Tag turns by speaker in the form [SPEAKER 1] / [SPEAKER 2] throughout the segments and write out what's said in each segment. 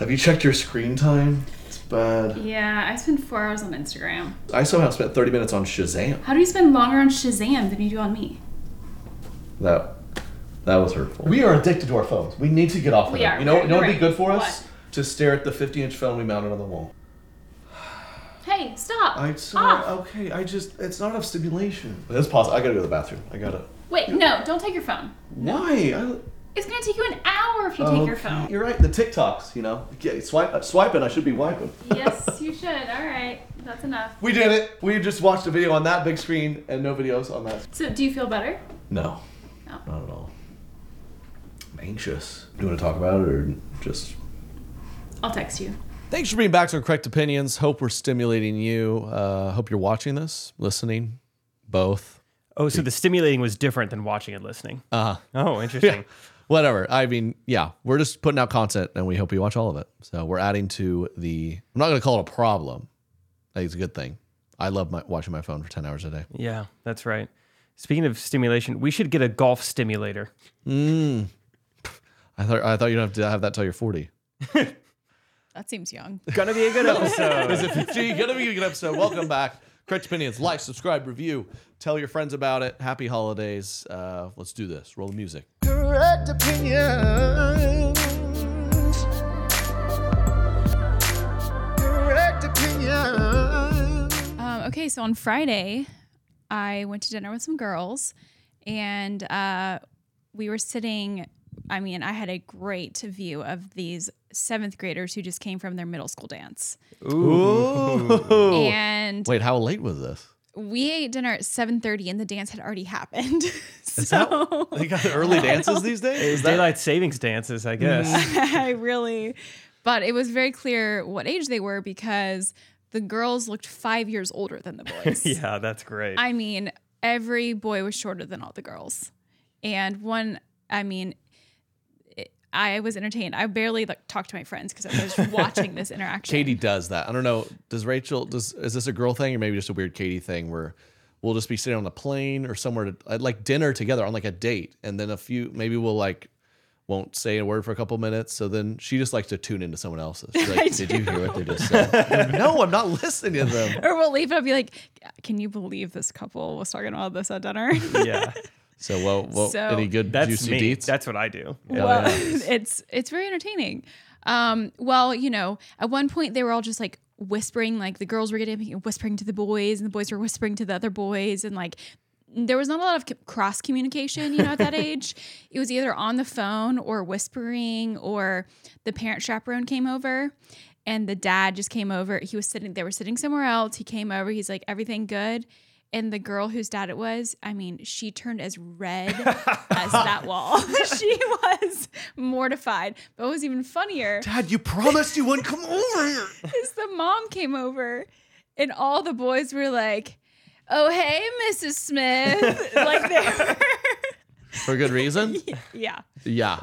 [SPEAKER 1] Have you checked your screen time? It's bad.
[SPEAKER 2] Yeah, I spend four hours on Instagram.
[SPEAKER 1] I somehow spent 30 minutes on Shazam.
[SPEAKER 2] How do you spend longer on Shazam than you do on me?
[SPEAKER 1] That that was hurtful.
[SPEAKER 3] We are addicted to our phones. We need to get off of
[SPEAKER 2] We
[SPEAKER 3] them.
[SPEAKER 2] are.
[SPEAKER 3] You know,
[SPEAKER 2] You're
[SPEAKER 3] you know what would be
[SPEAKER 2] right.
[SPEAKER 3] good for us?
[SPEAKER 2] What?
[SPEAKER 3] To stare at the 50 inch film we mounted on the wall.
[SPEAKER 2] Hey, stop!
[SPEAKER 1] I
[SPEAKER 2] Uh, Off.
[SPEAKER 1] sorry, okay, I just it's not enough stimulation.
[SPEAKER 3] But it's possible. I gotta go to the bathroom. I gotta.
[SPEAKER 2] Wait, no, don't take your phone.
[SPEAKER 1] Why? I, uh,
[SPEAKER 2] It's gonna take you an hour if you take your phone.
[SPEAKER 3] You're right. The TikToks, you know. Yeah, swipe, uh, swiping. I should be wiping.
[SPEAKER 2] yes, you should. All right, that's enough.
[SPEAKER 3] We did it. We just watched a video on that big screen and no videos on that.
[SPEAKER 2] So, do you feel better?
[SPEAKER 3] No.
[SPEAKER 2] No.
[SPEAKER 3] Not at all. I'm anxious. Do you want to talk about it or just
[SPEAKER 2] I'll text you.
[SPEAKER 3] Thanks for being back to Correct Opinions. Hope we're stimulating you. Uh, hope you're watching this, listening, both. Uh-huh.
[SPEAKER 4] Oh, so the stimulating was different than watching and listening. Uh Oh, interesting.
[SPEAKER 3] Whatever. I mean, yeah, we're just putting out content and we hope you watch all of it. So we're adding to the, I'm not going to call it a problem. I think it's a good thing. I love my, watching my phone for 10 hours a day.
[SPEAKER 4] yeah. that's right. Speaking of stimulation, we should get a golf stimulator.
[SPEAKER 3] Mm. Hmm. I thought, I thought you don't have to have that till you're 40.
[SPEAKER 5] That seems young.
[SPEAKER 4] Gonna be a good episode.
[SPEAKER 3] It's a 50, gonna be a good episode. Welcome back. Correct Opinions, like, subscribe, review, tell your friends about it. Happy holidays. Uh, let's do this. Roll the music.
[SPEAKER 6] Correct opinions. Correct opinions.
[SPEAKER 5] Um, okay, so on Friday, I went to dinner with some girls, and uh, we were sitting. I mean, I had a great view of these seventh graders who just came from their middle school dance,
[SPEAKER 3] Ooh.
[SPEAKER 5] and
[SPEAKER 3] Wait, how late was this?
[SPEAKER 5] we ate dinner at seven thirty, and the dance had already happened. so
[SPEAKER 3] They got early dances these days? Is that- Mm.
[SPEAKER 4] Daylight savings dances, I guess.
[SPEAKER 5] I really, but it was very clear what age they were because the girls looked five years older than the boys.
[SPEAKER 4] yeah, that's great.
[SPEAKER 5] I mean, every boy was shorter than all the girls. And one, I mean, it, I was entertained. I barely like talked to my friends because I was just watching this interaction.
[SPEAKER 3] Katie does that. I don't know. Does Rachel does is this a girl thing or maybe just a weird Katie thing where we'll just be sitting on a plane or somewhere to, at like dinner together on like a date and then a few maybe we'll like won't say a word for a couple minutes. So then she just likes to tune into someone else's. She's like, did you hear what they just said? no, I'm not listening to them.
[SPEAKER 5] Or we'll leave and I'll be like, can you believe this couple was talking about this at dinner?
[SPEAKER 4] yeah,
[SPEAKER 3] So well, well
[SPEAKER 5] So-
[SPEAKER 3] any good
[SPEAKER 4] that's
[SPEAKER 3] juicy
[SPEAKER 4] me.
[SPEAKER 3] deets?
[SPEAKER 4] That's what I do.
[SPEAKER 5] well, it's it's very entertaining. Um, well, you know, at one point they were all just like whispering, like the girls were getting whispering to the boys, and the boys were whispering to the other boys, and like there was not a lot of c- cross communication, you know, at that age. It was either on the phone or whispering, or the parent chaperone came over and the dad just came over. He was sitting, they were sitting somewhere else. He came over, he's like, everything good. And the girl whose dad it was, I mean, she turned as red as that wall. she was mortified. But what was even funnier
[SPEAKER 3] Dad, you promised you wouldn't come over here.
[SPEAKER 5] is the mom came over and all the boys were like, Oh, hey, Mrs. Smith. like, they were,
[SPEAKER 3] For good reason?
[SPEAKER 5] yeah.
[SPEAKER 3] Yeah.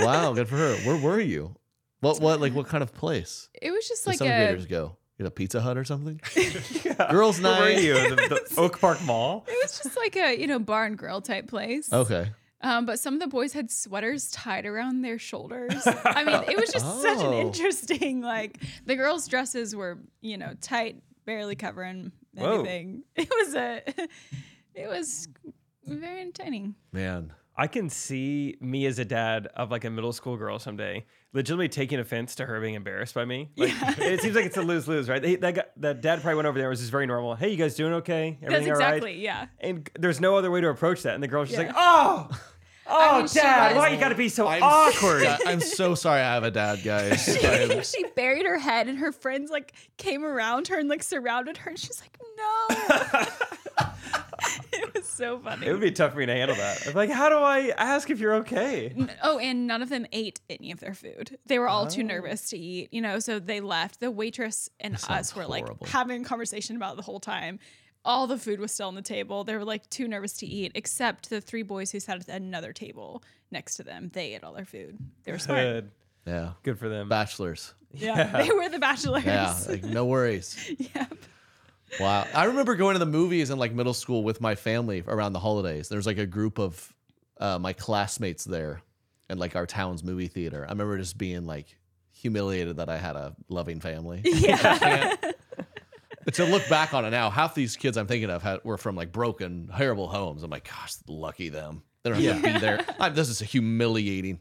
[SPEAKER 3] wow, good for her. Where were you? What what like what kind of place?
[SPEAKER 5] It was just
[SPEAKER 3] Did
[SPEAKER 5] like
[SPEAKER 3] seventh
[SPEAKER 5] a-
[SPEAKER 3] graders go. At a Pizza Hut or something? Girls'
[SPEAKER 4] Where were
[SPEAKER 3] night.
[SPEAKER 4] you? The, the Oak Park Mall?
[SPEAKER 5] It was just like a, you know, bar and grill type place.
[SPEAKER 3] Okay.
[SPEAKER 5] Um, but some of the boys had sweaters tied around their shoulders. I mean, it was just such an
[SPEAKER 3] Oh.
[SPEAKER 5] interesting like the girls' dresses were, you know, tight, barely covering
[SPEAKER 4] Whoa.
[SPEAKER 5] anything. It was a it was very entertaining.
[SPEAKER 3] Man.
[SPEAKER 4] I can see me as a dad of like a middle school girl someday legitimately taking offense to her being embarrassed by me. Like, It seems like it's a lose lose, right? They, that, guy, that dad probably went over there and was just very normal. Hey, you guys doing okay?
[SPEAKER 5] That's
[SPEAKER 4] Everything all right?"
[SPEAKER 5] exactly, yeah.
[SPEAKER 4] And there's no other way to approach that. And the girl's just
[SPEAKER 5] Yeah.
[SPEAKER 4] like, oh, oh,
[SPEAKER 5] mean, she
[SPEAKER 4] dad,
[SPEAKER 5] was-
[SPEAKER 4] why you got to be so
[SPEAKER 3] I'm-
[SPEAKER 4] awkward?
[SPEAKER 3] Yeah, I'm so sorry I have a dad, guys. I am-
[SPEAKER 5] she buried her head and her friends like came around her and like surrounded her and she's like, No It was so funny.
[SPEAKER 4] "Oh, it would be tough for me to handle that. I'm like, how do I ask if you're okay?
[SPEAKER 5] Oh, and none of them ate any of their food. They were all
[SPEAKER 3] Oh.
[SPEAKER 5] too nervous to eat, you know, so they left. The waitress and us were like
[SPEAKER 3] horrible.
[SPEAKER 5] having a conversation about it the whole time. All the food was still on the table. They were like too nervous to eat, except the three boys who sat at another table next to them. They ate all their food. They were smart.
[SPEAKER 4] Good.
[SPEAKER 3] yeah.
[SPEAKER 4] Good for them.
[SPEAKER 3] Bachelors.
[SPEAKER 5] Yeah. They were the bachelors.
[SPEAKER 3] Yeah, like no worries. Wow. I remember going to the movies in like middle school with my family around the holidays. There's like a group of uh, my classmates there and like our town's movie theater. I remember just being like humiliated that I had a loving family. Yeah. to look back on it now, half these kids I'm thinking of had, were from like broken, horrible homes. I'm like, gosh, lucky them. They don't have to be there. I, this is humiliating.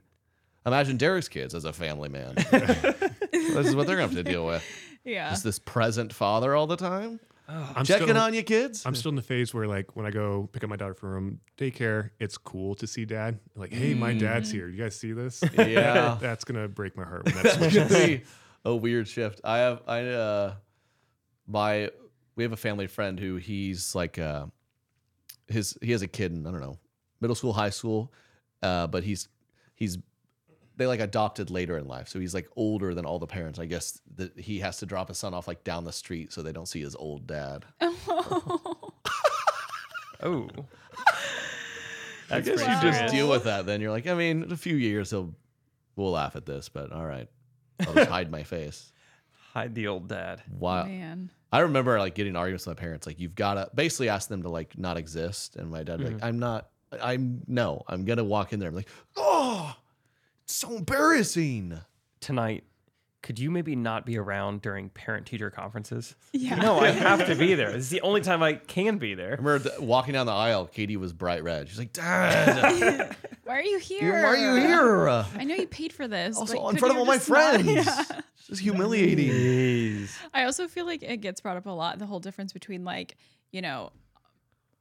[SPEAKER 3] Imagine Derek's kids as a family man. this is what they're going to have to deal with.
[SPEAKER 5] Yeah.
[SPEAKER 3] Is this present father all the time?
[SPEAKER 7] Oh, I'm
[SPEAKER 3] Checking
[SPEAKER 7] still-
[SPEAKER 3] on you, kids.
[SPEAKER 7] I'm still in the phase where, like, when I go pick up my daughter from daycare, it's cool to see dad. Like, hey, my dad's here. You guys see this?
[SPEAKER 3] Hmm. Yeah.
[SPEAKER 7] that's gonna break my heart. When that
[SPEAKER 3] It's gonna
[SPEAKER 7] switches.
[SPEAKER 3] be a weird shift. I have I uh my we have a family friend who he's like uh his he has a kid in I don't know middle school high school uh but he's he's they like adopted later in life so he's like older than all the parents I guess that he has to drop his son off like down the street so they don't see his old dad.
[SPEAKER 4] Oh.
[SPEAKER 3] I
[SPEAKER 4] That's
[SPEAKER 3] guess
[SPEAKER 4] pretty
[SPEAKER 3] you just
[SPEAKER 4] serious.
[SPEAKER 3] deal with that then you're like I mean in a few years he'll we'll laugh at this but all right I'll just hide my face.
[SPEAKER 4] Hide the old dad.
[SPEAKER 3] Wow.
[SPEAKER 5] Man.
[SPEAKER 3] I remember like getting arguments with my parents, like you've got to basically ask them to like not exist, and my dad would be
[SPEAKER 4] Mhm.
[SPEAKER 3] like, I'm not, I'm no, I'm gonna walk in there. I'm like, oh, it's so embarrassing.
[SPEAKER 4] Tonight, could you maybe not be around during parent teacher conferences?
[SPEAKER 5] Yeah.
[SPEAKER 4] No, I have to be there. This is the only time I can be
[SPEAKER 3] I
[SPEAKER 4] there.
[SPEAKER 3] remember th- walking down the aisle, Katie was bright red. She's like, Dad,
[SPEAKER 5] Why are you here?
[SPEAKER 3] why are you here?
[SPEAKER 5] I know you paid for this.
[SPEAKER 3] Also,
[SPEAKER 5] but
[SPEAKER 3] in
[SPEAKER 5] could
[SPEAKER 3] front of
[SPEAKER 5] you
[SPEAKER 3] all my
[SPEAKER 5] just not-
[SPEAKER 3] friends.
[SPEAKER 5] Yeah.
[SPEAKER 3] It's just humiliating.
[SPEAKER 4] Jeez.
[SPEAKER 5] I also feel like it gets brought up a lot the whole difference between like, you know,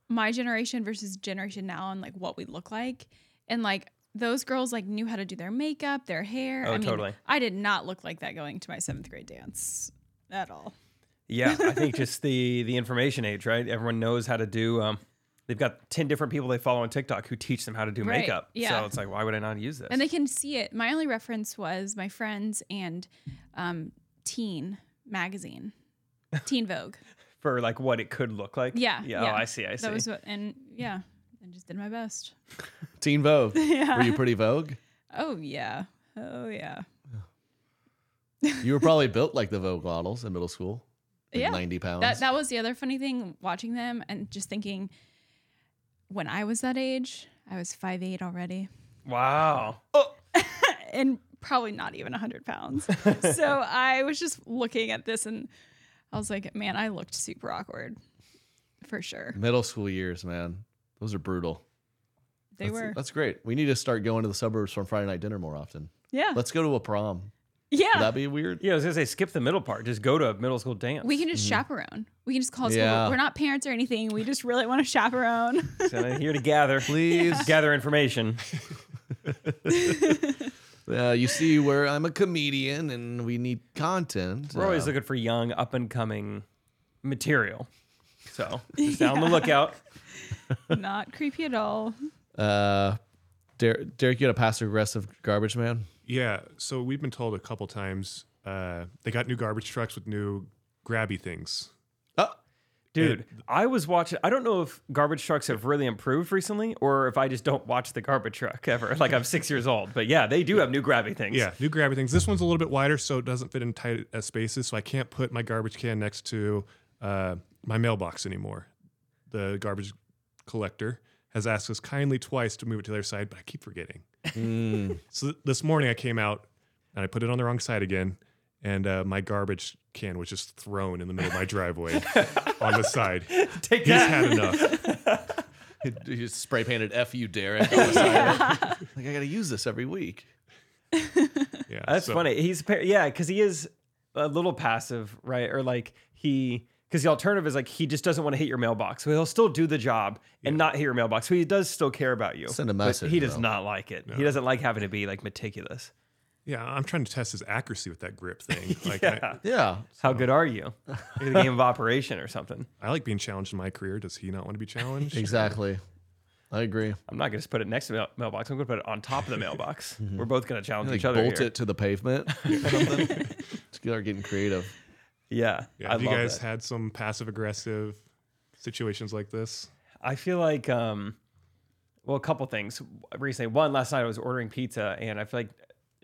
[SPEAKER 5] my generation versus generation now and like what we look like. And like those girls like knew how to do their makeup, their hair.
[SPEAKER 4] Oh,
[SPEAKER 5] I mean,
[SPEAKER 4] totally.
[SPEAKER 5] I did not look like that going to my seventh grade dance at all.
[SPEAKER 4] Yeah, I think just the the information age, right? Everyone knows how to do. Um, they've got ten different people they follow on TikTok who teach them how to do
[SPEAKER 5] Right,
[SPEAKER 4] makeup.
[SPEAKER 5] yeah.
[SPEAKER 4] So it's like, why would I not use this?
[SPEAKER 5] And they can see it. My only reference was my friends and um, Teen magazine, Teen Vogue.
[SPEAKER 4] for like what it could look like.
[SPEAKER 5] Yeah.
[SPEAKER 4] Yeah. Oh, I see. I see.
[SPEAKER 5] That was what, and yeah, I just did my best.
[SPEAKER 3] Teen Vogue.
[SPEAKER 5] Yeah.
[SPEAKER 3] Were you pretty Vogue?
[SPEAKER 5] Oh, yeah. Oh, yeah.
[SPEAKER 3] You were probably built like the Vogue models in middle school. like
[SPEAKER 5] Yeah.
[SPEAKER 3] 90 pounds.
[SPEAKER 5] That that was the other funny thing watching them and just thinking when I was that age, I was 5'8 already
[SPEAKER 4] wow.
[SPEAKER 5] and probably not even 100 pounds. so I was just looking at this and I was like, man, I looked super awkward for sure.
[SPEAKER 3] middle school years, man. Those are brutal.
[SPEAKER 5] They
[SPEAKER 3] That's-
[SPEAKER 5] were.
[SPEAKER 3] That's great. We need to start going to the suburbs from Friday night dinner more often.
[SPEAKER 5] Yeah.
[SPEAKER 3] Let's go to a prom.
[SPEAKER 5] Yeah.
[SPEAKER 3] Would that be weird?
[SPEAKER 4] Yeah, I was gonna say skip the middle part. Just go to a middle school dance. Mm-hmm.
[SPEAKER 5] We can just
[SPEAKER 3] Mm-hmm.
[SPEAKER 5] chaperone. We can just call school.
[SPEAKER 4] Yeah.
[SPEAKER 5] We're not parents or anything. We just really want to chaperone.
[SPEAKER 4] Kinda here to gather. Please gather information.
[SPEAKER 3] Uh, you see where I'm a comedian and we need content.
[SPEAKER 4] We're always
[SPEAKER 3] Uh,
[SPEAKER 4] looking for young, up and coming material. So just on the lookout.
[SPEAKER 5] not creepy at all.
[SPEAKER 3] Uh, Der- Derek, you had a passive aggressive garbage man.
[SPEAKER 7] Yeah. So we've been told a couple times uh, they got new garbage trucks with new grabby things.
[SPEAKER 3] Oh,
[SPEAKER 4] Dude, I was watching. I don't know if garbage trucks have really improved recently, or if I just don't watch the garbage truck ever. Like I'm six years old, but yeah, they do have new grabby things.
[SPEAKER 7] Yeah, new grabby things. This one's a little bit wider, so it doesn't fit in tight uh, spaces. So I can't put my garbage can next to uh, my mailbox anymore. The garbage collector has asked us kindly twice to move it to their side, but I keep forgetting.
[SPEAKER 4] Hmm.
[SPEAKER 7] so th- this morning I came out and I put it on the wrong side again, and uh, my garbage can was just thrown in the middle of my driveway on the side.
[SPEAKER 4] Take
[SPEAKER 7] He's
[SPEAKER 4] that.
[SPEAKER 7] had enough.
[SPEAKER 3] You just spray painted "F you, Derek." on the side. Like I gotta use this every week.
[SPEAKER 7] Yeah,
[SPEAKER 4] that's
[SPEAKER 3] so-
[SPEAKER 4] funny. He's par- yeah, because he is a little passive, right? Or like he because the alternative is like he just doesn't want to hit your mailbox, so he'll still do the job and not hit your mailbox. So he does still care about you.
[SPEAKER 3] Send a
[SPEAKER 4] but
[SPEAKER 3] message,
[SPEAKER 4] he does
[SPEAKER 3] though.
[SPEAKER 4] not like it. He doesn't like having to be like meticulous.
[SPEAKER 7] Yeah, I'm trying to test his accuracy with that grip thing. Like
[SPEAKER 4] yeah.
[SPEAKER 7] I,
[SPEAKER 4] How good are you? Like the game of operation or something.
[SPEAKER 7] I like being challenged in my career. Does he not want to be challenged?
[SPEAKER 3] Exactly. I agree.
[SPEAKER 4] I'm not going to just put it next to the mail- mailbox. I'm going to put it on top of the mailbox.
[SPEAKER 3] Mm-hmm.
[SPEAKER 4] We're both going to challenge
[SPEAKER 3] Like,
[SPEAKER 4] each other.
[SPEAKER 3] bolt
[SPEAKER 4] here.
[SPEAKER 3] it to the pavement. or something. Start getting creative.
[SPEAKER 4] Yeah,
[SPEAKER 7] Yeah,
[SPEAKER 4] I
[SPEAKER 7] have you
[SPEAKER 4] love
[SPEAKER 7] guys
[SPEAKER 4] that.
[SPEAKER 7] had some passive aggressive situations like this?
[SPEAKER 4] I feel like, um, well, a couple things recently. One, last night I was ordering pizza, and I feel like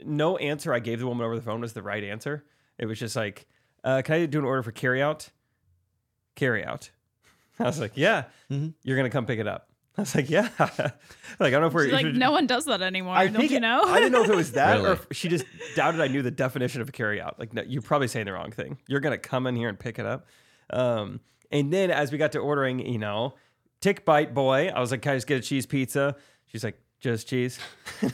[SPEAKER 4] no answer I gave the woman over the phone was the right answer. It was just like, uh, "Can I do an order for carryout?" Carryout. I was like, "Yeah,
[SPEAKER 3] Mm-hmm.
[SPEAKER 4] you're gonna come pick it up." I was like, "Yeah." like I don't know if we're
[SPEAKER 5] She's like
[SPEAKER 4] if we're-
[SPEAKER 5] no one does that anymore.
[SPEAKER 4] I
[SPEAKER 5] don't
[SPEAKER 4] think
[SPEAKER 5] you know?
[SPEAKER 4] I didn't know if it was that or
[SPEAKER 3] Oh. Really?
[SPEAKER 4] if she just doubted I knew the definition of a carryout. Like, no, you're probably saying the wrong thing. You're gonna come in here and pick it up. Um, and then as we got to ordering, you know, tick bite boy, I was like, can I just get a cheese pizza? She's like, just cheese.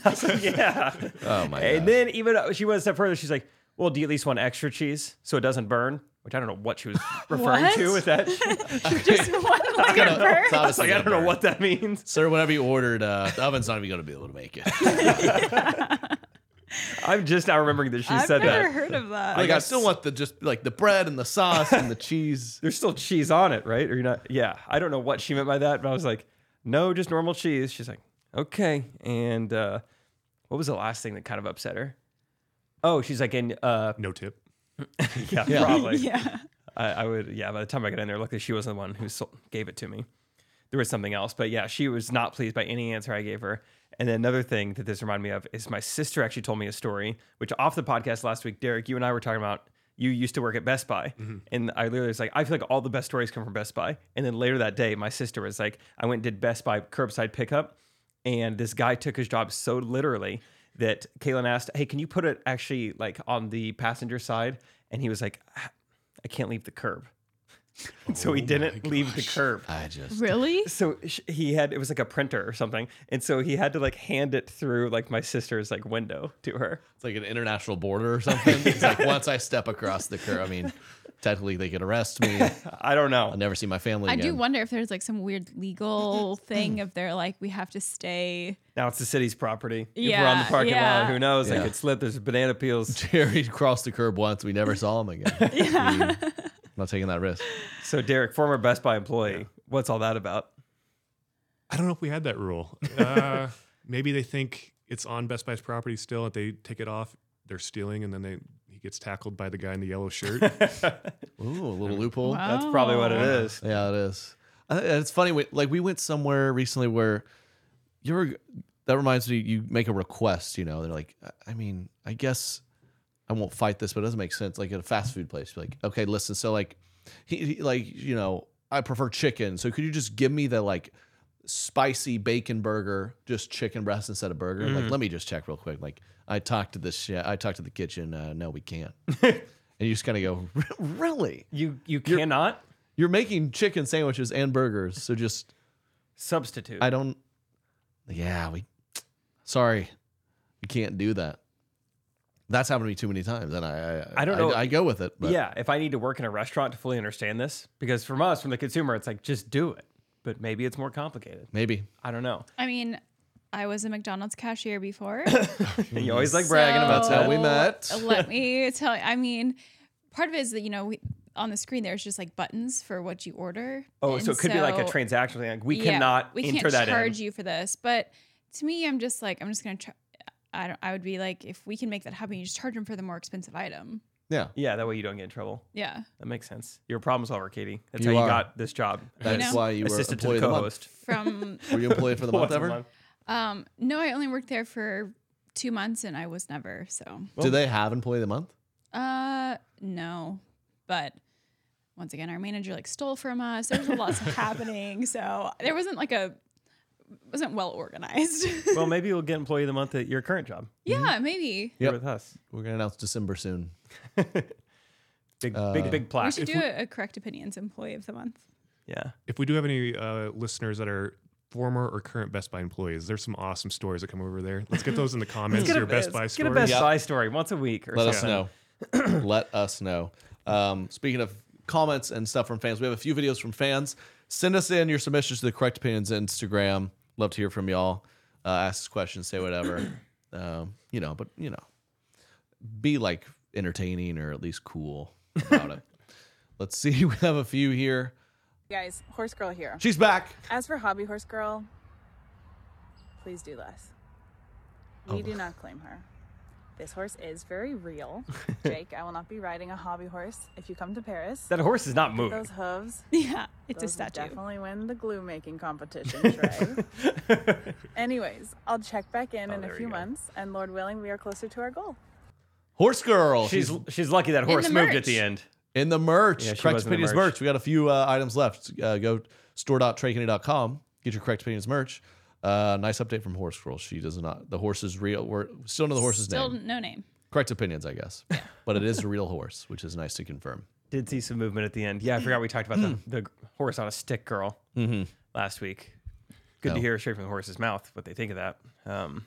[SPEAKER 4] I was like, yeah.
[SPEAKER 3] Oh my
[SPEAKER 4] And then even uh, she went a step further. She's like, well, do you at least want extra cheese so it doesn't burn? Which I don't know what she was referring
[SPEAKER 5] What?
[SPEAKER 4] to with that.
[SPEAKER 5] Just one layer burn.
[SPEAKER 4] I was like, I don't know what that means.
[SPEAKER 3] Sir, whatever you ordered, uh, the oven's not even gonna be able to make it.
[SPEAKER 4] I'm just now remembering that she
[SPEAKER 5] I've
[SPEAKER 4] said
[SPEAKER 5] never
[SPEAKER 4] that.
[SPEAKER 5] heard of that.
[SPEAKER 3] Like I still want the just like the bread and the sauce and the cheese.
[SPEAKER 4] there's still cheese on it, right? Or you're not? Yeah, I don't know what she meant by that, but I was like, no, just normal cheese. She's like, okay. And uh, what was the last thing that kind of upset her? Oh, she's like, and uh,
[SPEAKER 7] No tip.
[SPEAKER 4] yeah,
[SPEAKER 7] Yeah.
[SPEAKER 4] probably.
[SPEAKER 5] Yeah.
[SPEAKER 4] I, I would, yeah. By the time I got in there, luckily she wasn't the one who sold, gave it to me. There was something else, but yeah, she was not pleased by any answer I gave her. And then another thing that this reminded me of is my sister actually told me a story, which off the podcast last week, Derek, you and I were talking about. You used to work at Best Buy, and I literally was like, I feel like all the best stories come from Best Buy. And then later that day, my sister was like, I went and did Best Buy curbside pickup, and this guy took his job so literally that Kaylin asked, "Hey, can you put it actually like on the passenger side?" And he was like, "Ah, "I can't leave the curb." so he didn't leave the curb.
[SPEAKER 3] Oh I just
[SPEAKER 5] Really?
[SPEAKER 4] So sh- he had it was like a printer or something, and so he had to like hand it through like my sister's like window to her.
[SPEAKER 3] It's like an international border or something. It's like once I step across the curb, I mean, technically they could arrest me.
[SPEAKER 4] I don't know.
[SPEAKER 3] I'll never see my family
[SPEAKER 5] I
[SPEAKER 3] again.
[SPEAKER 5] do wonder if there's like some weird legal thing if they're like we have to stay.
[SPEAKER 4] Now it's the city's property. if we're on the
[SPEAKER 5] Yeah,
[SPEAKER 4] parking
[SPEAKER 5] yeah.
[SPEAKER 4] lot, who knows? I
[SPEAKER 3] Yeah.
[SPEAKER 4] could slip. There's banana peels.
[SPEAKER 3] Jerry crossed the curb once. We never saw him again.
[SPEAKER 5] Yeah.
[SPEAKER 3] I'm not taking that risk.
[SPEAKER 4] So Derek, former Best Buy employee, what's all that about?
[SPEAKER 7] I don't know if we had that rule. Uh, maybe they think it's on Best Buy's property still. If they take it off, they're stealing, and then they he gets tackled by the guy in the yellow shirt.
[SPEAKER 3] Ooh, a little loophole.
[SPEAKER 4] That's probably what it
[SPEAKER 5] Oh.
[SPEAKER 4] is.
[SPEAKER 3] Yeah, it is. Uh, It's funny. we- Like we went somewhere recently where you were. That reminds me. You make a request. You know, they're like, "I- I mean, I guess I won't fight this, but it doesn't make sense. Like at a fast food place, you're like, okay, listen. So like, he, he- like you know, I prefer chicken. So could you just give me the like spicy bacon burger, just chicken breast instead of burger? Like,
[SPEAKER 4] Mhm.
[SPEAKER 3] let me just check real quick. Like, I talked to this. chef- I talked to the kitchen. Uh, no, we can't. and you just kind of go, really?
[SPEAKER 4] You you cannot
[SPEAKER 3] You're making chicken sandwiches and burgers, so just
[SPEAKER 4] substitute.
[SPEAKER 3] I don't. Yeah, we. Sorry, we can't do that. That's happened to me too many times, and I I,
[SPEAKER 4] I don't know.
[SPEAKER 3] I, go with it. But
[SPEAKER 4] Yeah, if I need to work in a restaurant to fully understand this, because from us, from the consumer, it's like just do it. But maybe it's more complicated.
[SPEAKER 3] Maybe
[SPEAKER 4] I don't know.
[SPEAKER 5] I mean, I was a McDonald's cashier before.
[SPEAKER 4] you always like bragging about that.
[SPEAKER 5] So, uh, let me tell you. I mean, part of it is that you know we, on the screen there's just like buttons for what you order.
[SPEAKER 4] Oh, so
[SPEAKER 5] And
[SPEAKER 4] it could be like a
[SPEAKER 5] so-
[SPEAKER 4] transaction thing. Like we
[SPEAKER 5] Yeah,
[SPEAKER 4] cannot
[SPEAKER 5] we
[SPEAKER 4] enter
[SPEAKER 5] can't
[SPEAKER 4] that in.
[SPEAKER 5] charge you for this. But to me, I'm just like I'm just gonna try. I don't. I would be like if we can make that happen, you just charge them for the more expensive item.
[SPEAKER 3] Yeah.
[SPEAKER 4] Yeah, that way you don't get in trouble.
[SPEAKER 5] Yeah.
[SPEAKER 4] That makes sense. You're a problem solver, Katie. That's
[SPEAKER 3] You
[SPEAKER 4] how you
[SPEAKER 3] are.
[SPEAKER 4] got this job.
[SPEAKER 3] That's
[SPEAKER 4] as
[SPEAKER 3] why you were
[SPEAKER 4] assistant
[SPEAKER 3] employee
[SPEAKER 4] to
[SPEAKER 3] of
[SPEAKER 4] the
[SPEAKER 3] the month.
[SPEAKER 4] co-host.
[SPEAKER 5] From-
[SPEAKER 3] Were you employee for the month
[SPEAKER 4] Once a
[SPEAKER 3] ever?
[SPEAKER 5] Um, no, I only worked there for two months, and I was never so.
[SPEAKER 3] Do they have employee of the month?
[SPEAKER 5] Uh, no. But once again, our manager like stole from us. There was a lot happening, so there wasn't like a wasn't well organized.
[SPEAKER 4] well, maybe you'll get employee of the month at your current job.
[SPEAKER 5] yeah, maybe.
[SPEAKER 4] You're with us.
[SPEAKER 3] We're gonna announce December soon.
[SPEAKER 4] big, big,
[SPEAKER 3] Uh,
[SPEAKER 4] big
[SPEAKER 5] We
[SPEAKER 4] plaque.
[SPEAKER 5] should do a, a correct opinions employee of the month.
[SPEAKER 4] Yeah.
[SPEAKER 7] If we do have any uh, listeners that are former or current Best Buy employees, there's some awesome stories that come over there. Let's get those in the comments.
[SPEAKER 4] get a-
[SPEAKER 7] your Best Buy
[SPEAKER 4] let's
[SPEAKER 7] stories.
[SPEAKER 4] get a Best Buy story once a week or
[SPEAKER 3] Let
[SPEAKER 4] something.
[SPEAKER 3] us know. Let us know. Um, speaking of comments and stuff from fans, we have a few videos from fans. Send us in your submissions to the correct opinions Instagram. Love to hear from y'all. Uh, ask us questions, say whatever. um, you know, but you know, be like entertaining or at least cool about it. Let's see. We have a few here.
[SPEAKER 8] guys, Horse Girl here.
[SPEAKER 3] She's back.
[SPEAKER 8] As for Hobby Horse Girl, please do less. We
[SPEAKER 3] Oh.
[SPEAKER 8] do not claim her. This horse is very real. Jake, I will not be riding a hobby horse if you come to Paris.
[SPEAKER 4] That horse is not
[SPEAKER 8] Look
[SPEAKER 4] moving.
[SPEAKER 8] at Those hooves.
[SPEAKER 5] Yeah, it's a
[SPEAKER 8] Those will
[SPEAKER 5] statue.
[SPEAKER 8] Definitely win the glue making competition, Trey. Anyways, I'll check back
[SPEAKER 4] Oh,
[SPEAKER 8] in in a few months, and Lord willing, we are closer to our goal.
[SPEAKER 3] Horse girl.
[SPEAKER 4] She's she's lucky that
[SPEAKER 8] In
[SPEAKER 4] horse
[SPEAKER 8] the
[SPEAKER 4] moved at the
[SPEAKER 8] merch.
[SPEAKER 4] end.
[SPEAKER 3] In the merch,
[SPEAKER 4] Yeah, she
[SPEAKER 3] correct
[SPEAKER 4] was in the
[SPEAKER 3] opinions merch.
[SPEAKER 4] merch.
[SPEAKER 3] We got a few uh, items left. Uh, go store.trakeney.com. Get your correct opinions merch. Uh, nice update from Horse Girl. She does not. The horse is real. We're still know the horse's
[SPEAKER 5] Still
[SPEAKER 3] name.
[SPEAKER 5] no name.
[SPEAKER 3] Correct opinions, I guess. but it is a real horse, which is nice to confirm.
[SPEAKER 4] Did see some movement at the end. Yeah, I forgot we talked about the, the horse on a stick girl
[SPEAKER 3] Mhm.
[SPEAKER 4] last week. Good
[SPEAKER 3] Oh.
[SPEAKER 4] to hear straight from the horse's mouth what they think of that. Um,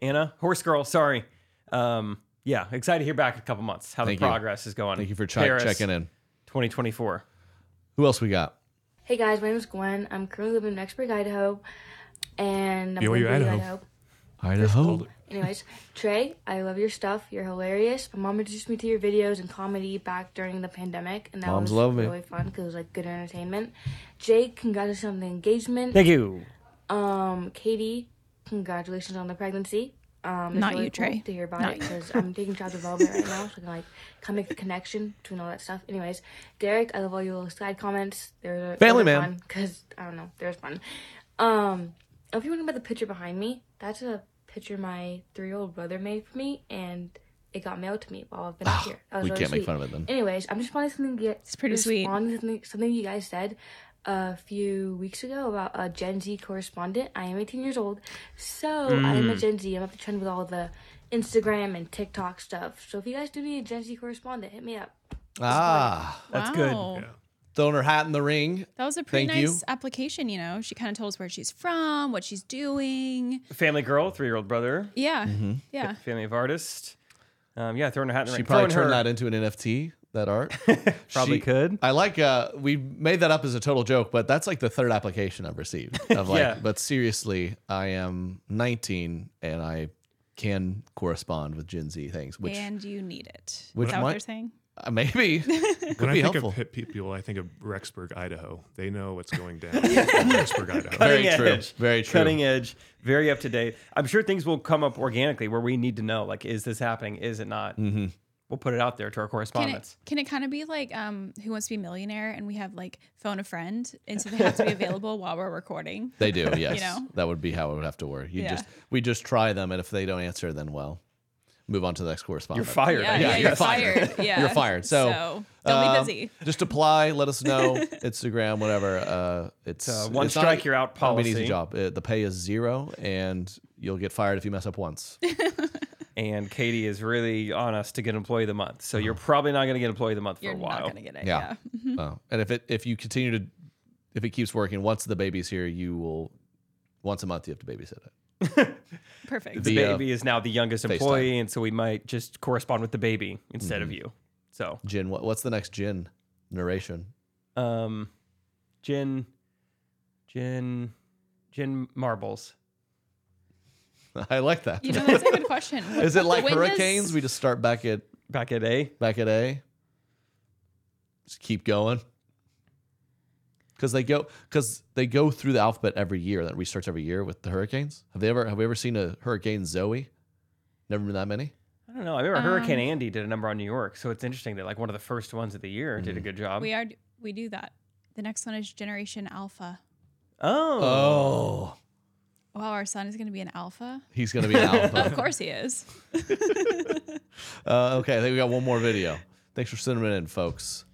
[SPEAKER 4] Anna, horse girl, sorry. Um, yeah, excited to hear back in a couple months how
[SPEAKER 3] Thank
[SPEAKER 4] the
[SPEAKER 3] you.
[SPEAKER 4] progress is going.
[SPEAKER 3] Thank you for chi-
[SPEAKER 4] Paris,
[SPEAKER 3] checking in.
[SPEAKER 4] 2024.
[SPEAKER 3] Who else we got?
[SPEAKER 9] Hey guys, my name is Gwen. I'm currently living in Exburg, Idaho, and I'm
[SPEAKER 3] BYU,
[SPEAKER 9] from Boise,
[SPEAKER 3] Idaho. Idaho.
[SPEAKER 9] Anyways, Trey, I love your stuff. You're hilarious. My mom introduced me to your videos and comedy back during the pandemic, and that
[SPEAKER 3] Moms
[SPEAKER 9] was
[SPEAKER 3] love me.
[SPEAKER 9] really fun because it was like good entertainment. Jake, congratulations on the engagement.
[SPEAKER 4] Thank you.
[SPEAKER 9] Um, Katie, congratulations on the pregnancy. Um, it's
[SPEAKER 5] Not
[SPEAKER 9] really
[SPEAKER 5] you,
[SPEAKER 9] cool
[SPEAKER 5] Trey.
[SPEAKER 9] To hear about
[SPEAKER 5] Not
[SPEAKER 9] it
[SPEAKER 5] you.
[SPEAKER 9] because I'm taking child development right now, so I can like kind of make the connection between all that stuff. Anyways, Derek, I love all your little side comments. They're
[SPEAKER 3] Family
[SPEAKER 9] they're
[SPEAKER 3] man.
[SPEAKER 9] Because I don't know, there's fun. Um, if you're wondering about the picture behind me, that's a picture my three-year-old brother made for me, and it got mailed to me while I've been up here. That was
[SPEAKER 3] we
[SPEAKER 9] really
[SPEAKER 3] can't make
[SPEAKER 9] sweet.
[SPEAKER 3] fun of it then.
[SPEAKER 9] Anyways, I'm just wanting something. Get, it's
[SPEAKER 5] pretty sweet.
[SPEAKER 9] Something, something you guys said a few weeks ago about a Gen Z correspondent. I am 18 years old, so I am a
[SPEAKER 10] Mm.
[SPEAKER 9] Gen Z. I'm up to trend with all the Instagram and TikTok stuff. So if you guys do need a Gen Z correspondent, hit me up.
[SPEAKER 3] Ah,
[SPEAKER 5] That's good. Wow. Yeah.
[SPEAKER 3] Throwing her hat in the ring.
[SPEAKER 5] That was a pretty
[SPEAKER 3] Thank
[SPEAKER 5] nice application. You know, she kind of told us where she's from, what she's doing.
[SPEAKER 4] Family girl, three year old brother.
[SPEAKER 5] Yeah,
[SPEAKER 3] Mhm.
[SPEAKER 5] yeah.
[SPEAKER 4] Family of artist. Um, yeah, throwing her hat in
[SPEAKER 3] you.
[SPEAKER 4] the
[SPEAKER 3] She
[SPEAKER 4] ring.
[SPEAKER 3] probably
[SPEAKER 4] Throwing
[SPEAKER 3] turned
[SPEAKER 4] her-
[SPEAKER 3] that into an NFT. That art
[SPEAKER 4] Probably
[SPEAKER 3] could. I like. Uh, we made that up as a total joke, but that's like the third application I've received. Of like,
[SPEAKER 4] Yeah.
[SPEAKER 3] but seriously, I am 19 and I can correspond with Gen Z things, which
[SPEAKER 5] and you need it.
[SPEAKER 3] which
[SPEAKER 5] Is that what
[SPEAKER 3] might-
[SPEAKER 5] they're saying?
[SPEAKER 3] Uh, maybe could
[SPEAKER 7] When I
[SPEAKER 3] be
[SPEAKER 7] think
[SPEAKER 3] helpful.
[SPEAKER 7] of hip people, I think of Rexburg, Idaho. They know what's going down. in Rexburg, Idaho.
[SPEAKER 4] Cutting
[SPEAKER 3] Very true.
[SPEAKER 4] edge.
[SPEAKER 3] Very true.
[SPEAKER 4] Cutting edge. Very up to date. I'm sure things will come up organically where we need to know like, is this happening? Is it not?
[SPEAKER 3] Mhm.
[SPEAKER 4] We'll put it out there to
[SPEAKER 5] Can
[SPEAKER 4] our
[SPEAKER 5] it,
[SPEAKER 4] correspondents.
[SPEAKER 5] can it kind of be like um, Who Wants to Be a Millionaire? And we have like phone a friend, and so they have to be available while we're recording.
[SPEAKER 3] They do, yes.
[SPEAKER 5] You know,
[SPEAKER 3] That would be how it would have to work. You
[SPEAKER 5] Yeah.
[SPEAKER 3] just we just try them, and if they don't answer, then well, move on to the next correspondent.
[SPEAKER 4] fired, Yeah, I yeah, guess. you're fired. Yeah.
[SPEAKER 3] you're fired. So,
[SPEAKER 4] So, don't be
[SPEAKER 3] um,
[SPEAKER 4] busy.
[SPEAKER 3] Just apply. Let us know. Instagram, whatever. Uh, it's
[SPEAKER 4] Uh, one
[SPEAKER 3] it's not-
[SPEAKER 4] strike, you're out
[SPEAKER 3] not gonna be an
[SPEAKER 4] policy.
[SPEAKER 3] easy job. Uh, the pay is zero, and you'll get fired if you mess up once.
[SPEAKER 4] and Katie is really on us to get employee of the month.
[SPEAKER 3] Mm-hmm.
[SPEAKER 4] So you're probably not going to get employee of the month for
[SPEAKER 5] You're
[SPEAKER 4] a
[SPEAKER 5] not
[SPEAKER 4] while.
[SPEAKER 5] gonna get it, Yeah.
[SPEAKER 4] Mm-hmm.
[SPEAKER 5] yeah. Mhm.
[SPEAKER 3] Oh. and if it if you continue to if it keeps working, once the baby's here, you will once a month you have to babysit it.
[SPEAKER 5] Perfect.
[SPEAKER 4] The,
[SPEAKER 3] The, uh,
[SPEAKER 4] baby is now the youngest
[SPEAKER 3] FaceTime.
[SPEAKER 4] employee, and so we might just correspond with the baby instead of
[SPEAKER 3] Mhm.
[SPEAKER 4] you. So
[SPEAKER 3] Jin, what, what's the next Jin narration?
[SPEAKER 4] Um, Jin, Jin, Jin Marbles.
[SPEAKER 3] I like that.
[SPEAKER 5] You know, that's a good question.
[SPEAKER 3] Is it like
[SPEAKER 5] When does-
[SPEAKER 3] hurricanes? We just start back at
[SPEAKER 4] back at A.
[SPEAKER 3] Back at A. Just keep going. Because they go because they go through the alphabet every year. That restarts every year with the hurricanes. Have they ever have we ever seen a hurricane Zoe? Never been that many.
[SPEAKER 4] I don't know. I remember Hurricane
[SPEAKER 5] Um,
[SPEAKER 4] Andy did a number on New York, so it's interesting that like one of the first ones of the year did a good job.
[SPEAKER 5] Mm-hmm. we are we do that. The next one is Generation Alpha.
[SPEAKER 4] oh,
[SPEAKER 3] Oh,
[SPEAKER 5] Wow, our son is going to be an alpha.
[SPEAKER 3] he's gonna be an alpha.
[SPEAKER 5] of course he is.
[SPEAKER 3] Uh, okay, I think we got one more video. Thanks for sending it in, folks.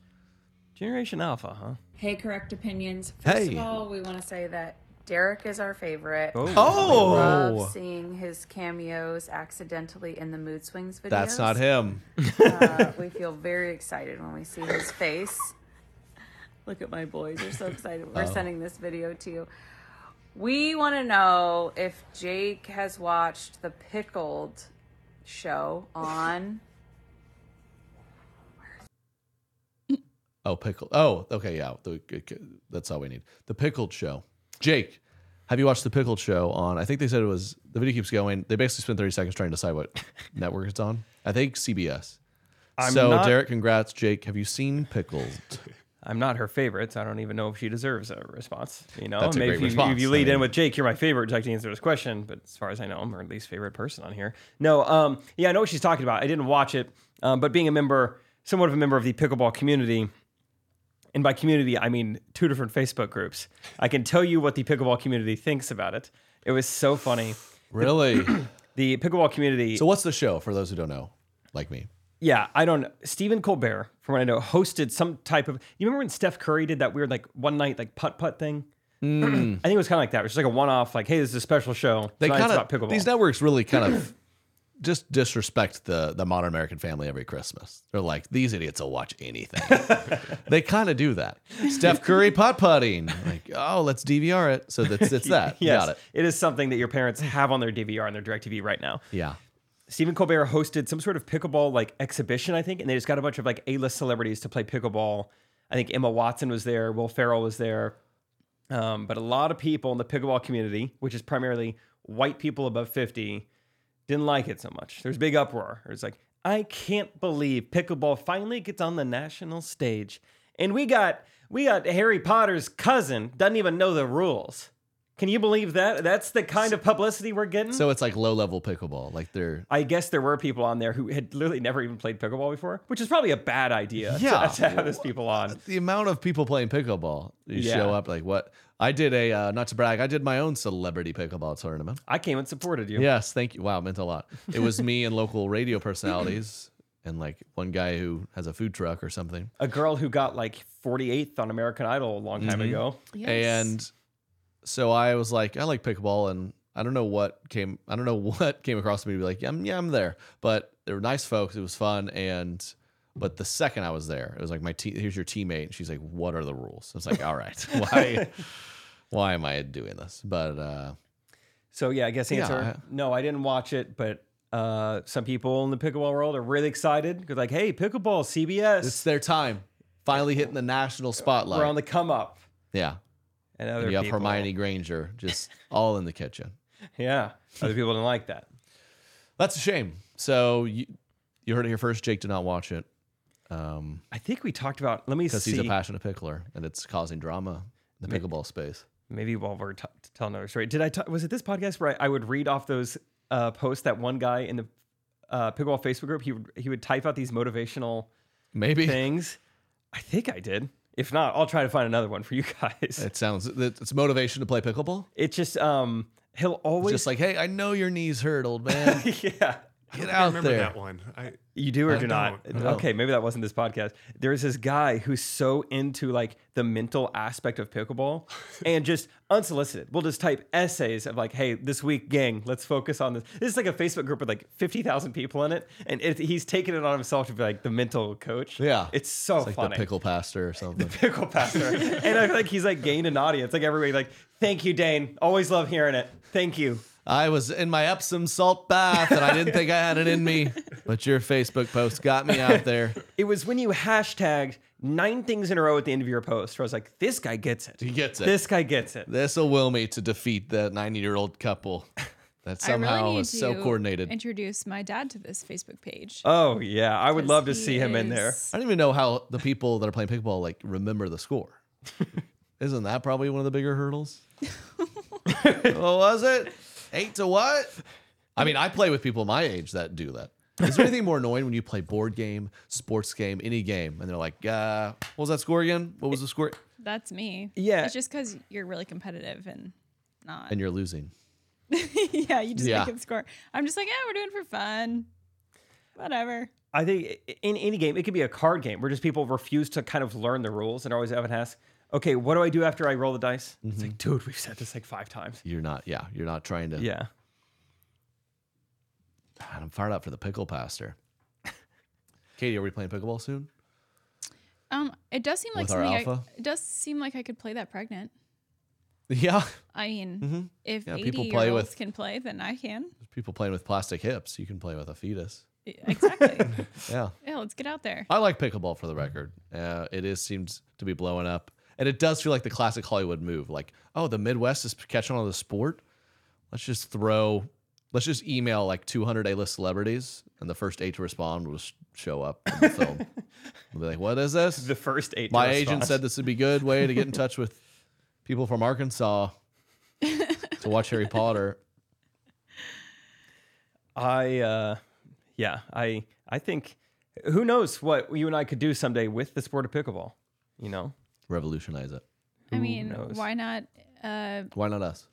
[SPEAKER 4] Generation Alpha, huh?
[SPEAKER 8] Hey, correct opinions. First
[SPEAKER 3] Hey.
[SPEAKER 8] of all, we want to say that Derek is our favorite.
[SPEAKER 3] Oh.
[SPEAKER 8] We
[SPEAKER 3] Oh.
[SPEAKER 8] love seeing his cameos accidentally in the mood swings videos.
[SPEAKER 3] That's not him.
[SPEAKER 8] uh, we feel very excited when we see his face. Look at my boys; they're so excited. We're
[SPEAKER 10] Oh.
[SPEAKER 8] sending this video to you. We want to know if Jake has watched the Pickled show on.
[SPEAKER 3] Oh, pickle. Oh, okay, yeah. the- okay, that's all we need. The pickled show. Jake, have you watched the pickled show on? I think they said it was the video keeps going. They basically spent thirty seconds trying to decide what network it's on. I think CBS.
[SPEAKER 4] I'm
[SPEAKER 3] so
[SPEAKER 4] not-
[SPEAKER 3] Derek, congrats, Jake. Have you seen Pickled?
[SPEAKER 4] I'm not her favorite, so I don't even know if she deserves a response. You know,
[SPEAKER 3] That's a
[SPEAKER 4] maybe
[SPEAKER 3] great
[SPEAKER 4] if, you,
[SPEAKER 3] response.
[SPEAKER 4] if you
[SPEAKER 3] I
[SPEAKER 4] lead in
[SPEAKER 3] mean-
[SPEAKER 4] with Jake, you're my favorite. Jake to answer this question, but as far as I know, I'm her least favorite person on here. No, um, yeah, I know what she's talking about. I didn't watch it, um, but being a member, somewhat of a member of the pickleball community, and by community I mean two different Facebook groups. I can tell you what the pickleball community thinks about it. It was so funny.
[SPEAKER 3] Really?
[SPEAKER 4] the pickleball community.
[SPEAKER 3] So what's the show for those who don't know, like me?
[SPEAKER 4] Yeah, I don't. Stephen Colbert, from what I know, hosted some type of. You remember when Steph Curry did that weird like one night like putt putt thing?
[SPEAKER 3] Mm.
[SPEAKER 4] I think it was kind of like that. It was just like a one off. Like, hey, this is a special show.
[SPEAKER 3] They
[SPEAKER 4] Tonight's
[SPEAKER 3] kind
[SPEAKER 4] about
[SPEAKER 3] of
[SPEAKER 4] pickleball.
[SPEAKER 3] these networks really kind of just disrespect the the modern American family every Christmas. They're like these idiots will watch anything. they kind of do that. Steph Curry putt putting. Like oh, let's DVR it. So that's it's that.
[SPEAKER 4] yes,
[SPEAKER 3] Got it.
[SPEAKER 4] it is something that your parents have on their DVR and their DirecTV right now.
[SPEAKER 3] Yeah.
[SPEAKER 4] Stephen Colbert hosted some sort of pickleball like exhibition, I think, and they just got a bunch of like A list celebrities to play pickleball. I think Emma Watson was there, Will Ferrell was there, um, but a lot of people in the pickleball community, which is primarily white people above fifty, didn't like it so much. There's big uproar. It was like, I can't believe pickleball finally gets on the national stage, and we got we got Harry Potter's cousin doesn't even know the rules. Can you believe that? That's the kind of publicity we're getting.
[SPEAKER 3] So it's like low level pickleball. Like they're
[SPEAKER 4] I guess there were people on there who had literally never even played pickleball before, which is probably a bad idea. to-
[SPEAKER 3] Yeah.
[SPEAKER 4] to, have those people on.
[SPEAKER 3] the amount of people playing pickleball. You
[SPEAKER 4] Yeah.
[SPEAKER 3] show up like what? I did a uh, not to brag. I did my own celebrity pickleball tournament.
[SPEAKER 4] I came and supported you.
[SPEAKER 3] Yes, thank you. Wow, it meant a lot. It was me and local radio personalities and like one guy who has a food truck or something.
[SPEAKER 4] a girl who got like 48th on American Idol a long time
[SPEAKER 3] Mhm.
[SPEAKER 4] ago.
[SPEAKER 3] And so I was like, I like pickleball, and I don't know what came. I don't know what came across me to be like, yeah, I'm, yeah, I'm there. But they were nice folks. It was fun, and but the second I was there, it was like my te- here's your teammate. And she's like, what are the rules? I was like, all right, why, why am I doing this? But uh,
[SPEAKER 4] So yeah, I guess the
[SPEAKER 3] Yeah,
[SPEAKER 4] answer
[SPEAKER 3] I-
[SPEAKER 4] no, I didn't watch it, but uh, some people in the pickleball world are really excited because like, hey, pickleball, CBS,
[SPEAKER 3] it's their time. Finally hitting the national spotlight.
[SPEAKER 4] we're on the come up.
[SPEAKER 3] yeah.
[SPEAKER 4] And
[SPEAKER 3] And
[SPEAKER 4] other
[SPEAKER 3] you have
[SPEAKER 4] people,
[SPEAKER 3] Hermione Granger just all in the kitchen.
[SPEAKER 4] yeah, other people didn't like that.
[SPEAKER 3] That's a shame. So you, you heard it here first. Jake did not watch it. Um,
[SPEAKER 4] I think we talked about. Let me
[SPEAKER 3] because he's a
[SPEAKER 4] see.
[SPEAKER 3] passionate pickler and it's causing drama in the
[SPEAKER 4] May-
[SPEAKER 3] pickleball space.
[SPEAKER 4] Maybe while we're t- telling another story, did I t- was it this podcast where I, I would read off those uh, posts that one guy in the uh, pickleball Facebook group he would he would type out these motivational
[SPEAKER 3] Maybe.
[SPEAKER 4] things. I think I did. If not, I'll try to find another one for you guys.
[SPEAKER 3] It sounds it- it's motivation to play pickleball.
[SPEAKER 4] It's just um he'll always
[SPEAKER 3] just like, hey, I know your knees hurt, old man.
[SPEAKER 4] yeah,
[SPEAKER 3] get
[SPEAKER 7] I
[SPEAKER 3] out
[SPEAKER 7] remember
[SPEAKER 3] there.
[SPEAKER 7] that one. I,
[SPEAKER 4] You do or
[SPEAKER 7] I
[SPEAKER 4] do not.
[SPEAKER 7] don't. I don't.
[SPEAKER 4] Okay, maybe that wasn't this podcast. There's this guy who's so into like the mental aspect of pickleball and just unsolicited. We'll just type essays of like, hey, this week, gang, let's focus on this. This is like a Facebook group with like 50,000 people in it. And it, he's taking it on himself to be like the mental coach.
[SPEAKER 3] Yeah,
[SPEAKER 4] It's so
[SPEAKER 3] like
[SPEAKER 4] funny.
[SPEAKER 3] the pickle pastor or something.
[SPEAKER 4] pickle pastor. and I feel like he's like gained an audience. Like everybody like, thank you, Dane. Always love hearing it. Thank you.
[SPEAKER 3] I was in my Epsom salt bath and I didn't think I had it in me, but your Facebook post got me out there.
[SPEAKER 4] It was when you hashtagged nine things in a row at the end of your post where I was like, this guy gets it.
[SPEAKER 3] He gets it.
[SPEAKER 4] This guy gets it.
[SPEAKER 3] This will will me to defeat that 90 year old couple that
[SPEAKER 5] I
[SPEAKER 3] somehow
[SPEAKER 5] really need
[SPEAKER 3] is so
[SPEAKER 5] to
[SPEAKER 3] coordinated.
[SPEAKER 5] Introduce my dad to this Facebook page.
[SPEAKER 4] Oh yeah, I would love to see him in
[SPEAKER 3] I
[SPEAKER 4] there.
[SPEAKER 3] don't even know how the people that are playing pickleball like remember the score. Isn't that probably one of the bigger hurdles? what was it? Eight to what? I mean, I play with people my age that do that. Is there anything more annoying when you play board game, sports game, any game, and they're like, uh, "What was that score again? What was the score?"
[SPEAKER 5] That's me.
[SPEAKER 3] Yeah.
[SPEAKER 5] It's just because you're really competitive and not.
[SPEAKER 3] And you're losing.
[SPEAKER 5] yeah, you just
[SPEAKER 3] Yeah.
[SPEAKER 5] make it score. I'm just like, yeah, we're doing it for fun. Whatever.
[SPEAKER 4] I think i- in any game, it could be a card game where just people refuse to kind of learn the rules and always have an ask, okay, what do I do after I roll the dice?
[SPEAKER 3] Mm-hmm.
[SPEAKER 4] It's like, dude, we've said this like five times.
[SPEAKER 3] You're not. Yeah, you're not trying to.
[SPEAKER 4] Yeah.
[SPEAKER 3] God, I'm fired up for the pickle pastor. Katie, are we playing pickleball soon?
[SPEAKER 5] Um, it does seem like
[SPEAKER 3] With our
[SPEAKER 5] something. I,
[SPEAKER 3] alpha?
[SPEAKER 5] it does seem like I could play that pregnant.
[SPEAKER 3] Yeah.
[SPEAKER 5] I mean,
[SPEAKER 3] Mhm.
[SPEAKER 5] if
[SPEAKER 3] Yeah,
[SPEAKER 5] 80
[SPEAKER 3] people
[SPEAKER 5] year
[SPEAKER 3] play
[SPEAKER 5] olds
[SPEAKER 3] with-
[SPEAKER 5] can play, then I can.
[SPEAKER 3] People playing with plastic hips. You can play with a fetus.
[SPEAKER 5] Exactly.
[SPEAKER 3] Yeah.
[SPEAKER 5] yeah, let's get out there.
[SPEAKER 3] I like pickleball for the record. Uh, it is seems to be blowing up, and it does feel like the classic Hollywood move. Like, oh, the Midwest is catching on to the sport. Let's just throw. Let's just email like 200 A-list celebrities, and the first eight to respond will just show up in the film. We'll be like, "What is this?" The
[SPEAKER 4] first eight. to
[SPEAKER 3] My agent
[SPEAKER 4] respond.
[SPEAKER 3] said this would be a good way to get in touch with people from Arkansas to watch Harry Potter.
[SPEAKER 4] I uh yeah, I I think who knows what you and I could do someday with the sport of pickleball, you know?
[SPEAKER 3] Revolutionize it.
[SPEAKER 5] I mean, why not? Uh,
[SPEAKER 3] Why not us?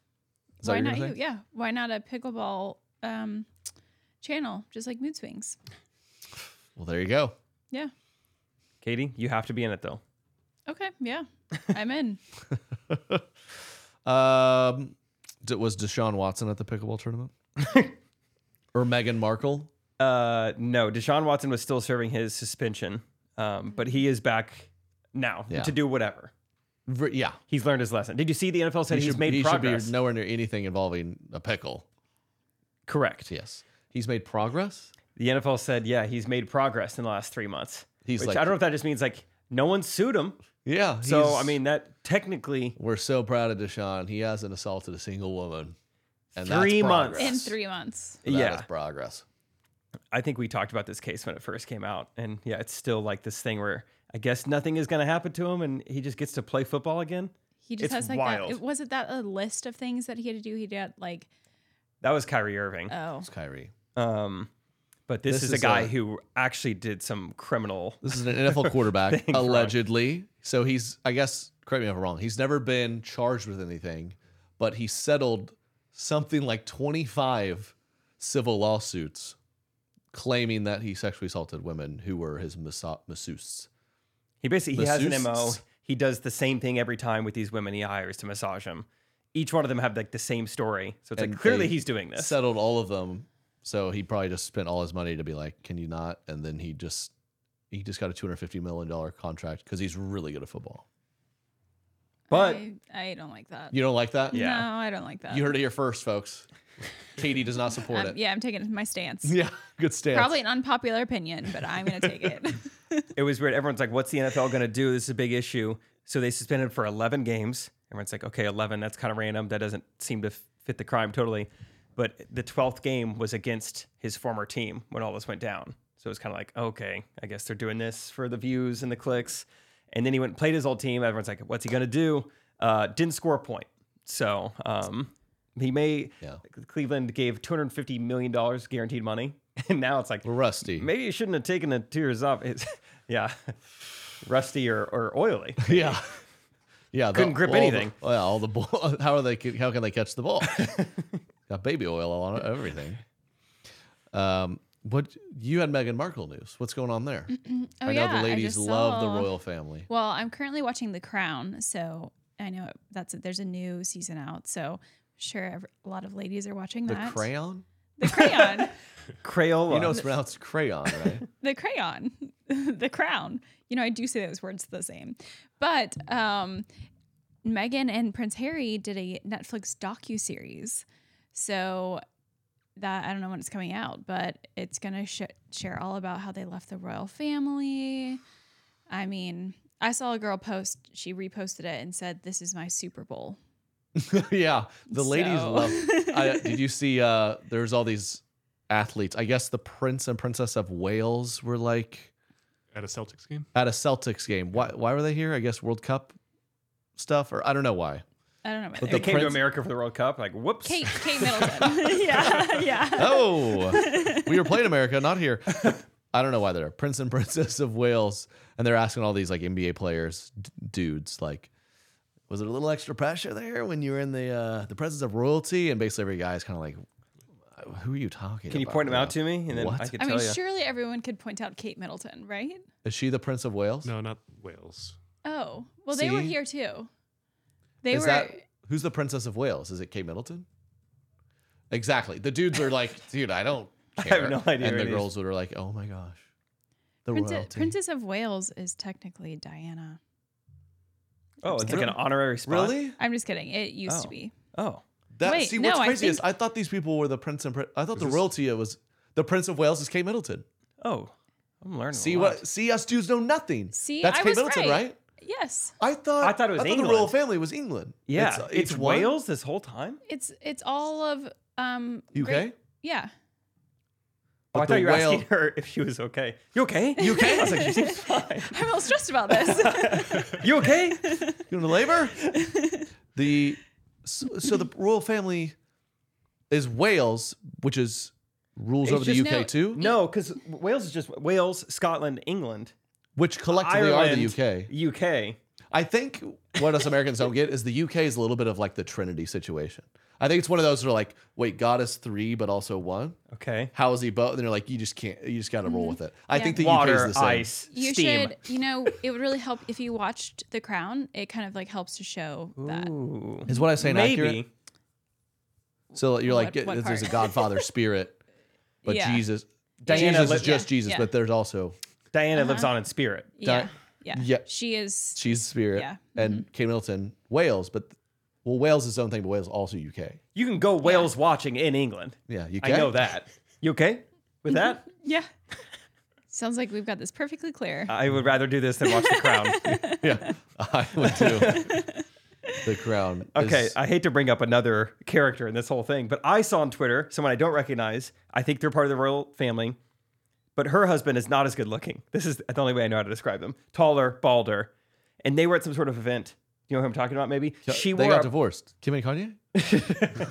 [SPEAKER 3] Is that
[SPEAKER 5] why
[SPEAKER 3] what you're
[SPEAKER 5] not
[SPEAKER 3] gonna
[SPEAKER 5] you?
[SPEAKER 3] say?
[SPEAKER 5] Yeah. Why not a pickleball um, channel, just like Mood Swings?
[SPEAKER 3] Well, there you go.
[SPEAKER 5] Yeah.
[SPEAKER 4] Katie, you have to be in it though.
[SPEAKER 5] Okay. Yeah. I'm in.
[SPEAKER 3] Um, d- was Deshaun Watson at the pickleball tournament? or Meghan Markle?
[SPEAKER 4] Uh no, Deshaun Watson was still serving his suspension. Um, but he is back now
[SPEAKER 3] Yeah.
[SPEAKER 4] to do whatever.
[SPEAKER 3] yeah.
[SPEAKER 4] He's learned his lesson. Did you see the NFL said
[SPEAKER 3] He
[SPEAKER 4] he's
[SPEAKER 3] should-
[SPEAKER 4] made
[SPEAKER 3] he
[SPEAKER 4] progress?
[SPEAKER 3] should be nowhere near anything involving a pickle.
[SPEAKER 4] Correct.
[SPEAKER 3] Yes. He's made progress?
[SPEAKER 4] The NFL said, yeah, he's made progress in the last three months.
[SPEAKER 3] He's
[SPEAKER 4] Which
[SPEAKER 3] like-
[SPEAKER 4] I don't know if that just means like no one sued him.
[SPEAKER 3] Yeah.
[SPEAKER 4] So
[SPEAKER 3] he's-
[SPEAKER 4] I mean that technically
[SPEAKER 3] we're so proud of Deshaun. He hasn't assaulted a single woman. And
[SPEAKER 4] Three
[SPEAKER 3] that's
[SPEAKER 4] months.
[SPEAKER 3] progress.
[SPEAKER 5] In three months.
[SPEAKER 3] That
[SPEAKER 4] Yeah.
[SPEAKER 3] is progress.
[SPEAKER 4] I think we talked about this case when it first came out, and yeah, it's still like this thing where I guess nothing is going to happen to him, and he just gets to play football again.
[SPEAKER 5] He just
[SPEAKER 4] It's
[SPEAKER 5] has like
[SPEAKER 4] wild.
[SPEAKER 5] that. It, wasn't that a list of things that he had to do? He did like,
[SPEAKER 4] That was Kyrie Irving.
[SPEAKER 5] oh,
[SPEAKER 3] It's Kyrie.
[SPEAKER 4] Um, but this,
[SPEAKER 3] This
[SPEAKER 4] is,
[SPEAKER 3] is
[SPEAKER 4] a guy
[SPEAKER 3] a-
[SPEAKER 4] who actually did some criminal.
[SPEAKER 3] This is an NFL quarterback,
[SPEAKER 4] thing wrong.
[SPEAKER 3] allegedly. So he's, I guess, correct me if I'm wrong, he's never been charged with anything, but he settled something like 25 civil lawsuits claiming that he sexually assaulted women who were his massa- masseuses.
[SPEAKER 4] He basically he has an mo.
[SPEAKER 3] Masseuses?
[SPEAKER 4] He does the same thing every time with these women he hires to massage him. Each one of them have like the same story, so it's
[SPEAKER 3] And
[SPEAKER 4] like clearly
[SPEAKER 3] they
[SPEAKER 4] he's doing this.
[SPEAKER 3] Settled all of them. So he probably just spent all his money to be like, can you not? And then he just, he just got a $250 million contract because he's really good at football.
[SPEAKER 4] But
[SPEAKER 5] I, I don't like that.
[SPEAKER 3] You don't like that?
[SPEAKER 5] No, I don't like that.
[SPEAKER 3] You heard it here first, folks. Katie does not support
[SPEAKER 5] Um,
[SPEAKER 3] it.
[SPEAKER 5] Yeah, I'm taking my stance.
[SPEAKER 3] Yeah, good stance.
[SPEAKER 5] Probably an unpopular opinion, but I'm going to take it.
[SPEAKER 4] it was weird. Everyone's like, "What's the NFL going to do? This is a big issue." So they suspended him for 11 games. Everyone's like, "Okay, 11. That's kind of random. That doesn't seem to f- fit the crime totally." But the 12th game was against his former team when all this went down. So it was kind of like, "Okay, I guess they're doing this for the views and the clicks." And then he went and played his old team. Everyone's like, "What's he going to do?" Uh, didn't score a point. So um, he may. Cleveland gave 250 million dollars guaranteed money, and now it's like
[SPEAKER 3] rusty.
[SPEAKER 4] Maybe you shouldn't have taken the tears off. It's, yeah, rusty or, or oily.
[SPEAKER 3] Yeah. Yeah, the-
[SPEAKER 4] Couldn't grip
[SPEAKER 3] all the-
[SPEAKER 4] anything.
[SPEAKER 3] yeah, all the ball. How are they? How can they catch the ball? Got baby oil on it, everything. Um, what you had Meghan Markle news? What's going on there?
[SPEAKER 5] Oh,
[SPEAKER 3] I know
[SPEAKER 5] yeah, I
[SPEAKER 3] the ladies
[SPEAKER 5] just
[SPEAKER 3] love the
[SPEAKER 5] saw-
[SPEAKER 3] royal family.
[SPEAKER 5] well, I'm currently watching The Crown, so I know that's it. There's a new season out, so sure ev- a lot of ladies are watching
[SPEAKER 3] The
[SPEAKER 5] that.
[SPEAKER 3] crayon.
[SPEAKER 5] The crayon.
[SPEAKER 4] Crayola.
[SPEAKER 3] You know it's pronounced crayon, right?
[SPEAKER 5] the crayon, the crown. You know, I do say those words the same. But um, Meghan and Prince Harry did a Netflix docu series. So that I don't know when it's coming out, but it's gonna sh- share all about how they left the royal family. I mean, I saw a girl post. She reposted it and said, "This is my Super Bowl."
[SPEAKER 3] yeah, the ladies
[SPEAKER 5] So-
[SPEAKER 3] love. I, did you see? Uh, there's all these athletes. I guess the prince and princess of Wales were like
[SPEAKER 7] at a Celtics game.
[SPEAKER 3] At a Celtics game. Why? Why were they here? I guess World Cup stuff, or I don't know why.
[SPEAKER 5] I don't know. about
[SPEAKER 3] But
[SPEAKER 4] they
[SPEAKER 3] the
[SPEAKER 4] came to
[SPEAKER 3] prince-
[SPEAKER 4] America for the World Cup. Like, whoops.
[SPEAKER 5] Kate Kate Middleton. yeah, yeah.
[SPEAKER 3] Oh, we were playing America, not here. I don't know why they're Prince and Princess of Wales, and they're asking all these like NBA players, d- dudes, like, was there a little extra pressure there when you were in the uh, the presence of royalty? And basically every guy's kind of like, who are you talking?
[SPEAKER 4] Can you
[SPEAKER 3] about
[SPEAKER 4] point 'em
[SPEAKER 3] now?
[SPEAKER 4] out to me? And then
[SPEAKER 3] what?
[SPEAKER 4] I could
[SPEAKER 5] I mean,
[SPEAKER 4] tell ya.
[SPEAKER 5] surely everyone could point out Kate Middleton, right?
[SPEAKER 3] Is she the Prince of Wales?
[SPEAKER 7] No, not Wales.
[SPEAKER 5] Oh, well, they were
[SPEAKER 3] See?
[SPEAKER 5] here too. They
[SPEAKER 3] Is
[SPEAKER 5] were.
[SPEAKER 3] that who's the Princess of Wales? Is it Kate Middleton? Exactly. The dudes are like, dude, I don't.
[SPEAKER 4] I have
[SPEAKER 3] Care.
[SPEAKER 4] no idea
[SPEAKER 3] And
[SPEAKER 4] who
[SPEAKER 3] the
[SPEAKER 4] it is.
[SPEAKER 3] girls are like, oh my gosh, the
[SPEAKER 5] Prince-
[SPEAKER 3] royalty.
[SPEAKER 5] Princess of Wales is technically Diana.
[SPEAKER 4] Oh, it's like an
[SPEAKER 3] Really?
[SPEAKER 4] honorary spot.
[SPEAKER 3] Really?
[SPEAKER 5] I'm just kidding. It used to
[SPEAKER 4] Oh.
[SPEAKER 5] be.
[SPEAKER 4] Oh.
[SPEAKER 3] That
[SPEAKER 5] Wait,
[SPEAKER 3] see what's
[SPEAKER 5] no, I
[SPEAKER 3] crazy is
[SPEAKER 5] think-
[SPEAKER 3] I thought these people were the prince and Pri- I thought
[SPEAKER 4] Is
[SPEAKER 3] the
[SPEAKER 4] this-
[SPEAKER 3] royalty was the Prince of Wales is Kate Middleton.
[SPEAKER 4] Oh, I'm learning.
[SPEAKER 3] See what? See us dudes know nothing.
[SPEAKER 5] See,
[SPEAKER 3] that's
[SPEAKER 5] I
[SPEAKER 3] Kate
[SPEAKER 5] was
[SPEAKER 3] Middleton,
[SPEAKER 5] right.
[SPEAKER 3] right?
[SPEAKER 5] Yes.
[SPEAKER 3] I thought
[SPEAKER 4] I thought it was
[SPEAKER 3] I thought
[SPEAKER 4] England.
[SPEAKER 3] the royal family was England.
[SPEAKER 4] Yeah,
[SPEAKER 3] it's, uh,
[SPEAKER 4] it's,
[SPEAKER 3] each one?
[SPEAKER 4] Wales this whole time.
[SPEAKER 5] It's it's all of um
[SPEAKER 3] UK?
[SPEAKER 5] Great- yeah.
[SPEAKER 4] Oh, I
[SPEAKER 3] But the
[SPEAKER 4] thought you were asking
[SPEAKER 3] whale-
[SPEAKER 4] her if she was okay. You okay? You
[SPEAKER 3] okay?
[SPEAKER 4] I was like, she seems fine.
[SPEAKER 5] I'm all stressed about this.
[SPEAKER 4] You okay?
[SPEAKER 3] You into labor? the so, so the royal family is Wales, which is rules
[SPEAKER 4] It's
[SPEAKER 3] over the
[SPEAKER 4] just-
[SPEAKER 3] UK too,
[SPEAKER 4] No, because Wales is just Wales, Scotland, England,
[SPEAKER 3] which collectively
[SPEAKER 4] Ireland,
[SPEAKER 3] are the UK.
[SPEAKER 4] UK.
[SPEAKER 3] I think what us Americans don't get is the UK is a little bit of like the Trinity situation. I think it's one of those where like, wait, God is three but also one.
[SPEAKER 4] Okay.
[SPEAKER 3] How is he both? And they're like, you just can't. You just got to roll with it. I
[SPEAKER 5] Yeah.
[SPEAKER 3] think the UK
[SPEAKER 4] Water,
[SPEAKER 3] is the same.
[SPEAKER 4] ice,
[SPEAKER 5] Mm-hmm. You
[SPEAKER 4] steam.
[SPEAKER 5] should, you know, it would really help if you watched The Crown. It kind of like helps to show that.
[SPEAKER 4] Ooh.
[SPEAKER 3] Is what I say
[SPEAKER 4] Maybe.
[SPEAKER 3] inaccurate? So you're like,
[SPEAKER 5] What- what
[SPEAKER 3] there's a
[SPEAKER 5] part?
[SPEAKER 3] Godfather spirit, but
[SPEAKER 5] Yeah.
[SPEAKER 3] Jesus,
[SPEAKER 4] Diana
[SPEAKER 3] Jesus
[SPEAKER 4] li-
[SPEAKER 3] is just
[SPEAKER 5] Yeah,
[SPEAKER 3] Jesus,
[SPEAKER 5] yeah. Uh-huh.
[SPEAKER 3] but there's also
[SPEAKER 4] Diana lives on in spirit.
[SPEAKER 5] Yeah.
[SPEAKER 3] Di-
[SPEAKER 5] yeah.
[SPEAKER 3] yeah.
[SPEAKER 5] She is
[SPEAKER 3] she's the spirit,
[SPEAKER 5] Yeah. Mm-hmm.
[SPEAKER 3] and Kate Middleton, Wales, but well, Wales is its own thing, but Wales is also UK.
[SPEAKER 4] You can go Wales watching in England.
[SPEAKER 3] Yeah, you
[SPEAKER 4] I
[SPEAKER 3] can.
[SPEAKER 4] know that. You okay with that?
[SPEAKER 5] Mm-hmm. Yeah. Sounds like we've got this perfectly clear.
[SPEAKER 4] I would rather do this than watch The Crown.
[SPEAKER 3] yeah, I would too. the Crown.
[SPEAKER 4] Okay,
[SPEAKER 3] is-
[SPEAKER 4] I hate to bring up another character in this whole thing, but I saw on Twitter someone I don't recognize. I think they're part of the royal family, but her husband is not as good looking. This is the only way I know how to describe them. Taller, balder, and they were at some sort of event. You know who I'm talking about? Maybe she
[SPEAKER 3] they
[SPEAKER 4] wore
[SPEAKER 3] got
[SPEAKER 4] a-
[SPEAKER 3] divorced. Kim and Kanye.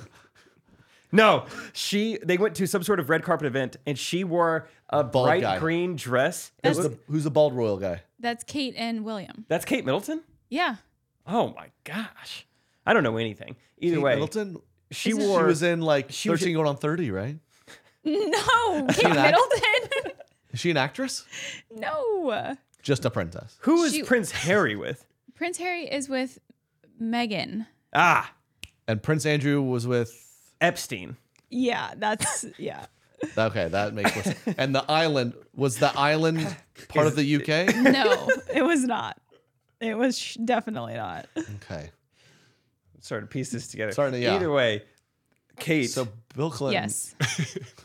[SPEAKER 4] no. She they went to some sort of red carpet event, and she wore a
[SPEAKER 3] Bald
[SPEAKER 4] bright
[SPEAKER 3] guy.
[SPEAKER 4] green dress. It
[SPEAKER 3] Who's
[SPEAKER 4] looked-
[SPEAKER 3] the, who's the bald royal guy?
[SPEAKER 5] That's Kate and William.
[SPEAKER 4] that's Kate Middleton.
[SPEAKER 5] Yeah.
[SPEAKER 4] Oh my gosh, I don't know anything. Either
[SPEAKER 3] Kate
[SPEAKER 4] way,
[SPEAKER 3] Middleton.
[SPEAKER 4] she
[SPEAKER 3] Isn't
[SPEAKER 4] wore
[SPEAKER 3] She was in like
[SPEAKER 4] she was-
[SPEAKER 3] thirteen going on thirty, right?
[SPEAKER 5] No, Kate
[SPEAKER 3] Can I-
[SPEAKER 5] Middleton.
[SPEAKER 3] Is she an actress?
[SPEAKER 5] no.
[SPEAKER 3] Just a princess.
[SPEAKER 4] who is
[SPEAKER 5] She-
[SPEAKER 4] Prince Harry with?
[SPEAKER 5] Prince Harry is with Megan.
[SPEAKER 4] Ah,
[SPEAKER 3] And Prince Andrew was with.
[SPEAKER 4] Epstein.
[SPEAKER 5] Yeah, that's yeah.
[SPEAKER 3] Okay, that makes more sense. And the island was the island part of the UK.
[SPEAKER 5] No, it was not. It was sh- definitely not.
[SPEAKER 3] Okay,
[SPEAKER 4] starting to piece this together.
[SPEAKER 3] Starting to- yeah.
[SPEAKER 4] Either way, Kate
[SPEAKER 3] so Bill Clinton.
[SPEAKER 5] Yes.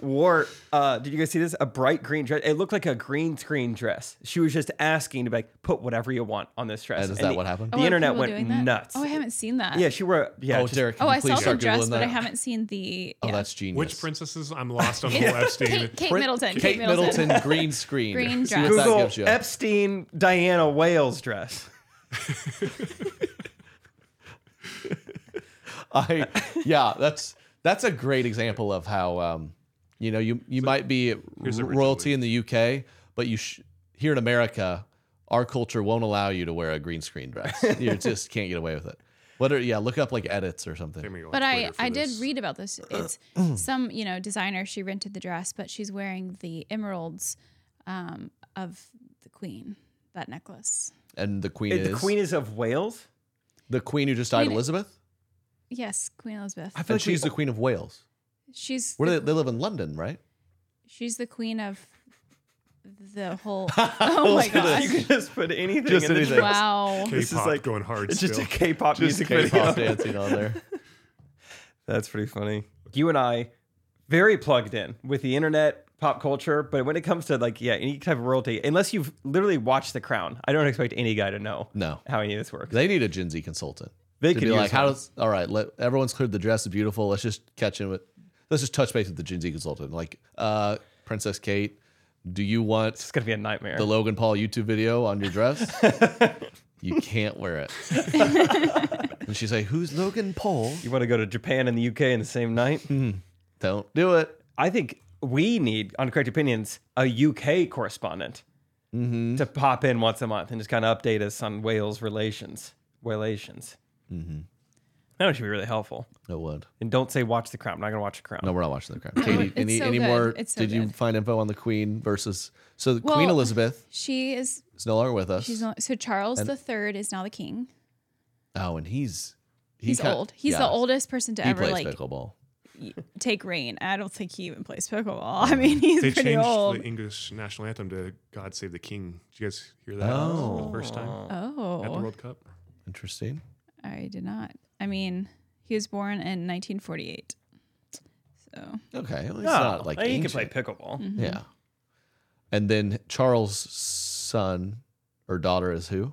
[SPEAKER 4] wore. Uh, did you guys see this? A bright green dress. It looked like a green screen dress. She was just asking to be like put whatever you want on this dress.
[SPEAKER 3] And is that
[SPEAKER 4] the-
[SPEAKER 3] what happened?
[SPEAKER 4] The
[SPEAKER 5] Oh, are
[SPEAKER 4] internet
[SPEAKER 5] people
[SPEAKER 4] went
[SPEAKER 5] doing that?
[SPEAKER 4] nuts.
[SPEAKER 5] Oh, I haven't seen that.
[SPEAKER 4] yeah, she wore. Yeah,
[SPEAKER 3] oh,
[SPEAKER 4] just-
[SPEAKER 3] Derek, can
[SPEAKER 5] Oh,
[SPEAKER 3] you
[SPEAKER 5] I
[SPEAKER 3] please
[SPEAKER 5] saw some
[SPEAKER 3] start
[SPEAKER 5] dress,
[SPEAKER 3] Googling
[SPEAKER 5] but I
[SPEAKER 3] that?
[SPEAKER 5] haven't seen the.
[SPEAKER 3] Oh,
[SPEAKER 5] yeah.
[SPEAKER 3] that's genius.
[SPEAKER 7] Which princesses? I'm lost on the
[SPEAKER 5] It's
[SPEAKER 7] whole Epstein.
[SPEAKER 5] Kate, Kate Middleton. Kate,
[SPEAKER 3] Kate
[SPEAKER 5] Middleton.
[SPEAKER 3] Middleton, green screen.
[SPEAKER 5] Green
[SPEAKER 3] See what
[SPEAKER 5] dress.
[SPEAKER 3] that
[SPEAKER 4] Google
[SPEAKER 3] gives you.
[SPEAKER 4] Epstein Diana Wales dress.
[SPEAKER 3] I yeah, that's that's a great example of how um, you know you you might be
[SPEAKER 7] here's
[SPEAKER 3] r-
[SPEAKER 7] originally.
[SPEAKER 3] royalty in the UK, but you sh- here in America, our culture won't allow you to wear a green screen dress. you just can't get away with it. What are yeah? Look up like edits or something.
[SPEAKER 5] But I, I did read about this. It's some, you know, designer. She rented the dress, but she's wearing the emeralds um, of the queen, that necklace.
[SPEAKER 3] And the queen is
[SPEAKER 4] The Queen is of Wales.
[SPEAKER 3] the queen who just died,
[SPEAKER 5] Queen-
[SPEAKER 3] Elizabeth.
[SPEAKER 5] Yes, Queen Elizabeth.
[SPEAKER 3] I feel like she's the queen of Wales.
[SPEAKER 5] She's
[SPEAKER 3] Where
[SPEAKER 5] the,
[SPEAKER 3] they, they live in London, right?
[SPEAKER 5] she's the queen of the whole. Oh my
[SPEAKER 4] You
[SPEAKER 5] gosh!
[SPEAKER 4] can just put anything.
[SPEAKER 3] Just
[SPEAKER 4] in the
[SPEAKER 3] anything.
[SPEAKER 4] dress.
[SPEAKER 5] Wow.
[SPEAKER 4] This is
[SPEAKER 7] K-pop
[SPEAKER 4] like-
[SPEAKER 7] going hard
[SPEAKER 4] It's
[SPEAKER 7] still.
[SPEAKER 4] just a K-pop music
[SPEAKER 3] K-pop
[SPEAKER 4] video.
[SPEAKER 3] dancing on there.
[SPEAKER 4] That's pretty funny. you and I very plugged in with the internet, pop culture, but when it comes to like yeah, any type of royalty, unless you've literally watched The Crown, I don't expect any guy to know
[SPEAKER 3] No.
[SPEAKER 4] how any of this works.
[SPEAKER 3] They need a Gen Z consultant.
[SPEAKER 4] They
[SPEAKER 3] to
[SPEAKER 4] could
[SPEAKER 3] be
[SPEAKER 4] use
[SPEAKER 3] like, how
[SPEAKER 4] one.
[SPEAKER 3] does all right? Let everyone's cleared the dress is beautiful. Let's just catch in with, let's just touch base with the Gen Z consultant. Like, uh, Princess Kate, do you want? It's
[SPEAKER 4] gonna be a nightmare.
[SPEAKER 3] The Logan Paul YouTube video on your dress. you can't wear it. and she's like, who's Logan Paul?
[SPEAKER 4] You want to go to Japan and the UK in the same night?
[SPEAKER 3] Hmm. Don't do it.
[SPEAKER 4] I think we need, on Correct Opinions, a UK correspondent
[SPEAKER 3] Mm-hmm.
[SPEAKER 4] to pop in once a month and just kind of update us on Wales relations. Walations.
[SPEAKER 3] Mm-hmm.
[SPEAKER 4] That would be really helpful.
[SPEAKER 3] It would.
[SPEAKER 4] And don't say watch The Crown. I'm not going to watch The Crown.
[SPEAKER 3] No, we're not watching the crown.
[SPEAKER 4] No,
[SPEAKER 3] Katie,
[SPEAKER 4] it's
[SPEAKER 3] any
[SPEAKER 5] Oh, so
[SPEAKER 3] any
[SPEAKER 5] good.
[SPEAKER 3] more?
[SPEAKER 5] It's so
[SPEAKER 3] did you
[SPEAKER 5] good.
[SPEAKER 3] find info on the Queen versus? So the Queen
[SPEAKER 5] Well,
[SPEAKER 3] Elizabeth
[SPEAKER 5] She is.
[SPEAKER 3] is no longer with us.
[SPEAKER 5] She's not, so Charles
[SPEAKER 3] And-
[SPEAKER 5] the Third is now the king.
[SPEAKER 3] oh, and he's he
[SPEAKER 5] He's
[SPEAKER 3] cut-
[SPEAKER 5] old. He's
[SPEAKER 3] yeah.
[SPEAKER 5] the oldest person to
[SPEAKER 3] he
[SPEAKER 5] ever
[SPEAKER 3] plays
[SPEAKER 5] like
[SPEAKER 3] pickleball.
[SPEAKER 5] y- take reign. I don't think he even plays pickleball. I mean, he's
[SPEAKER 7] they
[SPEAKER 5] pretty
[SPEAKER 7] changed
[SPEAKER 5] old.
[SPEAKER 7] the English national anthem to "God Save the King." Did you guys hear that for the first time
[SPEAKER 5] Oh.
[SPEAKER 7] at the World Cup?
[SPEAKER 3] Interesting.
[SPEAKER 5] I did not. I mean, he was born in 1948. So
[SPEAKER 3] Okay, well,
[SPEAKER 4] No,
[SPEAKER 3] it's not like
[SPEAKER 4] Oh, he can play
[SPEAKER 3] ancient.
[SPEAKER 4] pickleball.
[SPEAKER 5] Mhm.
[SPEAKER 3] Yeah, and then Charles' son or daughter is who?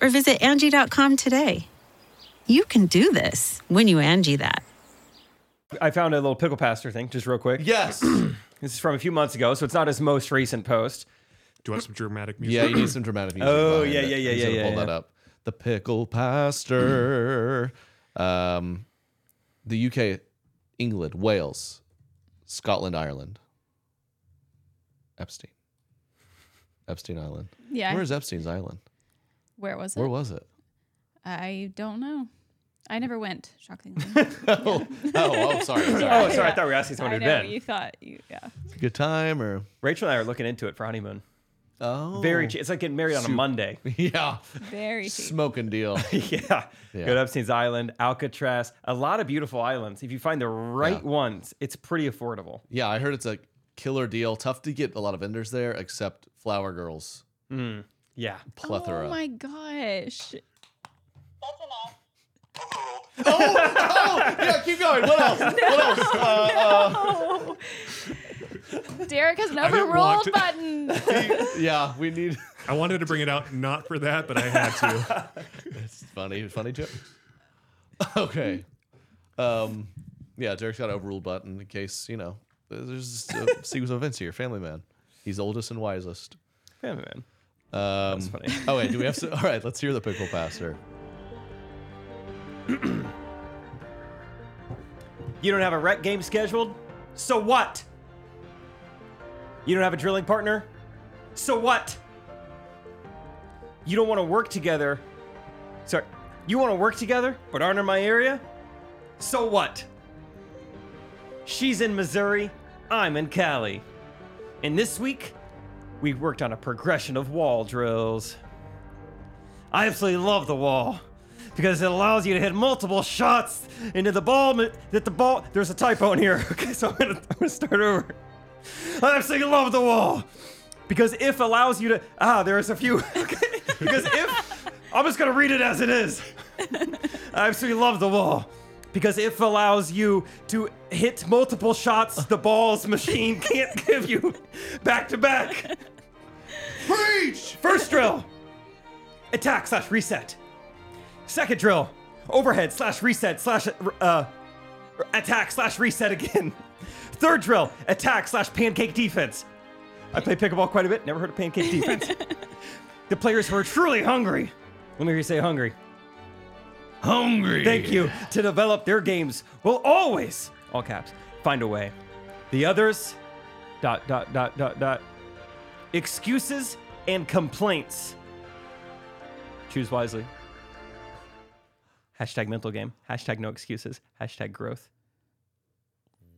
[SPEAKER 10] or visit Angie.com today. You can do this when you Angie that.
[SPEAKER 4] I found a little pickle pastor thing just real quick.
[SPEAKER 3] Yes.
[SPEAKER 4] this is from a few months ago, so it's not his most recent post.
[SPEAKER 7] Do you want some dramatic music?
[SPEAKER 3] Yeah, you need some dramatic music.
[SPEAKER 4] Oh,
[SPEAKER 3] behind
[SPEAKER 4] yeah,
[SPEAKER 3] it.
[SPEAKER 4] yeah, yeah,
[SPEAKER 3] He's
[SPEAKER 4] yeah,
[SPEAKER 3] gonna
[SPEAKER 4] yeah,
[SPEAKER 3] Pull that
[SPEAKER 4] yeah.
[SPEAKER 3] up. The pickle pastor. um, the UK, England, Wales, Scotland, Ireland. Epstein. Epstein Island.
[SPEAKER 5] Yeah.
[SPEAKER 3] Where's Epstein's Island?
[SPEAKER 5] where was it?
[SPEAKER 3] Where was it?
[SPEAKER 5] I don't know. I never went. Shockingly.
[SPEAKER 3] oh, oh, sorry. sorry.
[SPEAKER 4] Oh, sorry. I thought we were asking someone
[SPEAKER 5] I
[SPEAKER 4] who'd
[SPEAKER 5] know
[SPEAKER 4] been.
[SPEAKER 5] you thought you. Yeah.
[SPEAKER 3] Good time or
[SPEAKER 4] Rachel and I are looking into it for honeymoon.
[SPEAKER 3] Oh,
[SPEAKER 4] Very cheap. It's like getting married on a
[SPEAKER 3] Super-
[SPEAKER 4] Monday.
[SPEAKER 3] Yeah.
[SPEAKER 5] Very cheap.
[SPEAKER 3] Smoking deal.
[SPEAKER 4] yeah.
[SPEAKER 3] Yeah.
[SPEAKER 4] Go to Epstein's Island, Alcatraz, a lot of beautiful islands. If you find the right ones, it's pretty affordable.
[SPEAKER 3] Yeah, I heard it's a killer deal. Tough to get a lot of vendors there, except Flower Girls.
[SPEAKER 4] Mm, yeah.
[SPEAKER 3] Plethora.
[SPEAKER 5] Oh my gosh.
[SPEAKER 3] oh, yeah, keep going. What else? What else? Uh,
[SPEAKER 5] No. Derek has an
[SPEAKER 7] I didn't
[SPEAKER 5] overruled
[SPEAKER 7] want to-
[SPEAKER 5] button.
[SPEAKER 3] yeah, we need.
[SPEAKER 7] I wanted to bring it out not for that, but I had to.
[SPEAKER 3] It's funny, funny joke. Okay. Um, yeah, Derek's got an overrule button in case, you know, there's a sequence of events here. Family man. He's oldest and wisest.
[SPEAKER 4] Family man.
[SPEAKER 3] Um,
[SPEAKER 4] That's funny.
[SPEAKER 3] oh, wait, do we have to? All right, let's hear the pickle pastor.
[SPEAKER 4] You don't have a rec game scheduled? So what? You don't have a drilling partner? So what? You don't want to work together. Sorry. You want to work together, but aren't in my area? So what? She's in Missouri, I'm in Cali. And this week, we worked on a progression of wall drills. I absolutely love the wall because it allows you to hit multiple shots into the ball. mi- That the ball. There's a typo in here. Okay, so I'm gonna, I'm gonna start over. I absolutely love the wall because if allows you to. Ah, there's a few. Okay, because if I'm just gonna read it as it is. I absolutely love the wall because if allows you to hit multiple shots the ball's machine can't give you back to back. Preach! First drill attack slash reset. Second drill, overhead slash reset slash uh, attack slash reset again. Third drill, attack slash pancake defense. I play pickleball quite a bit. Never heard of pancake defense. the players who are truly hungry. Let me hear you say hungry.
[SPEAKER 11] Hungry.
[SPEAKER 4] Thank you. To develop their games will always, all caps, find a way. The others, dot, dot, dot, dot, dot, excuses and complaints. Choose wisely. Hashtag mental game. Hashtag no excuses. Hashtag growth.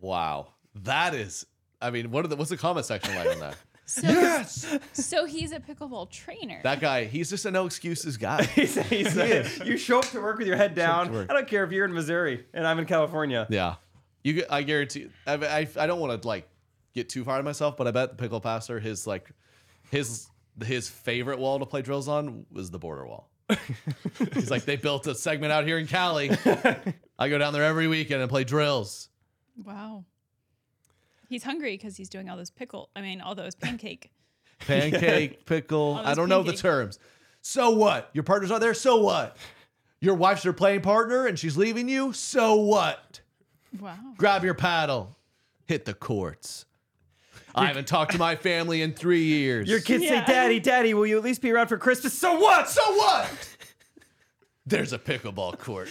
[SPEAKER 3] Wow, that is. I mean, what are the, what's the comment section like on that?
[SPEAKER 5] So, yes. So he's a pickleball trainer.
[SPEAKER 3] That guy, he's just a no excuses guy.
[SPEAKER 4] He is. you show up to work with your head down. I don't care if you're in Missouri and I'm in California.
[SPEAKER 3] Yeah, you. gu- I guarantee. I I, I don't want to like get too far of myself, but I bet the pickle pastor his like his his favorite wall to play drills on was the border wall. He's like, they built a segment out here in Cali. I go down there every weekend and play drills.
[SPEAKER 5] Wow. He's hungry because he's doing all those pickle. I mean, all those pancake.
[SPEAKER 3] Pancake, pickle.
[SPEAKER 5] All
[SPEAKER 3] I
[SPEAKER 5] those
[SPEAKER 3] don't know the
[SPEAKER 5] pancakes.
[SPEAKER 3] terms. So what? Your partner's not there? So what? Your wife's your playing partner and she's leaving you? So what?
[SPEAKER 5] Wow.
[SPEAKER 3] Grab your paddle. Hit the courts. I haven't talked to my family in three years.
[SPEAKER 4] Your kids say, "Daddy, Daddy, will you at least be around for Christmas?" So what?
[SPEAKER 3] So what? There's a pickleball court.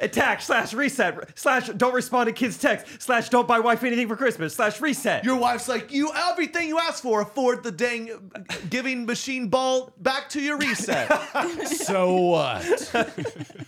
[SPEAKER 4] Attack slash reset slash don't respond to kids text slash don't buy wife anything for Christmas slash reset.
[SPEAKER 3] Your wife's like, you everything you asked for, afford the dang giving machine ball back to your reset. so what?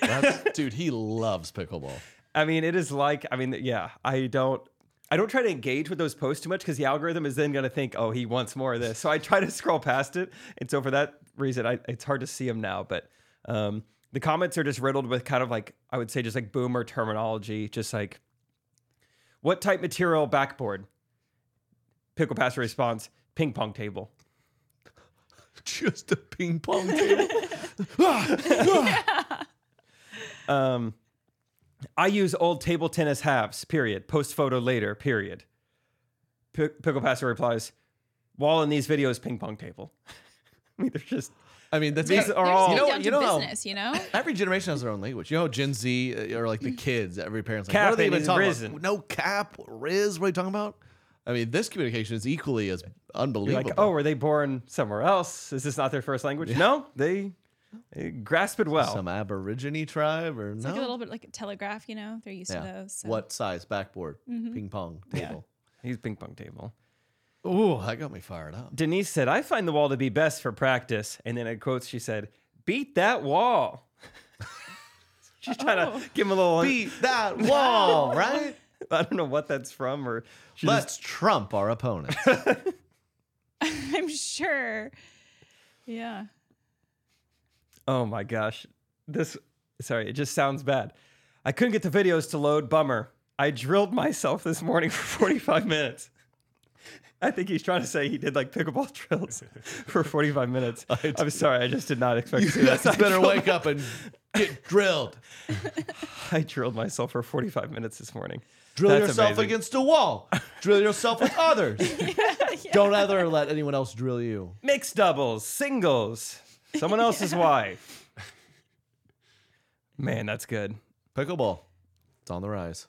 [SPEAKER 3] That's, dude, he loves pickleball.
[SPEAKER 4] I mean, it is like I mean, yeah. I don't. I don't try to engage with those posts too much because the algorithm is then going to think, "Oh, he wants more of this." So I try to scroll past it, and so for that reason, I, it's hard to see him now. But um, the comments are just riddled with kind of like I would say just like boomer terminology, just like what type material backboard? Pickle passer response: ping pong table.
[SPEAKER 3] Just a ping pong table.
[SPEAKER 4] Um, I use old table tennis halves, period. Post photo later, period. P- Pickle Passer replies, wall in these videos, ping pong table. I mean, they're just.
[SPEAKER 3] I mean, that's
[SPEAKER 4] these
[SPEAKER 3] kinda-
[SPEAKER 4] are
[SPEAKER 3] There's
[SPEAKER 4] all.
[SPEAKER 3] You know-
[SPEAKER 5] down to
[SPEAKER 3] you know how-
[SPEAKER 5] business, you know?
[SPEAKER 3] Every generation has their own language. You know, Gen Z uh, or like the kids, every parent's like,
[SPEAKER 4] Cap
[SPEAKER 3] what are they
[SPEAKER 4] and
[SPEAKER 3] even talking
[SPEAKER 4] Mm. risen.
[SPEAKER 3] about? No cap, riz, what are you talking about? I mean, this communication is equally as
[SPEAKER 4] You're
[SPEAKER 3] unbelievable.
[SPEAKER 4] like, oh, were they born somewhere else? Is this not their first language? No, they, they grasp it well.
[SPEAKER 3] Some Aborigine tribe or
[SPEAKER 5] It's
[SPEAKER 3] no?
[SPEAKER 5] like a little bit like a telegraph, you know? They're used to
[SPEAKER 3] yeah.
[SPEAKER 5] those. so-
[SPEAKER 3] What size backboard?
[SPEAKER 4] Mm-hmm.
[SPEAKER 5] Mhm.
[SPEAKER 3] Ping pong table.
[SPEAKER 4] He's ping pong table.
[SPEAKER 3] Ooh, that got me fired up.
[SPEAKER 4] Denise said, I find the wall to be best for practice. And then in quotes, she said, beat that wall. She's trying to give him a little
[SPEAKER 3] Oh. Beat that wall, right?
[SPEAKER 4] I don't know what that's from or she just-
[SPEAKER 3] Let's trump our opponent.
[SPEAKER 5] I'm sure. Yeah.
[SPEAKER 4] Oh my gosh. This sorry, it just sounds bad. I couldn't get the videos to load, bummer. I drilled myself this morning for 45 minutes. I think he's trying to say he did like pickleball drills for 45 minutes. I'm sorry, I just did not expect to see
[SPEAKER 3] You
[SPEAKER 4] that.
[SPEAKER 3] guys
[SPEAKER 4] I
[SPEAKER 3] better
[SPEAKER 4] drilled-
[SPEAKER 3] wake up and get drilled.
[SPEAKER 4] I drilled myself for 45 minutes this morning.
[SPEAKER 3] Drill
[SPEAKER 4] That's
[SPEAKER 3] yourself
[SPEAKER 4] amazing.
[SPEAKER 3] against a wall. Drill yourself with others. Don't ever let anyone else drill you.
[SPEAKER 4] Mixed doubles, singles, someone else's wife. Man, that's good.
[SPEAKER 3] Pickleball. It's on the rise.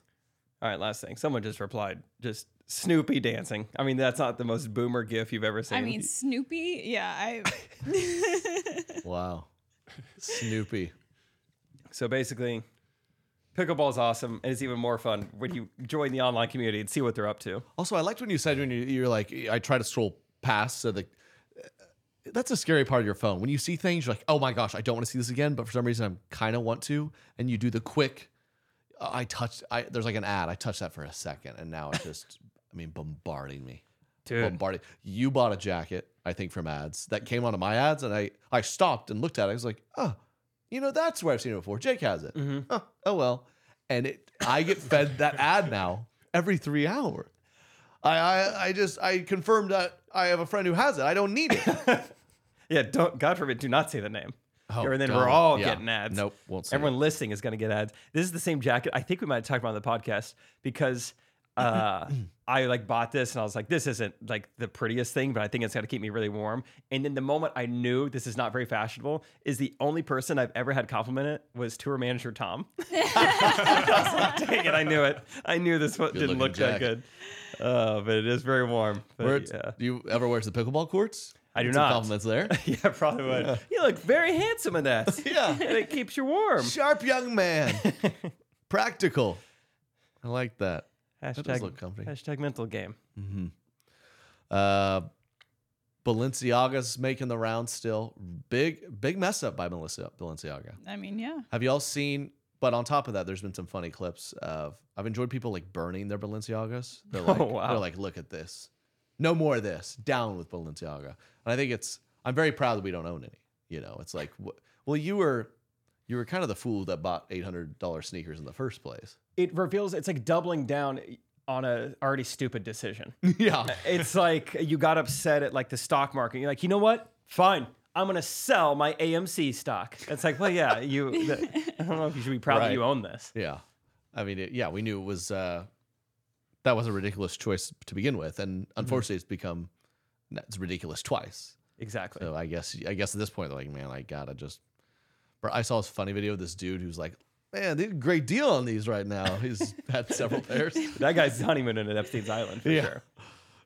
[SPEAKER 4] All right, last thing. Someone just replied, just Snoopy dancing. I mean, that's not the most boomer gif you've ever seen.
[SPEAKER 5] I mean, Snoopy. Yeah. I.
[SPEAKER 3] Wow. Snoopy.
[SPEAKER 4] So basically, pickleball is awesome, and it's even more fun when you join the online community and see what they're up to.
[SPEAKER 3] Also, I liked when you said when you, you're like, I try to scroll past so that that's a scary part of your phone. When you see things, you're like, oh my gosh, I don't want to see this again, but for some reason, I kind of want to. And you do the quick, uh, I touched, I, there's like an ad, I touched that for a second, and now it's just, I mean, bombarding me.
[SPEAKER 4] Dude.
[SPEAKER 3] Bombarding. You bought a jacket, I think, from ads that came onto my ads, and I, I stopped and looked at it. I was like, oh, you know, that's where I've seen it before. Jake has it. Huh, oh well. And it, I get fed that ad now every three hours. I, I, I just I confirmed that I have a friend who has it. I don't need it.
[SPEAKER 4] Yeah, don't God forbid, do not say the name.
[SPEAKER 3] Oh,
[SPEAKER 4] and then
[SPEAKER 3] God.
[SPEAKER 4] we're all
[SPEAKER 3] Yeah.
[SPEAKER 4] getting ads.
[SPEAKER 3] Nope, won't say
[SPEAKER 4] Everyone listening is going to get ads. This is the same jacket. I think we might have talked about it on the podcast because uh, I like bought this and I was like, this isn't like the prettiest thing, but I think it's gonna keep me really warm. And then the moment I knew this is not very fashionable, is the only person I've ever had compliment it was tour manager Tom. I was like, dang it, I knew it. I knew this one didn't
[SPEAKER 3] Good-looking
[SPEAKER 4] look that
[SPEAKER 3] jacket.
[SPEAKER 4] good. Uh, but it is very warm. But
[SPEAKER 3] Where it's-
[SPEAKER 4] yeah.
[SPEAKER 3] Do you ever wear the pickleball courts?
[SPEAKER 4] I do
[SPEAKER 3] Some
[SPEAKER 4] not.
[SPEAKER 3] Compliments there.
[SPEAKER 4] yeah, probably would. You look very handsome in that.
[SPEAKER 3] yeah.
[SPEAKER 4] And it keeps you warm.
[SPEAKER 3] Sharp young man. Practical. I like that. that does
[SPEAKER 4] Hashtag-
[SPEAKER 3] look comfy.
[SPEAKER 4] Hashtag mental game.
[SPEAKER 3] Mm-hmm. Uh, Balenciaga's making the round still. Big, big mess up by Melissa Balenciaga.
[SPEAKER 5] I mean, yeah.
[SPEAKER 3] Have y'all seen? But on top of that, there's been some funny clips of. I've enjoyed people like burning their Balenciagas. They're
[SPEAKER 4] Oh,
[SPEAKER 3] like,
[SPEAKER 4] wow.
[SPEAKER 3] they're like, look at this. No more of this. Down with Balenciaga. And I think it's. I'm very proud that we don't own any. You know, it's like, wh- well, you were, you were kind of the fool that bought $800 sneakers in the first place.
[SPEAKER 4] It reveals it's like doubling down on a already stupid decision.
[SPEAKER 3] yeah.
[SPEAKER 4] It's like you got upset at like the stock market. You're like, you know what? Fine. I'm gonna sell my AMC stock. It's like, well, yeah, you. the- I don't know if you should be proud that you
[SPEAKER 3] Right.
[SPEAKER 4] own this.
[SPEAKER 3] Yeah. I mean, it, yeah, we knew it was uh, that was a ridiculous choice to begin with, and
[SPEAKER 4] Mm-hmm.
[SPEAKER 3] unfortunately, it's become it's ridiculous twice.
[SPEAKER 4] Exactly.
[SPEAKER 3] So I guess I guess at this point, they're like, man, I gotta just. Bro, I saw this funny video of this dude who's like, man, they did a great deal on these right now. He's had several pairs.
[SPEAKER 4] That guy's honeymooning at Epstein's Island for
[SPEAKER 3] Yeah.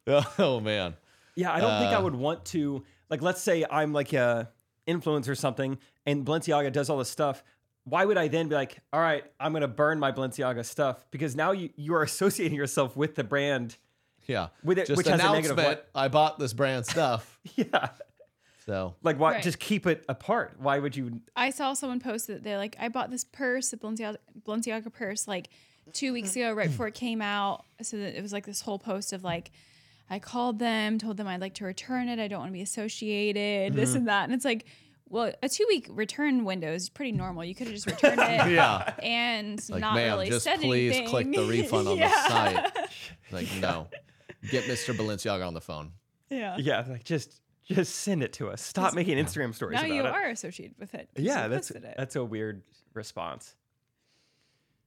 [SPEAKER 4] sure.
[SPEAKER 3] Oh man.
[SPEAKER 4] Yeah, I don't think I
[SPEAKER 3] Uh,
[SPEAKER 4] would want to. Like, let's say I'm like a influencer or something, and Balenciaga does all this stuff. Why would I then be like, all right, I'm gonna burn my Balenciaga stuff because now you you are associating yourself with the brand.
[SPEAKER 3] Yeah.
[SPEAKER 4] With it,
[SPEAKER 3] Just
[SPEAKER 4] which has a
[SPEAKER 3] announcement,
[SPEAKER 4] negative. What?
[SPEAKER 3] I bought this brand stuff. yeah. So
[SPEAKER 4] Like, why
[SPEAKER 5] Right.
[SPEAKER 4] just keep it apart? Why would you?
[SPEAKER 5] I saw someone post that they're like, I bought this purse, a Balenciaga, Balenciaga purse, like two weeks
[SPEAKER 3] Mm-hmm.
[SPEAKER 5] ago, right before it came out. So that it was like this whole post of like, I called them, told them I'd like to return it. I don't want to be associated, this
[SPEAKER 3] Mm-hmm.
[SPEAKER 12] Mhm.
[SPEAKER 5] and that. And it's like, well, a two week return window is pretty normal. You could have just returned it
[SPEAKER 3] Yeah.
[SPEAKER 5] and
[SPEAKER 3] like,
[SPEAKER 5] not
[SPEAKER 3] ma'am,
[SPEAKER 5] really
[SPEAKER 3] just
[SPEAKER 5] said
[SPEAKER 3] please
[SPEAKER 5] anything.
[SPEAKER 3] click the refund on
[SPEAKER 5] Yeah.
[SPEAKER 3] the site. Like, no, get Mr. Balenciaga on the phone.
[SPEAKER 5] Yeah.
[SPEAKER 4] Yeah, like just just send it to us. Stop making Instagram stories.
[SPEAKER 5] Now
[SPEAKER 4] about
[SPEAKER 5] you
[SPEAKER 4] it.
[SPEAKER 5] are associated with it. 'cause
[SPEAKER 4] Yeah,
[SPEAKER 5] you
[SPEAKER 4] that's
[SPEAKER 5] posted it.
[SPEAKER 4] that's a weird response.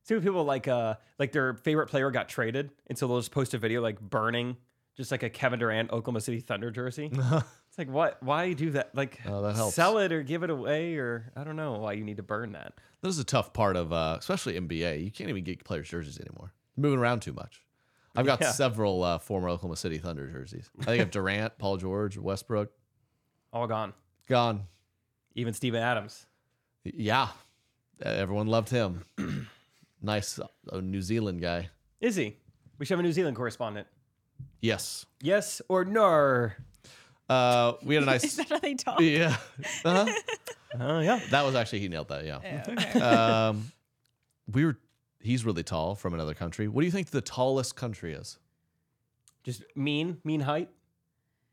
[SPEAKER 4] See what people like uh like their favorite player got traded, and so they'll just post a video like burning just like a Kevin Durant Oklahoma City Thunder jersey. it's like what why do that like
[SPEAKER 3] Oh, that helps.
[SPEAKER 4] sell it or give it away or I don't know why you need to burn that.
[SPEAKER 3] This is a tough part of, uh, especially NBA. You can't even get players' jerseys anymore. Moving around too much. I've got
[SPEAKER 4] Yeah.
[SPEAKER 3] several uh, former Oklahoma City Thunder jerseys. I think I have Durant, Paul George, Westbrook.
[SPEAKER 4] All gone.
[SPEAKER 3] Gone.
[SPEAKER 4] Even Steven Adams.
[SPEAKER 3] Yeah. Uh, Everyone loved him. nice uh, New Zealand guy.
[SPEAKER 4] Is he? We should have a New Zealand correspondent.
[SPEAKER 3] Yes.
[SPEAKER 4] Yes or no?
[SPEAKER 3] Uh, we had a nice.
[SPEAKER 5] Is that how they talk?
[SPEAKER 3] Yeah. Uh-huh.
[SPEAKER 4] uh, yeah.
[SPEAKER 3] That was actually, he nailed that. Yeah.
[SPEAKER 5] Yeah, okay.
[SPEAKER 3] um, we were, he's really tall from another country. What do you think the tallest country is?
[SPEAKER 4] Just mean, mean height.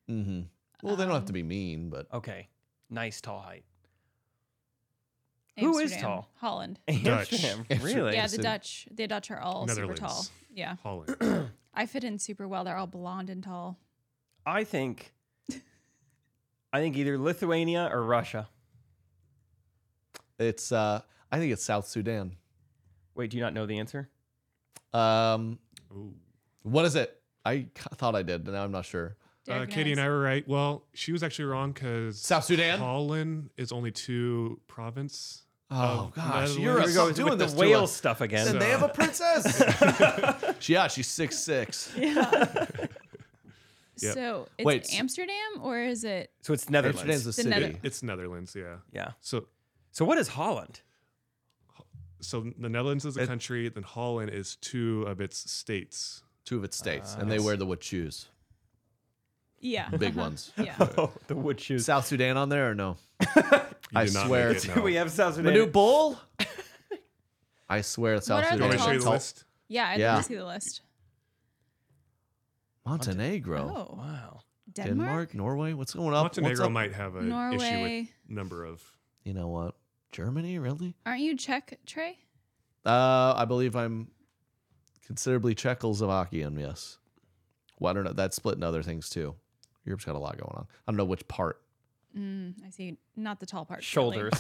[SPEAKER 3] Mm-hmm. Well, they don't have to
[SPEAKER 5] Um,
[SPEAKER 3] be mean, but
[SPEAKER 4] Okay. Nice tall height. Who is
[SPEAKER 5] Amsterdam,
[SPEAKER 4] tall?
[SPEAKER 5] Holland.
[SPEAKER 4] Dutch. Amsterdam, really?
[SPEAKER 5] Yeah, the Dutch. The Dutch are all super tall.
[SPEAKER 4] Netherlands.
[SPEAKER 5] Yeah.
[SPEAKER 7] Holland.
[SPEAKER 5] I fit in super well. They're all blonde and tall.
[SPEAKER 4] I think I think either Lithuania or Russia.
[SPEAKER 3] It's uh I think it's South Sudan.
[SPEAKER 4] Wait, do you not know the answer?
[SPEAKER 3] Um What is it? I ca- thought I did, but now I'm not sure.
[SPEAKER 7] Uh, Katie and I were right. Well, she was actually wrong because
[SPEAKER 3] South Sudan?
[SPEAKER 7] Holland is only two province.
[SPEAKER 3] Oh,
[SPEAKER 7] of
[SPEAKER 3] gosh,
[SPEAKER 7] Netherlands.
[SPEAKER 3] you're
[SPEAKER 4] go with- with the
[SPEAKER 3] to
[SPEAKER 4] whale
[SPEAKER 3] us.
[SPEAKER 4] stuff again.
[SPEAKER 3] And they have a princess. yeah, she's six six.
[SPEAKER 5] Yeah.
[SPEAKER 3] Yep.
[SPEAKER 5] So it's
[SPEAKER 3] Wait, s-
[SPEAKER 5] Amsterdam or is it?
[SPEAKER 4] So it's Netherlands.
[SPEAKER 3] Amsterdam's the The city. Nether-
[SPEAKER 7] It's Netherlands, yeah.
[SPEAKER 4] Yeah.
[SPEAKER 7] So
[SPEAKER 4] So what is Holland?
[SPEAKER 7] So the Netherlands is a country, then Holland is two of its states.
[SPEAKER 3] Two of its states,
[SPEAKER 7] Ah.
[SPEAKER 3] and they wear the wood shoes,
[SPEAKER 5] Yeah.
[SPEAKER 3] the big
[SPEAKER 5] uh-huh.
[SPEAKER 3] ones.
[SPEAKER 5] Yeah.
[SPEAKER 7] Oh,
[SPEAKER 4] the wood shoes.
[SPEAKER 3] South Sudan on there or no? I
[SPEAKER 7] did not make
[SPEAKER 3] swear.
[SPEAKER 7] it, Do no.
[SPEAKER 4] we have South
[SPEAKER 3] The
[SPEAKER 4] Sudan?
[SPEAKER 3] new bull. I swear, South
[SPEAKER 5] are the
[SPEAKER 3] Sudan.
[SPEAKER 7] You want me to show you the
[SPEAKER 3] Tall-
[SPEAKER 7] list?
[SPEAKER 5] Yeah, I'd
[SPEAKER 3] Yeah.
[SPEAKER 5] love to see the list.
[SPEAKER 3] Montenegro.
[SPEAKER 5] Oh.
[SPEAKER 4] Wow.
[SPEAKER 5] Denmark.
[SPEAKER 3] Norway. What's going up? What's
[SPEAKER 7] Montenegro
[SPEAKER 3] up?
[SPEAKER 7] might have an issue with
[SPEAKER 5] Norway.
[SPEAKER 7] number of.
[SPEAKER 3] You know what? Germany, really?
[SPEAKER 5] Aren't you Czech, Trey?
[SPEAKER 3] Uh, I believe I'm considerably Czechoslovakian. Yes. Well, I don't know. That's split into other things too. Europe's got a lot going on. I don't know which part.
[SPEAKER 5] Mm, I see. Not the tall part.
[SPEAKER 4] Shoulders.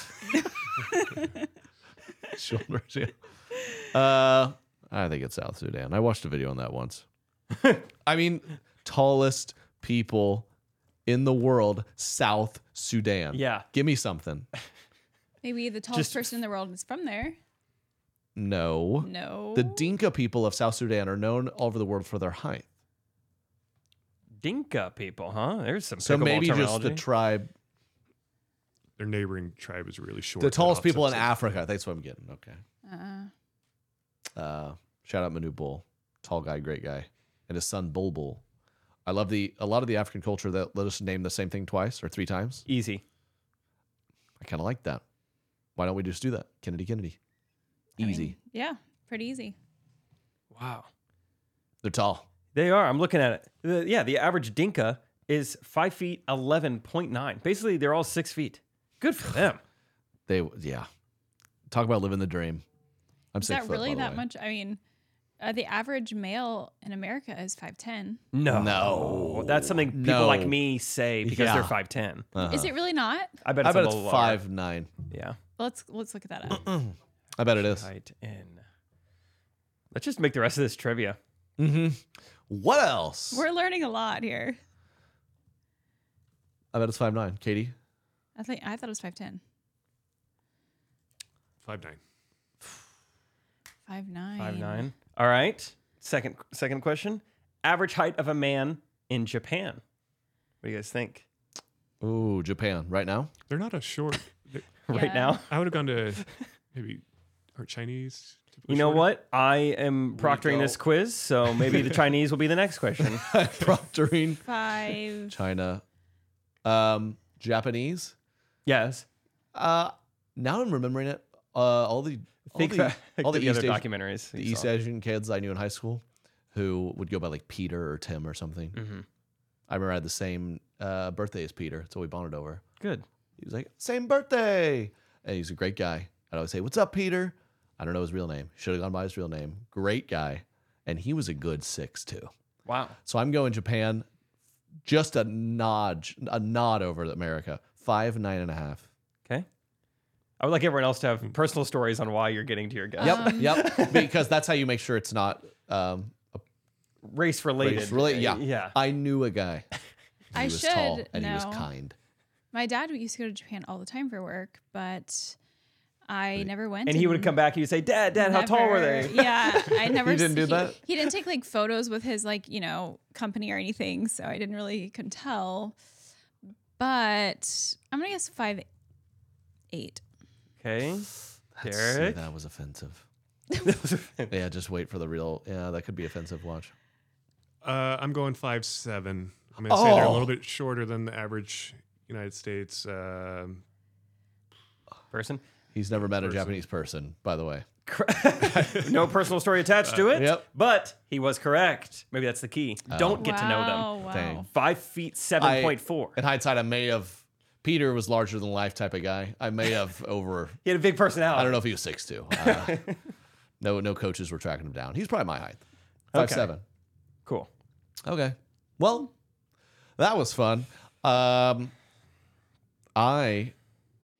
[SPEAKER 5] certainly.
[SPEAKER 3] Shoulders. Yeah. Uh, I think it's South Sudan. I watched a video on that once. I mean, tallest people in the world, South Sudan.
[SPEAKER 4] Yeah.
[SPEAKER 3] Give me something.
[SPEAKER 5] Maybe the tallest
[SPEAKER 3] Just-
[SPEAKER 5] person in the world is from there.
[SPEAKER 3] No.
[SPEAKER 5] No.
[SPEAKER 3] The Dinka people of South Sudan are known all over the world for their height.
[SPEAKER 4] Dinka people, huh? There's some
[SPEAKER 3] So
[SPEAKER 4] pickleball
[SPEAKER 3] maybe just
[SPEAKER 4] terminology.
[SPEAKER 3] the tribe.
[SPEAKER 7] Their neighboring tribe is really short.
[SPEAKER 3] The
[SPEAKER 7] That
[SPEAKER 3] tallest people in
[SPEAKER 7] offsets it.
[SPEAKER 3] Africa. That's what I'm getting. Okay.
[SPEAKER 5] Uh,
[SPEAKER 3] Uh, shout out Manu Bull, tall guy, great guy, and his son Bulbul. I love the a lot of the African culture that let us name the same thing twice or three times.
[SPEAKER 4] Easy.
[SPEAKER 3] I kind of like that. Why don't we just do that, Kennedy Kennedy? Easy.
[SPEAKER 5] yeah, pretty easy.
[SPEAKER 4] Wow.
[SPEAKER 3] They're tall.
[SPEAKER 4] They are. I'm looking at it. The- yeah, the average Dinka is five feet eleven point nine. Basically, they're all six feet. Good for them.
[SPEAKER 3] They yeah. Talk about living the dream. I'm
[SPEAKER 5] is
[SPEAKER 3] six
[SPEAKER 5] that
[SPEAKER 3] foot,
[SPEAKER 5] really
[SPEAKER 3] by the
[SPEAKER 5] that
[SPEAKER 3] way.
[SPEAKER 5] much? I mean, uh, the average male in America is 5'10.
[SPEAKER 4] No,
[SPEAKER 3] No.
[SPEAKER 4] that's something people
[SPEAKER 3] No.
[SPEAKER 4] like me say because they're
[SPEAKER 3] Yeah. Uh-huh.
[SPEAKER 4] five ten.
[SPEAKER 5] Is
[SPEAKER 3] Uh.
[SPEAKER 5] it really not?
[SPEAKER 4] I bet
[SPEAKER 3] I
[SPEAKER 4] it's,
[SPEAKER 3] bet
[SPEAKER 4] a
[SPEAKER 3] it's
[SPEAKER 4] little
[SPEAKER 3] five
[SPEAKER 4] lower.
[SPEAKER 3] nine.
[SPEAKER 4] Yeah.
[SPEAKER 5] Let's let's look at that up.
[SPEAKER 3] I bet it is.
[SPEAKER 4] Height in. Let's just make the rest of this trivia.
[SPEAKER 3] Mm-hmm. What else?
[SPEAKER 5] We're learning a lot here.
[SPEAKER 3] I bet it's five nine. Katie,
[SPEAKER 5] I think I thought it was 5'10.
[SPEAKER 7] Five nine.
[SPEAKER 5] 5'9.
[SPEAKER 4] Five nine. All right. Second second question. Average height of a man in Japan. What do you guys think?
[SPEAKER 3] Ooh, Japan right now.
[SPEAKER 7] They're not a short.
[SPEAKER 4] Right now?
[SPEAKER 7] I would have gone to maybe or Chinese. typically
[SPEAKER 4] You know
[SPEAKER 7] shorter.
[SPEAKER 4] what? I am proctoring this
[SPEAKER 7] go.
[SPEAKER 4] quiz, so maybe the Chinese will be the next question.
[SPEAKER 3] proctoring.
[SPEAKER 5] Five.
[SPEAKER 3] China, um, Japanese.
[SPEAKER 4] Yes.
[SPEAKER 3] Uh, now I'm remembering it. Uh, all the all
[SPEAKER 4] Think
[SPEAKER 3] the,
[SPEAKER 4] back
[SPEAKER 3] all
[SPEAKER 4] to
[SPEAKER 3] the
[SPEAKER 4] the
[SPEAKER 3] East
[SPEAKER 4] other
[SPEAKER 3] Asian-
[SPEAKER 4] documentaries
[SPEAKER 3] the
[SPEAKER 4] you
[SPEAKER 3] East
[SPEAKER 4] saw.
[SPEAKER 3] Asian kids I knew in high school, who would go by like Peter or Tim or something.
[SPEAKER 4] Mm-hmm.
[SPEAKER 3] I remember I had the same uh, birthday as Peter, so we bonded over.
[SPEAKER 4] Good.
[SPEAKER 3] He was like, "Same birthday," and he's a great guy. I'd always say, "What's up, Peter?" I don't know his real name. Should have gone by his real name. Great guy, and he was a good six too.
[SPEAKER 4] Wow.
[SPEAKER 3] So I'm going Japan, just a nod, a nod over to America. Five nine and a half.
[SPEAKER 4] Okay. I would like everyone else to have personal stories on why you're getting to your guess.
[SPEAKER 3] Yep,
[SPEAKER 5] Um,
[SPEAKER 3] yep. Because that's how you make sure it's not um,
[SPEAKER 4] Race related.
[SPEAKER 3] race related. Yeah,
[SPEAKER 4] Yeah.
[SPEAKER 3] I knew a guy. He
[SPEAKER 5] I
[SPEAKER 3] was
[SPEAKER 5] should
[SPEAKER 3] tall and he was
[SPEAKER 5] know.
[SPEAKER 3] kind.
[SPEAKER 5] My dad used to go to Japan all the time for work, but I never went.
[SPEAKER 4] And he would come back and you'd say, Dad, Dad, how tall were
[SPEAKER 5] Never-
[SPEAKER 4] they?
[SPEAKER 5] Yeah, I never.
[SPEAKER 4] didn't do
[SPEAKER 5] he-
[SPEAKER 4] that?
[SPEAKER 5] He didn't take like photos with his like you know company or anything, so I didn't really couldn't tell. But I'm gonna guess five eight.
[SPEAKER 4] Okay.
[SPEAKER 3] That's- see,
[SPEAKER 4] Derek.
[SPEAKER 3] that was offensive. yeah, just wait for the real. Yeah, that could be offensive. Watch.
[SPEAKER 7] Uh, I'm going five seven. I'm going to say they're a
[SPEAKER 3] Oh.
[SPEAKER 7] little bit shorter than the average United States. Um,
[SPEAKER 4] Person.
[SPEAKER 3] He's never met a
[SPEAKER 7] Person.
[SPEAKER 3] Japanese person, by the way.
[SPEAKER 4] no personal story attached to it.
[SPEAKER 3] yep. Oh.
[SPEAKER 4] But he was correct. Maybe that's the key. Don't get to know them.
[SPEAKER 5] Wow,
[SPEAKER 3] Dang.
[SPEAKER 5] wow.
[SPEAKER 4] Five feet seven point four.
[SPEAKER 3] I- In hindsight, I may have. Peter was larger than life type of guy. I may have over.
[SPEAKER 4] He had a big personality.
[SPEAKER 3] I don't know if he was six two. Uh, no, no coaches were tracking him down. He's probably my height, five
[SPEAKER 4] Okay.
[SPEAKER 3] seven.
[SPEAKER 4] Cool.
[SPEAKER 3] Okay. Well, that was fun. Um, I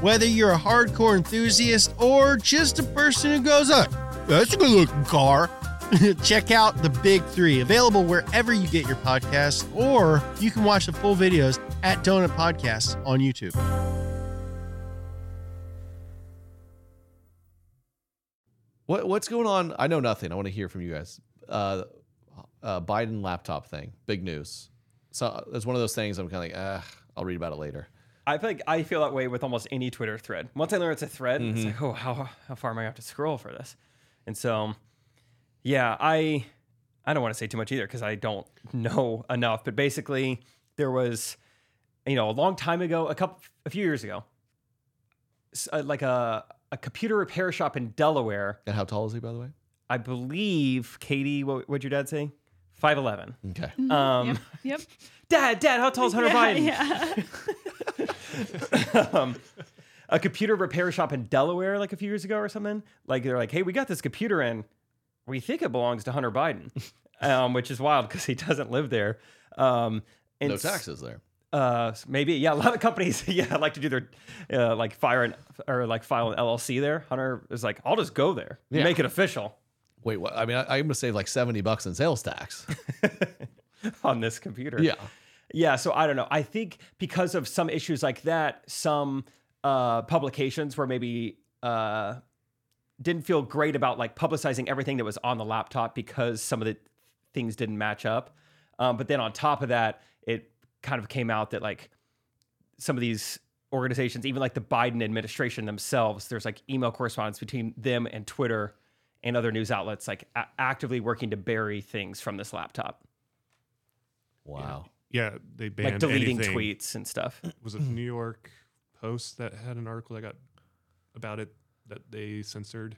[SPEAKER 13] whether you're a hardcore enthusiast or just a person who goes, up, that's a good looking car. Check out the Big Three, available wherever you get your podcasts, or you can watch the full videos at Donut Podcasts on YouTube.
[SPEAKER 3] What what's going on? I know nothing. I want to hear from you guys. Uh, uh, Biden laptop thing, big news. So it's one of those things. I'm kind of like, ah, I'll read about it later.
[SPEAKER 4] I feel like I feel that way with almost any Twitter thread. Once I learn it's a thread, it's
[SPEAKER 3] Mhm.
[SPEAKER 4] like, oh, how how far am I gonna have to scroll for this? And so, yeah, I I don't want to say too much either because I don't know enough. But basically, there was, you know, a long time ago, a couple, a few years ago, s- uh, like a a computer repair shop in Delaware.
[SPEAKER 3] And how tall is he, by the way?
[SPEAKER 4] I believe Katie. What would your dad say? Five eleven.
[SPEAKER 3] Okay.
[SPEAKER 4] Um,
[SPEAKER 5] Yep.
[SPEAKER 4] Dad, Dad, how tall is Hunter
[SPEAKER 5] yeah,
[SPEAKER 4] Biden?
[SPEAKER 5] Yeah.
[SPEAKER 4] um, a computer repair shop in Delaware like a few years ago or something. Like they're like, hey, we got this computer in. We think it belongs to Hunter Biden, um, which is wild because he doesn't live there. Um,
[SPEAKER 3] No
[SPEAKER 4] s-
[SPEAKER 3] taxes there.
[SPEAKER 4] Uh, s- maybe yeah. A lot of companies yeah like to do their uh, like fire an, or like file an LLC there. Hunter is like, I'll just go there,
[SPEAKER 3] Yeah.
[SPEAKER 4] make it official
[SPEAKER 3] Wait, what? I mean, I, I'm gonna save like seventy bucks in sales tax.
[SPEAKER 4] on this computer.
[SPEAKER 3] Yeah.
[SPEAKER 4] Yeah, so I don't know. I think because of some issues like that, some uh, publications were maybe uh, didn't feel great about like publicizing everything that was on the laptop because some of the things didn't match up. Um, but then on top of that, it kind of came out that like some of these organizations, even like the Biden administration themselves, there's like email correspondence between them and Twitter and other news outlets, like a- actively working to bury things from this laptop.
[SPEAKER 3] Wow.
[SPEAKER 7] Yeah, they
[SPEAKER 4] like
[SPEAKER 7] banned
[SPEAKER 4] deleting
[SPEAKER 7] anything.
[SPEAKER 4] tweets and stuff.
[SPEAKER 7] Was it the New York Post that had an article that got about it that they censored?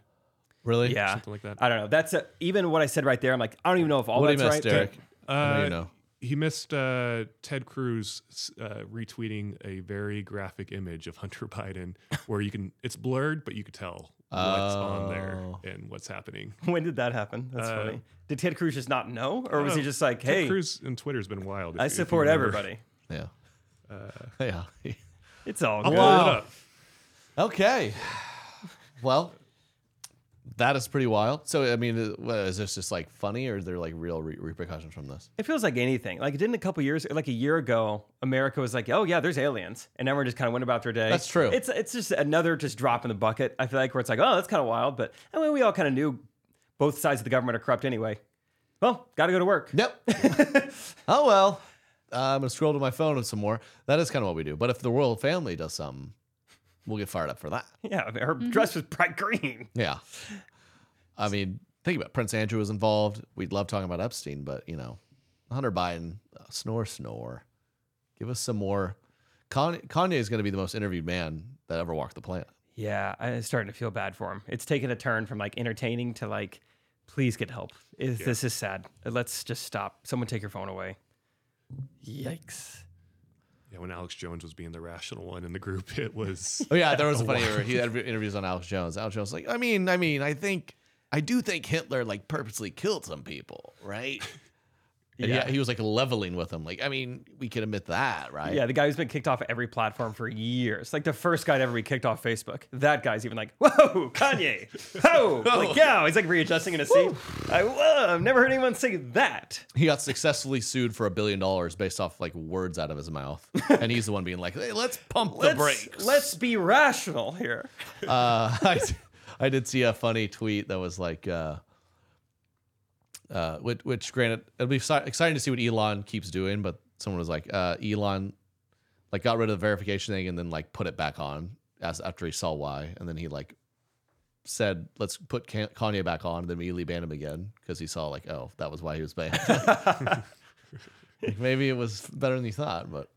[SPEAKER 3] Really?
[SPEAKER 4] Yeah,
[SPEAKER 7] Something like that.
[SPEAKER 4] I don't know. That's a, even what I said right there. I'm like, I don't even know if all
[SPEAKER 3] What do you miss,
[SPEAKER 4] that's right.
[SPEAKER 3] Derek?
[SPEAKER 7] Uh,
[SPEAKER 3] you know?
[SPEAKER 7] He missed uh, Ted Cruz uh, retweeting a very graphic image of Hunter Biden, where you can it's blurred, but you could tell what's on
[SPEAKER 3] Oh.
[SPEAKER 7] there and what's happening.
[SPEAKER 4] When did that happen? That's
[SPEAKER 7] Uh,
[SPEAKER 4] funny. Did Ted Cruz just not know, or was
[SPEAKER 7] Oh,
[SPEAKER 4] he just like,
[SPEAKER 7] Ted
[SPEAKER 4] hey,
[SPEAKER 7] Cruz and Twitter's been wild. if
[SPEAKER 4] I
[SPEAKER 7] you- if you
[SPEAKER 4] support
[SPEAKER 7] remember.
[SPEAKER 4] everybody.
[SPEAKER 3] Yeah.
[SPEAKER 7] Uh,
[SPEAKER 3] Yeah.
[SPEAKER 4] It's all
[SPEAKER 7] I'll
[SPEAKER 4] good.
[SPEAKER 7] blow it up.
[SPEAKER 3] Okay. Well, that is pretty wild. So, I mean, uh, what, is this just like funny, or is there like real re- repercussions from this?
[SPEAKER 4] It feels like anything. Like it didn't a couple years, like a year ago, America was like, "Oh yeah, there's aliens," and everyone just kind of went about their day.
[SPEAKER 3] That's true.
[SPEAKER 4] It's it's just another just drop in the bucket. I feel like where it's like, "Oh, that's kind of wild," but I mean, we all kind of knew both sides of the government are corrupt anyway. Well, got to go to work.
[SPEAKER 3] Yep. oh well, uh, I'm gonna scroll to my phone and some more. That is kind of what we do. But if the royal family does something, we'll get fired up for that.
[SPEAKER 4] Yeah, her dress was bright green.
[SPEAKER 3] Yeah. I mean, think about it. Prince Andrew was involved. We'd love talking about Epstein, but you know, Hunter Biden, uh, snore, snore. Give us some more. Con- Kanye is going to be the most interviewed man that ever walked the planet.
[SPEAKER 4] Yeah, I- I'm starting to feel bad for him. It's taken a turn from like entertaining to like, please get help. If
[SPEAKER 7] Yeah.
[SPEAKER 4] This is sad. Let's just stop. Someone take your phone away. Yikes.
[SPEAKER 7] Yeah, when Alex Jones was being the rational one in the group, it was.
[SPEAKER 3] Oh yeah, there was a funny
[SPEAKER 7] wild-
[SPEAKER 3] interview. He had interviews on Alex Jones. Alex Jones was like, I mean, I mean, I think, I do think Hitler like purposely killed some people, right? And yeah,
[SPEAKER 4] Yeah.
[SPEAKER 3] he was like leveling with him. Like, I mean, we can admit that, right?
[SPEAKER 4] Yeah, the guy who's been kicked off every platform for years. Like the first guy to ever be kicked off Facebook. That guy's even like, whoa, Kanye. Whoa. like, yeah. He's like readjusting in his seat. I, whoa, I've never heard anyone say that.
[SPEAKER 3] He got successfully sued for a billion dollars based off like words out of his mouth, and he's the one being like, "Hey, let's pump the
[SPEAKER 4] Let's-
[SPEAKER 3] brakes."
[SPEAKER 4] Let's be rational here.
[SPEAKER 3] uh, I, I did see a funny tweet that was like, uh, uh, which, which granted, it'll be exci- exciting to see what Elon keeps doing, but someone was like, uh, Elon like got rid of the verification thing and then like put it back on as after he saw why, and then he like said, let's put Kan- Kanye back on, and then immediately banned him again because he saw like, oh, that was why he was banned. Like, Maybe it was better than you thought, but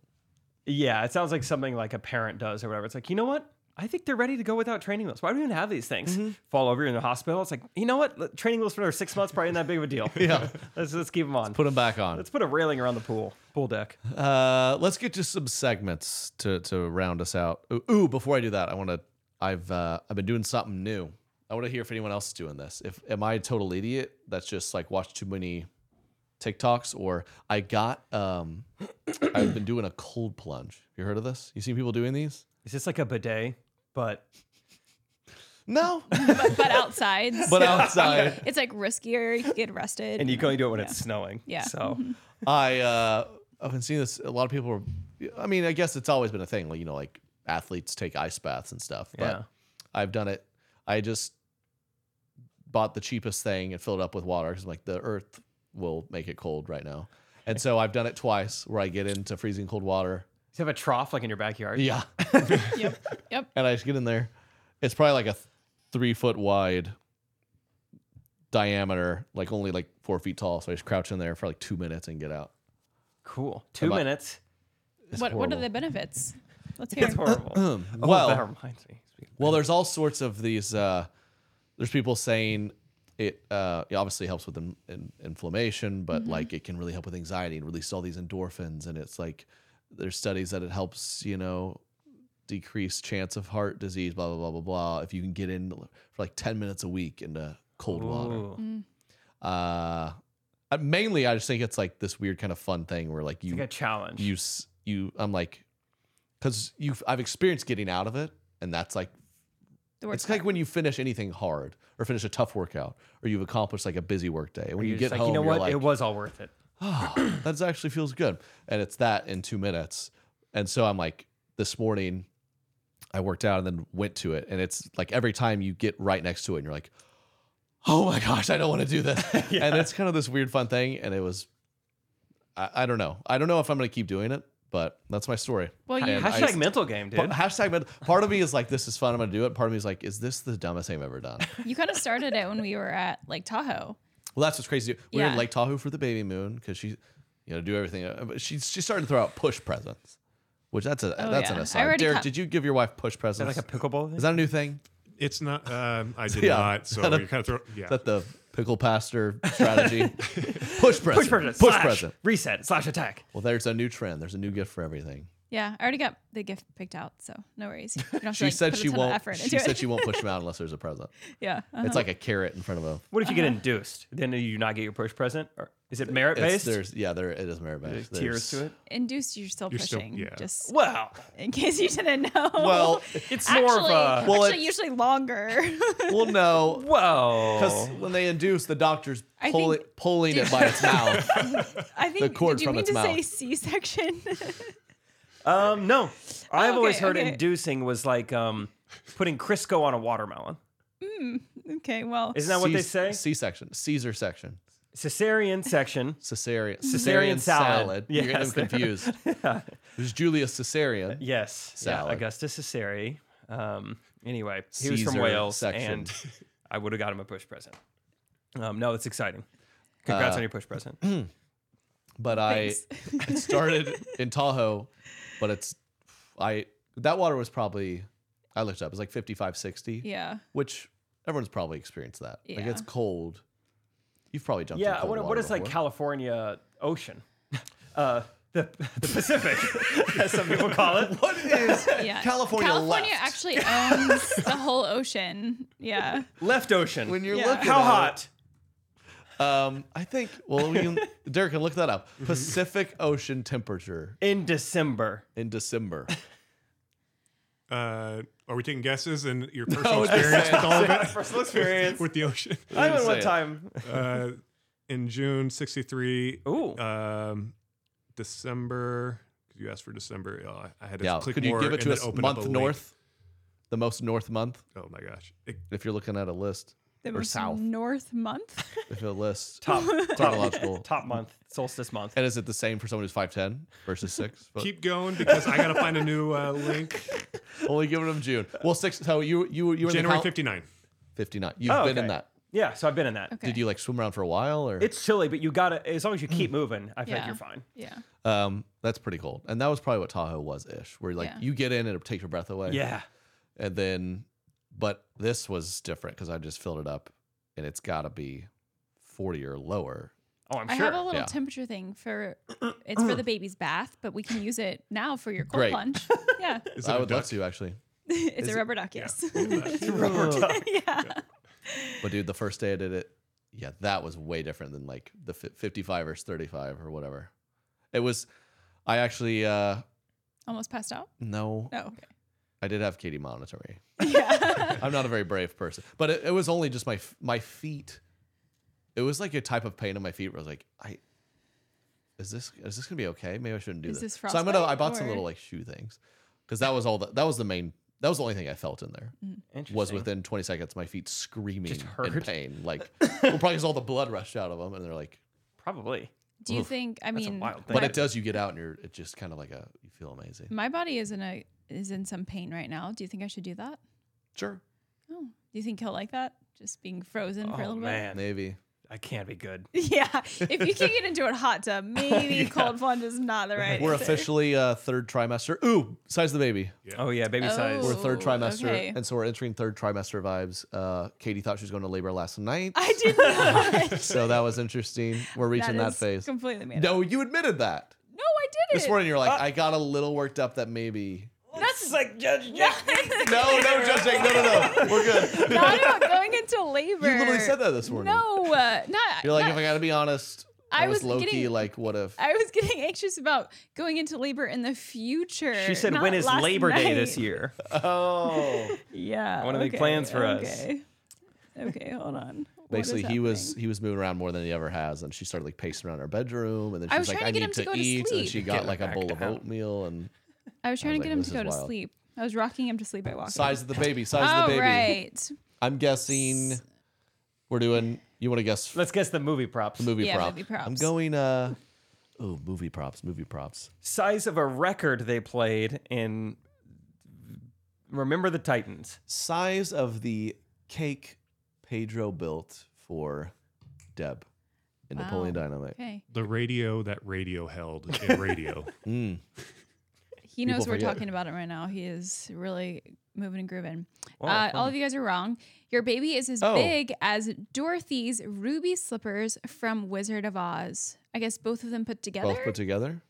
[SPEAKER 4] Yeah, it sounds like something like a parent does or whatever. It's like, you know what? I think they're ready to go without training wheels. Why do we even have these things?
[SPEAKER 3] Mm-hmm.
[SPEAKER 4] Fall over, you're in the hospital. It's like, you know what? Let- Training wheels for another six months probably isn't that big of a deal.
[SPEAKER 3] Yeah.
[SPEAKER 4] let's, let's keep them on.
[SPEAKER 3] Put them back on.
[SPEAKER 4] Let's put a railing around the pool, pool deck.
[SPEAKER 3] Uh, let's get to some segments to to round us out. Ooh, ooh, before I do that, I want to. I've uh, I've been doing something new. I want to hear if anyone else is doing this. If am I a total idiot that's just like watched too many TikToks, or I got um, I've been doing a cold plunge. You heard of this? You seen people doing these?
[SPEAKER 4] Is this like a bidet? But
[SPEAKER 3] no,
[SPEAKER 5] but, but outside.
[SPEAKER 3] But outside.
[SPEAKER 5] it's like riskier. You could get arrested.
[SPEAKER 4] and you can only do it when it's snowing.
[SPEAKER 5] Yeah.
[SPEAKER 4] So
[SPEAKER 5] Mhm.
[SPEAKER 3] I uh, I've been seeing this. A lot of people are. I mean, I guess it's always been a thing. Like you know, like athletes take ice baths and stuff. But
[SPEAKER 4] Yeah.
[SPEAKER 3] I've done it. I just bought the cheapest thing and filled it up with water because like the earth will make it cold right now. And so I've done it twice where I get into freezing cold water.
[SPEAKER 4] You have a trough like in your backyard.
[SPEAKER 3] Yeah.
[SPEAKER 5] yep. Yep.
[SPEAKER 3] And I just get in there. It's probably like a th- three foot wide diameter, like only like four feet tall. So I just crouch in there for like two minutes and get out.
[SPEAKER 4] Cool. Two
[SPEAKER 3] About-
[SPEAKER 4] minutes.
[SPEAKER 3] It's
[SPEAKER 5] What What are
[SPEAKER 3] horrible.
[SPEAKER 5] the benefits? Let's hear.
[SPEAKER 4] It's horrible.
[SPEAKER 3] Um,
[SPEAKER 4] Oh,
[SPEAKER 3] well,
[SPEAKER 4] that reminds me.
[SPEAKER 3] well, there's all sorts of these. Uh, there's people saying it, uh, it obviously helps with in, in, inflammation, but
[SPEAKER 4] Mhm.
[SPEAKER 3] like it can really help with anxiety and release all these endorphins. And it's like there's studies that it helps, you know, decrease chance of heart disease, blah blah blah blah blah. If you can get in for like ten minutes a week into cold water.
[SPEAKER 4] Ooh. Mm.
[SPEAKER 3] Uh, I- mainly, I just think it's like this weird kind of fun thing where like you
[SPEAKER 4] like a challenge.
[SPEAKER 3] You s- you, I'm like, because you, I've experienced getting out of it, and that's like,
[SPEAKER 5] The
[SPEAKER 3] it's like when you finish anything hard or finish a tough workout or you've accomplished like a busy work day. When you
[SPEAKER 4] You're just
[SPEAKER 3] get
[SPEAKER 4] like,
[SPEAKER 3] home,
[SPEAKER 4] you know
[SPEAKER 3] you're
[SPEAKER 4] what?
[SPEAKER 3] like,
[SPEAKER 4] it was all worth it.
[SPEAKER 3] oh, that actually feels good. And it's that in two minutes. And so I'm like, this morning I worked out and then went to it. And it's like every time you get right next to it and you're like, oh my gosh, I don't want to do this. And it's kind of this weird, fun thing. And it was, I, I don't know. I don't know if I'm going to keep doing it, but that's my story.
[SPEAKER 4] Well, you-
[SPEAKER 3] And
[SPEAKER 4] Hashtag mental game, dude.
[SPEAKER 3] Pa- Hashtag mental. Part of me is like, this is fun. I'm going to do it. Part of me is like, is this the dumbest thing I've ever done?
[SPEAKER 5] You kind of started it when we were at Lake Tahoe.
[SPEAKER 3] Well, that's what's crazy. We were
[SPEAKER 5] Yeah.
[SPEAKER 3] in Lake Tahoe for the baby moon because she, you know, do everything. Uh, but She she started to throw out push presents, which that's a
[SPEAKER 5] Oh,
[SPEAKER 3] that's
[SPEAKER 5] yeah. I
[SPEAKER 3] an aside.
[SPEAKER 5] already
[SPEAKER 3] Derek,
[SPEAKER 5] cut-
[SPEAKER 3] did you give your wife push presents?
[SPEAKER 4] like a pickleball?
[SPEAKER 3] Is that a new thing?
[SPEAKER 7] It's not. Um, I did
[SPEAKER 3] Yeah.
[SPEAKER 7] not. So
[SPEAKER 3] Is that a-
[SPEAKER 7] you kind of throw. Yeah.
[SPEAKER 3] Is that the pickle pastor strategy? push present.
[SPEAKER 4] Push present.
[SPEAKER 3] Push
[SPEAKER 4] slash
[SPEAKER 3] present.
[SPEAKER 4] Reset slash attack.
[SPEAKER 3] Well, there's a new trend. There's a new gift for everything.
[SPEAKER 5] Yeah, I already got the gift picked out, so no worries. You don't have to,
[SPEAKER 3] She
[SPEAKER 5] like,
[SPEAKER 3] said
[SPEAKER 5] put a
[SPEAKER 3] she
[SPEAKER 5] ton of
[SPEAKER 3] won't.
[SPEAKER 5] effort
[SPEAKER 3] She
[SPEAKER 5] into it.
[SPEAKER 3] said she won't push them out unless there's a present.
[SPEAKER 5] Yeah, uh-huh.
[SPEAKER 3] It's like a carrot in front of a.
[SPEAKER 4] What if you get
[SPEAKER 5] Uh-huh.
[SPEAKER 4] induced? Then do you not get your push present? Or is it merit
[SPEAKER 3] It's-
[SPEAKER 4] based?
[SPEAKER 3] There's yeah, there it is merit
[SPEAKER 4] There's
[SPEAKER 3] based.
[SPEAKER 4] tiers to it.
[SPEAKER 5] induced. You're still
[SPEAKER 3] You're still-
[SPEAKER 5] pushing.
[SPEAKER 3] yeah.
[SPEAKER 5] Just
[SPEAKER 4] wow.
[SPEAKER 5] In case you didn't know.
[SPEAKER 3] Well, it's
[SPEAKER 5] actually,
[SPEAKER 3] more of a- Well,
[SPEAKER 5] actually
[SPEAKER 3] it's-
[SPEAKER 5] usually longer.
[SPEAKER 3] Well, no.
[SPEAKER 4] Whoa.
[SPEAKER 3] Because when they induce, the doctor's
[SPEAKER 5] I
[SPEAKER 3] pull
[SPEAKER 5] think-
[SPEAKER 3] it, pulling it by its mouth.
[SPEAKER 5] I think.
[SPEAKER 3] cord
[SPEAKER 5] did you
[SPEAKER 3] from
[SPEAKER 5] mean
[SPEAKER 3] its
[SPEAKER 5] to say
[SPEAKER 3] mouth.
[SPEAKER 5] C-section?
[SPEAKER 4] Um, no, I've always
[SPEAKER 5] Oh, okay,
[SPEAKER 4] heard
[SPEAKER 5] okay.
[SPEAKER 4] inducing was like um, putting Crisco on a watermelon.
[SPEAKER 5] mm, okay, well,
[SPEAKER 4] Isn't that what they say?
[SPEAKER 3] C section, Caesar section,
[SPEAKER 4] Caesarean section.
[SPEAKER 3] Caesarean,
[SPEAKER 4] Caesarean salad.
[SPEAKER 3] You're getting
[SPEAKER 4] Yes, there-
[SPEAKER 3] them confused. There's Julius Caesarian.
[SPEAKER 4] Yes.
[SPEAKER 3] Salad.
[SPEAKER 4] Yeah, Augustus Caesare. Um, anyway, he was from
[SPEAKER 3] Caesar
[SPEAKER 4] Wales,
[SPEAKER 3] section.
[SPEAKER 4] and I would have got him a push present. Um, no, it's exciting. Congrats
[SPEAKER 3] Uh,
[SPEAKER 4] on your push present.
[SPEAKER 3] But I it started in Tahoe, but it's I that water was probably I looked it up. It's like 55, 60.
[SPEAKER 5] Yeah.
[SPEAKER 3] Which everyone's probably experienced that. Like
[SPEAKER 5] Yeah.
[SPEAKER 3] it's cold. You've probably jumped. in
[SPEAKER 4] Yeah,
[SPEAKER 3] cold
[SPEAKER 4] what,
[SPEAKER 3] water
[SPEAKER 4] what is like
[SPEAKER 3] before.
[SPEAKER 4] California Ocean? Uh, the, the Pacific, as some people call it.
[SPEAKER 3] What is
[SPEAKER 5] yeah. California actually owns the whole ocean. Yeah.
[SPEAKER 4] Left ocean.
[SPEAKER 3] When you're
[SPEAKER 5] Yeah.
[SPEAKER 3] looking,
[SPEAKER 4] How
[SPEAKER 3] at
[SPEAKER 4] hot?
[SPEAKER 3] it, um, I think. Well, we can, Derek can look that up. Pacific Ocean temperature
[SPEAKER 4] in December.
[SPEAKER 3] In December.
[SPEAKER 7] Uh, are we taking guesses and your
[SPEAKER 3] I
[SPEAKER 7] personal
[SPEAKER 3] was just
[SPEAKER 7] experience
[SPEAKER 3] saying.
[SPEAKER 7] with all of
[SPEAKER 3] Yeah,
[SPEAKER 7] it?
[SPEAKER 3] personal experience.
[SPEAKER 7] with the ocean.
[SPEAKER 3] I went one Say it. time.
[SPEAKER 7] Uh, in June '63.
[SPEAKER 4] Ooh.
[SPEAKER 7] Um, December. Because you asked for December. Oh, I had to
[SPEAKER 3] yeah.
[SPEAKER 7] click
[SPEAKER 3] Could you
[SPEAKER 7] more
[SPEAKER 3] give it
[SPEAKER 7] and
[SPEAKER 3] to
[SPEAKER 7] then
[SPEAKER 3] us
[SPEAKER 7] open up a
[SPEAKER 3] month
[SPEAKER 7] link.
[SPEAKER 3] north? The most north month.
[SPEAKER 7] Oh my gosh!
[SPEAKER 3] if you're looking at a list
[SPEAKER 5] The
[SPEAKER 3] or
[SPEAKER 5] most
[SPEAKER 3] south,
[SPEAKER 5] north month.
[SPEAKER 3] if a list
[SPEAKER 4] Top- top-
[SPEAKER 3] chronological
[SPEAKER 4] top month solstice month.
[SPEAKER 3] And is it the same for someone who's five ten versus six? But
[SPEAKER 7] Keep going because I gotta find a new uh, link.
[SPEAKER 3] only giving them June. Well, six. So you you you were
[SPEAKER 7] January '59.
[SPEAKER 3] Fifty-nine. You've
[SPEAKER 4] Oh,
[SPEAKER 3] been in
[SPEAKER 4] okay.
[SPEAKER 3] that.
[SPEAKER 4] Yeah, so I've been in that.
[SPEAKER 3] Did you like swim around for a while or?
[SPEAKER 4] It's chilly, but you gotta as long as you keep moving, I feel
[SPEAKER 5] Mm. Yeah.
[SPEAKER 4] like you're fine.
[SPEAKER 5] Yeah.
[SPEAKER 3] Um, that's pretty cold, and that was probably what Tahoe was ish, where like
[SPEAKER 5] Yeah.
[SPEAKER 3] you get in and it takes your breath away.
[SPEAKER 4] Yeah.
[SPEAKER 3] and then but this was different because I just filled it up, and it's got to be forty or lower.
[SPEAKER 4] Oh, I'm
[SPEAKER 5] I
[SPEAKER 4] sure.
[SPEAKER 5] have a little
[SPEAKER 3] Yeah.
[SPEAKER 5] temperature thing for it's for the baby's bath, but we can use it now for your cold
[SPEAKER 3] Great.
[SPEAKER 5] plunge. Yeah.
[SPEAKER 3] I would love to actually.
[SPEAKER 5] it's
[SPEAKER 3] Is
[SPEAKER 5] a
[SPEAKER 3] it-
[SPEAKER 5] rubber duck, yes.
[SPEAKER 3] rubber duck.
[SPEAKER 5] yeah.
[SPEAKER 3] But dude, the first day I did it, yeah, that was way different than like the fi- 55 versus 35 or whatever. It was, I actually, uh,
[SPEAKER 5] Almost passed out.
[SPEAKER 3] no,
[SPEAKER 5] No. Okay.
[SPEAKER 3] I did have Katie monitor me. I'm not a very brave person, but it, it was only just my, f- my feet. It was like a type of pain in my feet where I was like, I, is this, is this gonna be okay? Maybe I shouldn't do
[SPEAKER 5] Is
[SPEAKER 3] this.
[SPEAKER 5] this
[SPEAKER 3] so I'm gonna, I
[SPEAKER 5] frostbite
[SPEAKER 3] bought some
[SPEAKER 5] or-
[SPEAKER 3] little like shoe things because that was all that, that was the main, that was the only thing I felt in there. Was within 20 seconds, my feet screaming in
[SPEAKER 4] Mm. hurt.
[SPEAKER 3] pain. Like, well, probably because all the blood rushed out of them, and they're like,
[SPEAKER 4] probably.
[SPEAKER 5] Do you
[SPEAKER 3] Oof.
[SPEAKER 5] think I mean
[SPEAKER 3] But it does. You get out, and you're it's just kind of like a you feel amazing.
[SPEAKER 5] my body is in a is in some pain right now. Do you think I should do that?
[SPEAKER 3] Sure.
[SPEAKER 5] Oh. Do you think he'll like that? Just being frozen for a
[SPEAKER 4] Oh
[SPEAKER 5] little
[SPEAKER 4] man,
[SPEAKER 3] maybe
[SPEAKER 4] I can't be good.
[SPEAKER 5] bit? Yeah. If you can get into a hot tub, maybe
[SPEAKER 4] Yeah.
[SPEAKER 5] cold plunge is not the right
[SPEAKER 3] We're
[SPEAKER 5] answer.
[SPEAKER 3] officially uh, third trimester. Ooh, size of the baby.
[SPEAKER 4] Oh yeah, baby size.
[SPEAKER 3] We're third
[SPEAKER 5] Oh,
[SPEAKER 3] trimester,
[SPEAKER 5] okay.
[SPEAKER 3] and so we're entering third trimester vibes. Uh, Katie thought she was going to labor last night,
[SPEAKER 5] I did not.
[SPEAKER 3] so that was interesting. We're reaching that,
[SPEAKER 5] is
[SPEAKER 3] phase.
[SPEAKER 5] Completely made up.
[SPEAKER 3] no, you admitted that
[SPEAKER 5] No, I did it.
[SPEAKER 3] this morning. You're
[SPEAKER 4] Ah.
[SPEAKER 3] like, I got a little worked up that maybe.
[SPEAKER 5] That's
[SPEAKER 4] like Judge Jake.
[SPEAKER 3] No, no, Judge Jake, no, no, no. We're good.
[SPEAKER 5] not about going into labor.
[SPEAKER 3] You literally said that this morning.
[SPEAKER 5] No, uh, not.
[SPEAKER 3] You're like,
[SPEAKER 5] not-
[SPEAKER 3] if I got to be honest, I,
[SPEAKER 5] I
[SPEAKER 3] was,
[SPEAKER 5] was
[SPEAKER 3] low key.
[SPEAKER 5] getting-
[SPEAKER 3] Like, what if?
[SPEAKER 5] I was getting anxious about going into labor in the future.
[SPEAKER 4] She said,
[SPEAKER 5] not
[SPEAKER 4] "When is
[SPEAKER 5] last
[SPEAKER 4] Labor Day this
[SPEAKER 5] night."
[SPEAKER 4] year?"
[SPEAKER 3] Oh,
[SPEAKER 5] Yeah.
[SPEAKER 4] I wanna make
[SPEAKER 5] okay,
[SPEAKER 4] plans for us.
[SPEAKER 5] okay. Okay, hold on. What is
[SPEAKER 3] Basically, he
[SPEAKER 5] happening?
[SPEAKER 3] was he was moving around more than he ever has, and she started like pacing around her bedroom, and then
[SPEAKER 5] I
[SPEAKER 3] she was
[SPEAKER 5] was
[SPEAKER 3] like,
[SPEAKER 5] trying
[SPEAKER 3] "I
[SPEAKER 5] to get
[SPEAKER 3] need
[SPEAKER 5] him to
[SPEAKER 3] to,
[SPEAKER 5] go to
[SPEAKER 3] eat," and
[SPEAKER 5] sleep.
[SPEAKER 3] she
[SPEAKER 4] Get
[SPEAKER 3] got
[SPEAKER 4] him
[SPEAKER 3] like a
[SPEAKER 4] back
[SPEAKER 3] bowl of
[SPEAKER 4] down.
[SPEAKER 3] oatmeal and
[SPEAKER 5] I was trying
[SPEAKER 3] was
[SPEAKER 5] to get
[SPEAKER 3] like,
[SPEAKER 5] him
[SPEAKER 3] this
[SPEAKER 5] to
[SPEAKER 3] is
[SPEAKER 5] go to
[SPEAKER 3] wild.
[SPEAKER 5] sleep. I was rocking him to sleep by walking.
[SPEAKER 3] size of the baby, size of
[SPEAKER 5] Oh,
[SPEAKER 3] the baby.
[SPEAKER 5] right.
[SPEAKER 3] I'm guessing we're doing. You want to guess
[SPEAKER 4] Let's guess the movie props.
[SPEAKER 3] the movie
[SPEAKER 5] Yeah,
[SPEAKER 3] prop?
[SPEAKER 5] movie props.
[SPEAKER 3] I'm going. uh Oh, movie props, movie props.
[SPEAKER 4] Size of a record they played in Remember the Titans.
[SPEAKER 3] Size of the cake Pedro built for Deb in Napoleon
[SPEAKER 5] Wow.
[SPEAKER 3] Dynamite.
[SPEAKER 5] Okay.
[SPEAKER 7] The radio that radio held in radio.
[SPEAKER 3] Mm.
[SPEAKER 5] He knows
[SPEAKER 3] People
[SPEAKER 5] we're
[SPEAKER 3] forget.
[SPEAKER 5] talking about him right now. He is really moving and grooving.
[SPEAKER 4] Wow,
[SPEAKER 5] uh, all
[SPEAKER 4] fun.
[SPEAKER 5] of you guys are wrong. Your baby is as
[SPEAKER 3] Oh.
[SPEAKER 5] big as Dorothy's ruby slippers from Wizard of Oz. I guess both of them put together.
[SPEAKER 3] Both put together.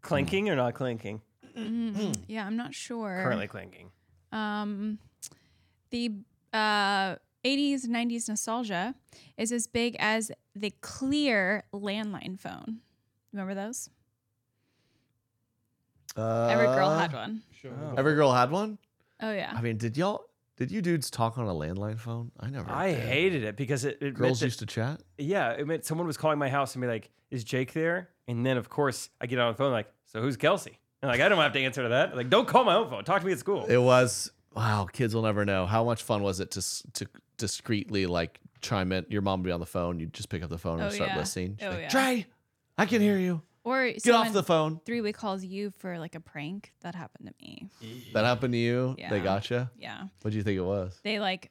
[SPEAKER 4] Clinking or not clinking?
[SPEAKER 5] Mm, yeah, I'm not sure.
[SPEAKER 4] Currently clinking.
[SPEAKER 5] um, the uh, 80s, 90s nostalgia is as big as the clear landline phone. Remember those?
[SPEAKER 3] Uh,
[SPEAKER 5] Every girl had one.
[SPEAKER 3] Every girl had one.
[SPEAKER 5] Oh yeah.
[SPEAKER 3] I mean, did y'all did you dudes talk on a landline phone? I never.
[SPEAKER 4] I
[SPEAKER 3] did.
[SPEAKER 4] hated it because it, it meant
[SPEAKER 3] Girls
[SPEAKER 4] that-
[SPEAKER 3] used to chat.
[SPEAKER 4] Yeah, it meant someone was calling my house and be like, "Is Jake there?" And then of course I get on the phone like, "So who's Kelsey?" And like I don't have to answer to that. Like, don't call my own phone. Talk to me at school.
[SPEAKER 3] It was wow. Kids will never know how much fun was it to s- to discreetly like chime in. Your mom would be on the phone. You would just pick up the phone
[SPEAKER 5] Oh,
[SPEAKER 3] and start
[SPEAKER 5] yeah.
[SPEAKER 3] listening. She's
[SPEAKER 5] Oh,
[SPEAKER 3] like,
[SPEAKER 5] yeah.
[SPEAKER 3] Trey, I can hear you.
[SPEAKER 5] Or
[SPEAKER 3] Get off the phone.
[SPEAKER 5] Three way calls you for like a prank that happened to me.
[SPEAKER 3] That happened to you. They
[SPEAKER 5] Yeah.
[SPEAKER 3] gotcha.
[SPEAKER 5] Yeah.
[SPEAKER 3] What do you think it was?
[SPEAKER 5] They like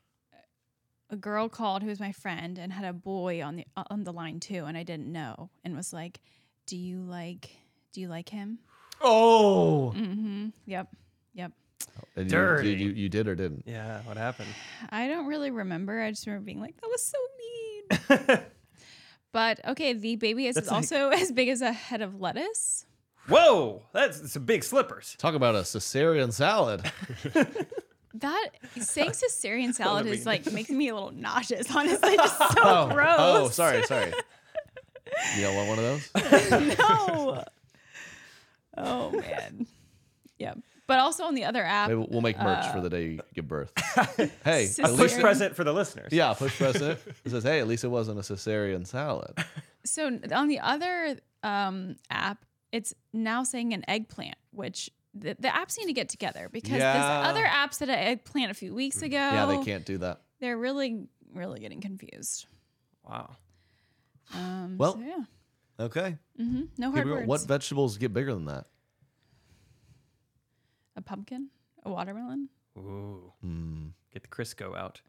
[SPEAKER 5] a girl called who was my friend and had a boy on the uh, on the line too, and I didn't know, and was like, "Do you like? Do you like him?"
[SPEAKER 3] Oh,
[SPEAKER 5] Mm-hmm. Yep. Yep.
[SPEAKER 3] and you,
[SPEAKER 4] Dirty.
[SPEAKER 3] you, you, you did or didn't?
[SPEAKER 4] Yeah, what happened?
[SPEAKER 5] I don't really remember. I just remember being like, "That was so mean." but okay, the baby is
[SPEAKER 4] That's like-
[SPEAKER 5] also as big as a head of lettuce.
[SPEAKER 4] Whoa, that's some big slippers.
[SPEAKER 3] Talk about a Caesarean salad.
[SPEAKER 5] That saying cesarean salad is like making me a little nauseous. Honestly, just so gross.
[SPEAKER 3] oh, sorry, sorry. You don't want one of those?
[SPEAKER 5] no. Oh man. Yeah. But also on the other app,
[SPEAKER 3] Maybe we'll make merch
[SPEAKER 5] uh,
[SPEAKER 3] for the day you give birth. hey,
[SPEAKER 4] A
[SPEAKER 3] at
[SPEAKER 5] Cesarean-
[SPEAKER 4] push
[SPEAKER 3] least
[SPEAKER 4] present for the listeners.
[SPEAKER 3] Yeah, push present. It says, hey, at least it wasn't a cesarean salad.
[SPEAKER 5] so on the other um, app, it's now saying an eggplant, which the, the apps need to get together because
[SPEAKER 3] Yeah. Mm,
[SPEAKER 5] there's other apps that had eggplant a few weeks ago.
[SPEAKER 3] Yeah, they can't do that.
[SPEAKER 5] They're really, really getting confused.
[SPEAKER 4] Wow.
[SPEAKER 5] Um,
[SPEAKER 3] Well,
[SPEAKER 5] so yeah.
[SPEAKER 3] Okay.
[SPEAKER 5] hmm No
[SPEAKER 3] Here
[SPEAKER 5] hard
[SPEAKER 3] we go.
[SPEAKER 5] words.
[SPEAKER 3] What vegetables get bigger than that?
[SPEAKER 5] a pumpkin, a watermelon.
[SPEAKER 4] Ooh. Get the Crisco out.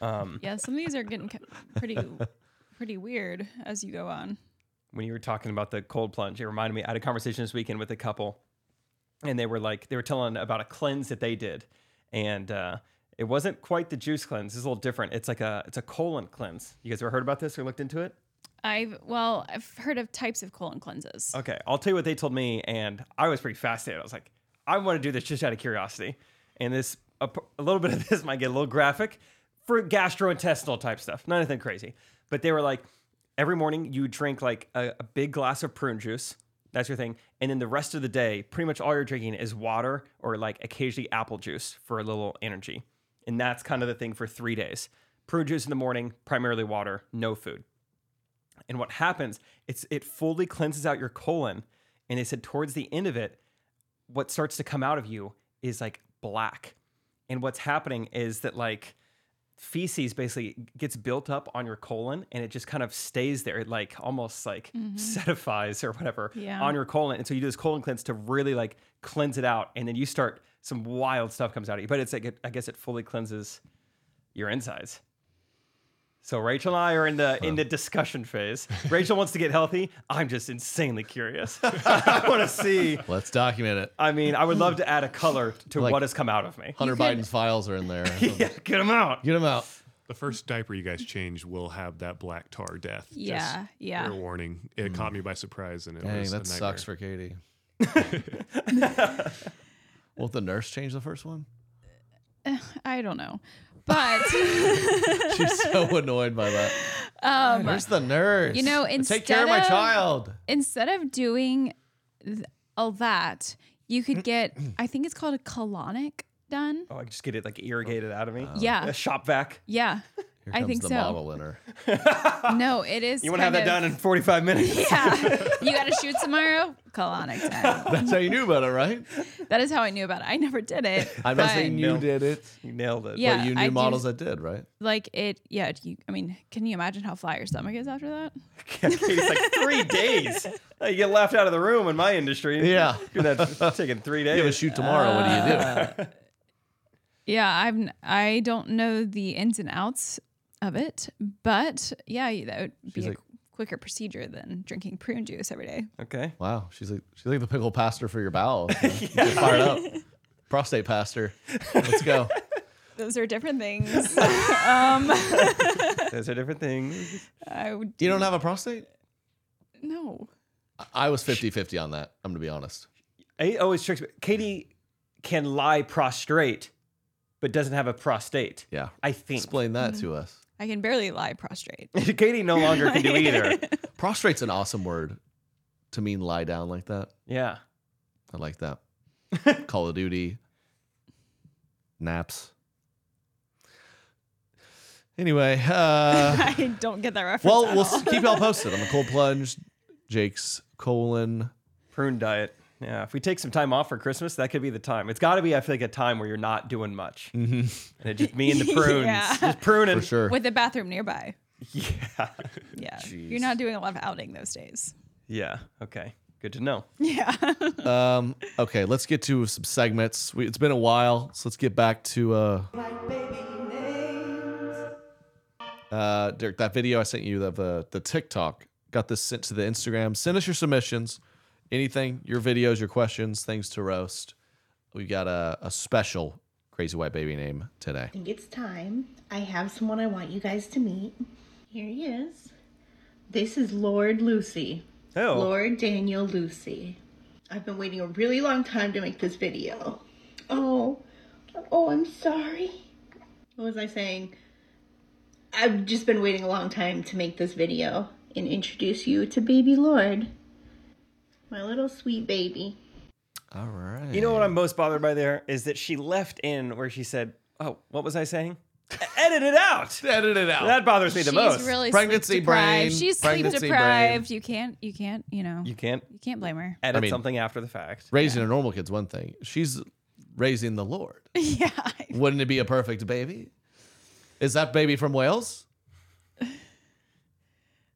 [SPEAKER 4] Um,
[SPEAKER 5] Yeah, some of these are getting ca- pretty, pretty weird as you go on.
[SPEAKER 4] when you were talking about the cold plunge, it reminded me. I had a conversation this weekend with a couple, and they were like, they were telling about a cleanse that they did, and uh, it wasn't quite the juice cleanse. It's a little different. It's like a it's a colon cleanse. You guys ever heard about this or looked into it?
[SPEAKER 5] I've well, I've heard of types of colon cleanses.
[SPEAKER 3] Uh.
[SPEAKER 4] Okay, I'll tell you what they told me, and I was pretty fascinated. I was like, I want to do this just out of curiosity, and this a, p- a little bit of this might get a little graphic for gastrointestinal type stuff, not anything crazy, but they were like, every morning you drink like a, a big glass of prune juice. That's your thing, and then the rest of the day, pretty much all you're drinking is water or like occasionally apple juice for a little energy, and that's kind of the thing for three days. Prune juice in the morning, primarily water, no food. And what happens, it's it fully cleanses out your colon. And they said towards the end of it, what starts to come out of you is like black. And what's happening is that like feces basically gets built up on your colon and it just kind of stays there. It like almost like
[SPEAKER 5] Mhm.
[SPEAKER 4] sedifies or whatever
[SPEAKER 5] Yeah.
[SPEAKER 4] on your colon. And so you do this colon cleanse to really like cleanse it out. And then you start some wild stuff comes out of you. But it's like it, I guess it fully cleanses your insides. So Rachel and I are in the in the discussion phase. Rachel wants to get healthy. I'm just insanely curious. I want to see.
[SPEAKER 3] Let's document it.
[SPEAKER 4] I mean, I would love to add a color to
[SPEAKER 3] Like,
[SPEAKER 4] what has come out of me.
[SPEAKER 3] Hunter Biden's files are in there.
[SPEAKER 4] yeah, get them out.
[SPEAKER 3] Get them out.
[SPEAKER 7] The first diaper you guys changed will have that black tar death. Just
[SPEAKER 5] Yeah, yeah.
[SPEAKER 7] Fair warning. It caught me by surprise, and it
[SPEAKER 3] Hmm. Dang,
[SPEAKER 7] was
[SPEAKER 3] that
[SPEAKER 7] a
[SPEAKER 3] sucks for
[SPEAKER 7] nightmare.
[SPEAKER 3] Katie. Won't the nurse change the first one?
[SPEAKER 5] Eh, I don't know, but
[SPEAKER 3] She's so annoyed by that.
[SPEAKER 5] um,
[SPEAKER 3] Where's the nurse?
[SPEAKER 5] you know, instead
[SPEAKER 3] take care of my
[SPEAKER 5] of-
[SPEAKER 3] child.
[SPEAKER 5] instead of doing th- all that, you could get I think it's called a colonic done.
[SPEAKER 4] Oh, I just get it like irrigated out of me.
[SPEAKER 5] Yeah.
[SPEAKER 4] A shop vac.
[SPEAKER 5] Yeah, I think so.
[SPEAKER 3] winner.
[SPEAKER 5] No, it is.
[SPEAKER 4] You want to have that
[SPEAKER 5] kind
[SPEAKER 4] done in 45 minutes?
[SPEAKER 5] of- You got to shoot tomorrow. Colonic time.
[SPEAKER 3] That's how you knew about it, right?
[SPEAKER 5] That is how I knew about it. I never did it.
[SPEAKER 3] I'm
[SPEAKER 5] but,
[SPEAKER 3] not saying you did it.
[SPEAKER 4] You nailed it.
[SPEAKER 5] Yeah,
[SPEAKER 3] but you knew
[SPEAKER 5] I do-
[SPEAKER 3] models that did, right?
[SPEAKER 5] Like it, yeah. do You, I mean, can you imagine how fly your stomach is after that?
[SPEAKER 4] It's like three days. Uh, You get left out of the room in my industry.
[SPEAKER 3] Yeah.
[SPEAKER 4] Dude, that's taking three days.
[SPEAKER 3] You have a shoot tomorrow.
[SPEAKER 5] Ah.
[SPEAKER 3] what do you do?
[SPEAKER 5] Yeah, I'm. I don't know the ins and outs of it, but yeah, you- that would
[SPEAKER 3] She's
[SPEAKER 5] be a
[SPEAKER 3] like-
[SPEAKER 5] qu- quicker procedure than drinking prune juice every day.
[SPEAKER 4] Okay.
[SPEAKER 3] Wow. She's like she's like the pickle pastor for your bowels. you know? You Get fired up. Prostate pastor. Let's go.
[SPEAKER 5] Those are different things. um,
[SPEAKER 4] Those are different things.
[SPEAKER 5] I would
[SPEAKER 3] You don't have a prostate?
[SPEAKER 5] no.
[SPEAKER 3] I- I was 50-50 on that. I'm gonna be honest.
[SPEAKER 4] It always tricks me. oh, Katie can lie prostrate, but doesn't have a prostate.
[SPEAKER 3] Yeah.
[SPEAKER 4] I think.
[SPEAKER 3] Explain that to us.
[SPEAKER 5] I can barely lie prostrate.
[SPEAKER 4] Katie no longer can do either.
[SPEAKER 3] Prostrate's an awesome word to mean lie down like that.
[SPEAKER 4] Yeah.
[SPEAKER 3] I like that. Call of Duty. Naps. Anyway, uh,
[SPEAKER 5] I don't get that reference.
[SPEAKER 3] well,
[SPEAKER 5] at
[SPEAKER 3] we'll
[SPEAKER 5] all.
[SPEAKER 3] s- keep y'all posted on the cold plunge, Jake's colon.
[SPEAKER 4] Prune diet. Yeah. If we take some time off for Christmas, that could be the time. It's got to be, I feel like, a time where you're not doing much. And it just me and the prunes.
[SPEAKER 5] Yeah.
[SPEAKER 4] Just pruning.
[SPEAKER 3] Mm-hmm. For sure.
[SPEAKER 5] with a bathroom nearby.
[SPEAKER 4] Yeah.
[SPEAKER 5] Yeah, you're not doing a lot of outing those days.
[SPEAKER 4] Yeah. Okay. Good to know.
[SPEAKER 3] Um, okay, let's get to some segments. We, it's been a while, so let's get back to uh, uh, Derek. That video I sent you of uh, the TikTok got this sent to the Instagram. Send us your submissions, anything, your videos, your questions, things to roast. We've got a, a special crazy white baby name today.
[SPEAKER 14] I think it's time. I have someone I want you guys to meet. Here he is. This is Lord Lucy.
[SPEAKER 4] Oh.
[SPEAKER 14] Lord Daniel Lucy. I've been waiting a really long time to make this video. Oh, oh, I'm sorry. What was I saying? I've just been waiting a long time to make this video and introduce you to baby Lord. My little sweet baby.
[SPEAKER 3] All right.
[SPEAKER 4] You know what I'm most bothered by there is that she left in where she said, "Oh, what was I saying?" E-, Edit it out.
[SPEAKER 3] Edit it out.
[SPEAKER 4] That bothers me the
[SPEAKER 5] She's
[SPEAKER 4] most.
[SPEAKER 5] really
[SPEAKER 3] Pregnancy
[SPEAKER 5] sleep deprived.
[SPEAKER 3] brain,
[SPEAKER 5] She's sleep
[SPEAKER 3] pregnancy brain.
[SPEAKER 5] deprived. You can't. You can't. You know.
[SPEAKER 4] You can't
[SPEAKER 5] You can't blame her.
[SPEAKER 4] edit
[SPEAKER 3] I mean-
[SPEAKER 4] something after the fact.
[SPEAKER 3] Raising a normal kid's one thing. She's raising the Lord.
[SPEAKER 5] Yeah.
[SPEAKER 3] Wouldn't it be a perfect baby? Is that baby from Wales?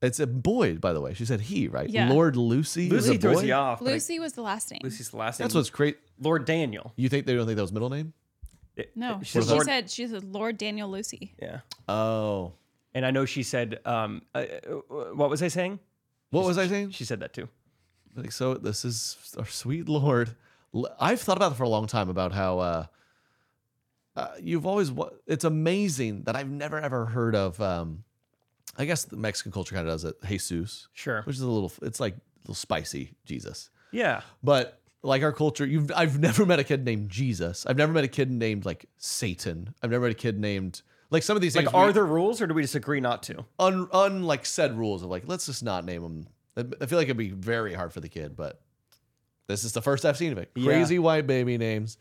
[SPEAKER 3] It's a boy, by the way. She said he, right?
[SPEAKER 5] Yeah.
[SPEAKER 3] Lord Lucy. is
[SPEAKER 4] Lucy
[SPEAKER 3] a
[SPEAKER 4] throws
[SPEAKER 3] boy?
[SPEAKER 4] you off. but I-
[SPEAKER 5] Lucy was the last name.
[SPEAKER 4] Lucy's the last name.
[SPEAKER 3] That's what's great.
[SPEAKER 4] Lord Daniel.
[SPEAKER 3] You think they don't think that was middle name?
[SPEAKER 4] It-
[SPEAKER 5] No,
[SPEAKER 4] it-
[SPEAKER 5] she,
[SPEAKER 4] she said
[SPEAKER 5] she
[SPEAKER 4] Lord-
[SPEAKER 5] said she said Lord Daniel Lucy.
[SPEAKER 4] Yeah.
[SPEAKER 3] Oh.
[SPEAKER 4] And I know she said, um, uh, uh, "What was I saying?"
[SPEAKER 3] What was I saying?
[SPEAKER 4] She said that too.
[SPEAKER 3] Like so, this is our sweet Lord. L- I've thought about it for a long time about how uh, uh, you've always wa- it's amazing that I've never ever heard of. Um, I guess the Mexican culture kind of does it. Jesus,
[SPEAKER 4] sure,
[SPEAKER 3] which is a little. It's like a little spicy Jesus.
[SPEAKER 4] Yeah.
[SPEAKER 3] But like our culture, you've I've never met a kid named Jesus. I've never met a kid named like Satan. I've never met a kid named like some of these.
[SPEAKER 4] Like,
[SPEAKER 3] names
[SPEAKER 4] are
[SPEAKER 3] we- Uh,
[SPEAKER 4] there rules, or do we just agree not to?
[SPEAKER 3] un, un like said rules of like let's just not name them. I- I feel like it'd be very hard for the kid, but this is the first I've seen of it.
[SPEAKER 4] Yeah.
[SPEAKER 3] Crazy white baby names.